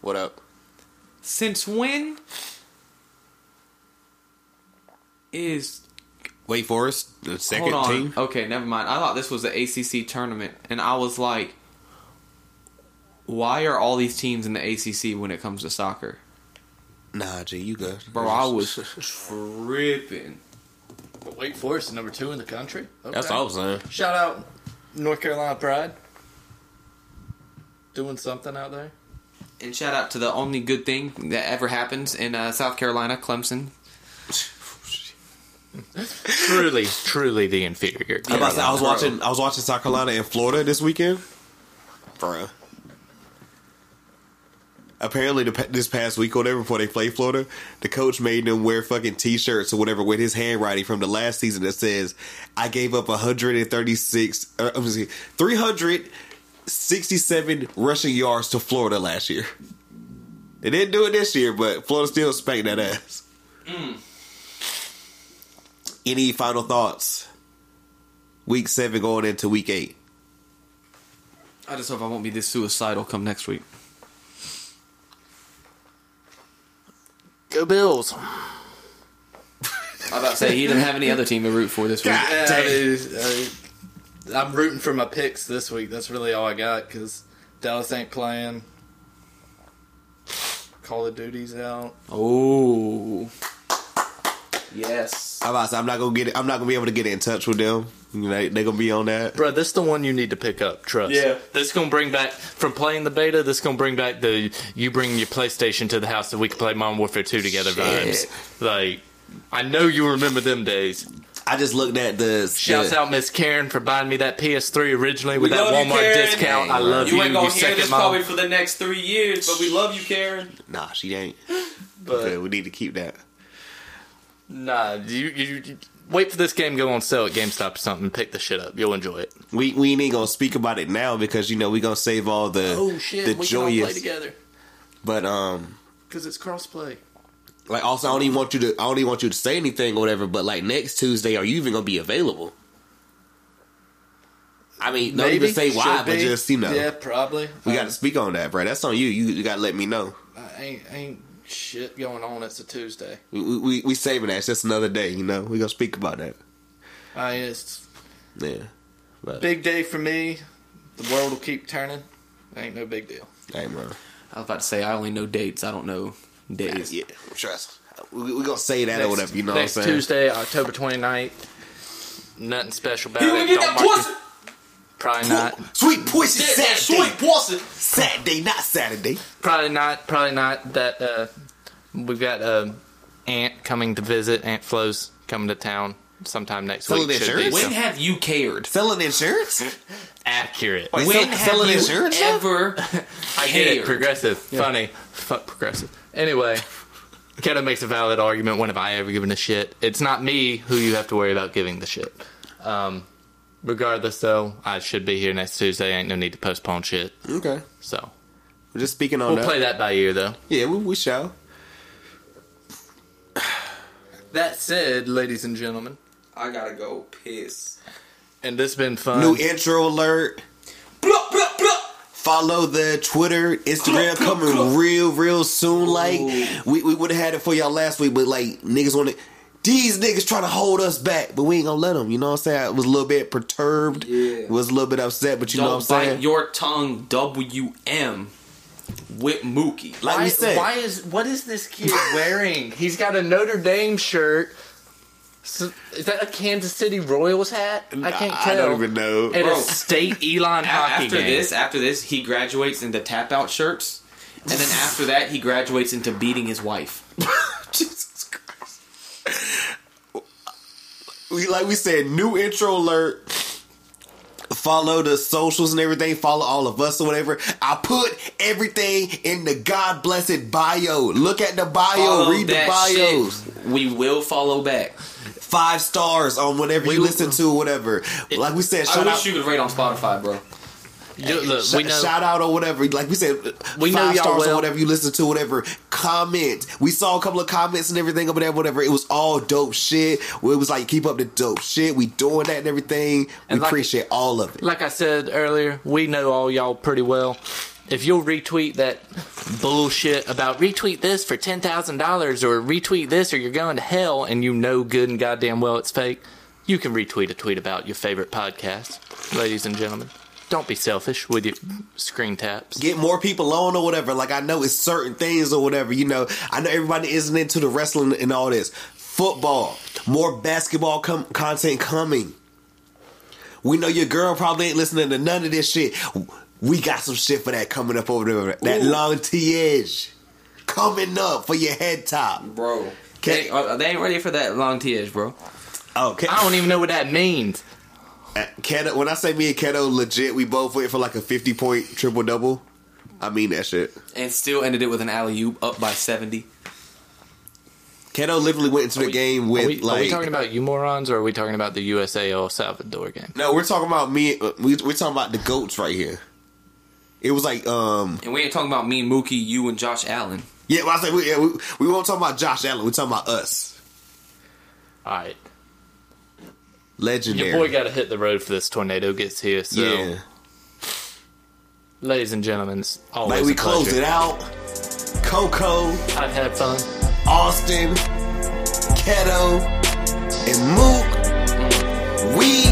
What up?
Since when is
Wake Forest, the second
Hold on.
team.
Okay, never mind. I thought this was the ACC tournament, and I was like, why are all these teams in the ACC when it comes to soccer?
Nah, G, you good,
Bro, I was
[LAUGHS]
tripping.
But Wake Forest is number two in the country. Okay.
That's all I'm saying.
Shout out North Carolina Pride. Doing something out there.
And shout out to the only good thing that ever happens in uh, South Carolina, Clemson.
Truly, truly the inferior.
I'm about to say, I was watching. I was watching South Carolina in Florida this weekend, Bruh. Apparently, the, pa- this past week or whatever, before they played Florida, the coach made them wear fucking t-shirts or whatever with his handwriting from the last season that says, "I gave up 136, or, I'm sorry, 367 rushing yards to Florida last year." They didn't do it this year, but Florida still spanked that ass. Any final thoughts? week seven going into week eight.
I just hope I won't be this suicidal come next week.
Go Bills.
I was about to say he didn't have any other team to root for this week.
Yeah, I mean, I, am Uh, rooting for my picks this week. That's really all I got because Dallas ain't playing. Call of Duty's out.
Oh, yes.
I'm, about to say, I'm not gonna get. I'm not gonna be able to get in touch with them. You know, they, they gonna be on that.
Bro, this is the one you need to pick up. Trust.
Yeah.
This is gonna bring back from playing the beta. This is gonna bring back the you bring your PlayStation to the house so we can play Modern Warfare Two together vibes. Like, I know you remember them days.
I just looked at the.
Shouts
the-
out Miss Karen for buying me that PS3 originally with that
love you,
Walmart
Karen.
discount. I love you.
You ain't gonna hear
second
this
mom.
probably for the next three years, but we love you, Karen.
Nah, she
[GASPS]
ain't. Okay, we need to keep that.
Nah, you, you, you- wait for this game to go on sale at GameStop or something. Pick the shit up. You'll enjoy it.
We we ain't gonna speak about it now because you know we gonna save all the
Oh,
the joyous.
together
but um,
because it's crossplay.
like also I don't even want you to. I don't even want you to say anything or whatever. But like next Tuesday, are you even gonna be available? I mean, don't even say why, but just you know,
Yeah, probably. Um,
we got to speak on that, bro. That's on you. You, you got to let me know.
I ain't ain't shit going on. It's a Tuesday.
We, we- we we saving that. It's just another day, you know. We gonna speak about that.
I it's
Yeah, but
big day for me. The world will keep turning. Ain't no big deal.
hey, bro.
I was about to say I only know dates. I don't know days.
Yeah, trust. We, we gonna say that or
Next-
whatever. You know what I'm
next
saying?
Tuesday, October 29th. Nothing special about
You
it.
gonna get
Don't
that
mark
pussy?
it. Probably not.
Sweet pussy
Get that
Saturday.
sweet pussy.
Saturday, not Saturday.
Probably not. Probably not. That uh, we've got uh, Aunt coming to visit. Aunt Flo's coming to town sometime next
Selling
week. Should be
insurance?
When
some
have you cared?
Selling insurance.
accurate.
Wait,
When
sell- selling
have you
insurance? [LAUGHS]
ever?
I get it.
cared?
Progressive. Funny. Fuck progressive. Anyway, Keto makes a valid argument. When have I ever given a shit? It's not me who you have to worry about giving the shit. Um, regardless, though, I should be here next Tuesday. Ain't no need to postpone shit.
okay,
So
we're just speaking on
we'll
that.
play that by ear, though.
Yeah, we, we shall.
That said, ladies and gentlemen,
I gotta go piss.
and this has been fun.
New intro alert.
Blah, blah, blah.
Follow the Twitter, Instagram coming real, real soon. Like we, we would have had it for y'all last week, but like niggas want to. These niggas trying to hold us back, but we ain't gonna let them. You know what I'm saying? I was a little bit perturbed.
Yeah.
Was a little bit upset, but you know
Don't
what I'm
bite
saying?
your tongue, WM, with Mookie.
like we said,
why is what is this kid [LAUGHS] wearing? He's got a Notre Dame shirt. So, is that a Kansas City Royals hat? I can't
I
tell.
don't even know.
At
Bro.
a state Elon
A-
hockey
after
game.
this, after this, he graduates into tap out shirts, and then after that, he graduates into beating his wife.
Jesus Christ. We like we said, new intro alert. Follow the socials and everything. Follow all of us or whatever. I put everything in the God blessed bio. Look at the bio.
Follow
read the
that
bios.
shit. We will follow back.
Five stars on whatever you listen to, whatever. like we said,
I
shout
wish
out.
you could rate on Spotify, bro.
You- look,
Sh-
we know.
Shout out or whatever. Like we said,
We know
five
y'all
stars or
well.
whatever you listen to, whatever. Comment. We saw a couple of comments and everything over there, whatever. It was all dope shit. It was like, keep up the dope shit. We doing that and everything.
And
we
like-
appreciate all of it.
like I said earlier, we know all y'all pretty well. If you'll retweet that bullshit about retweet this for ten thousand dollars or retweet this or you're going to hell and you know good and goddamn well it's fake, You can retweet a tweet about your favorite podcast, ladies and gentlemen. Don't be selfish with your screen taps.
get more people on or whatever. Like I know it's certain things or whatever. You know, I know everybody isn't into the wrestling and all this. Football, more basketball com- content coming. We know your girl probably ain't listening to none of this shit. We got some shit for that coming up over there. That long TH coming up for your head top.
bro.
Okay.
They, uh, they ain't ready for that long TH, bro.
Oh, Ke-
I don't even know what that means.
uh, Keto, when I say me and Keto legit, we both went for like a fifty point triple double. I mean that shit.
And still ended it with an alley oop up by seventy.
Keto literally went into the game with
Are we,
like
are we talking about you morons, or are we talking about the USA El Salvador game?
No, we're talking about me. uh, We, we're talking about the goats right here. It was like, um,
And we ain't talking about me, Mookie, you, and Josh Allen.
yeah. Well, I said we, yeah, we, we won't talk about Josh Allen. We're talking about us.
All right,
Legendary.
your boy got to hit the road for this tornado gets here. So,
yeah.
ladies and gentlemen, it's always
Like
a
we closed
pleasure.
it out. Coco,
I've had fun.
Austin, Keto, and Mook. We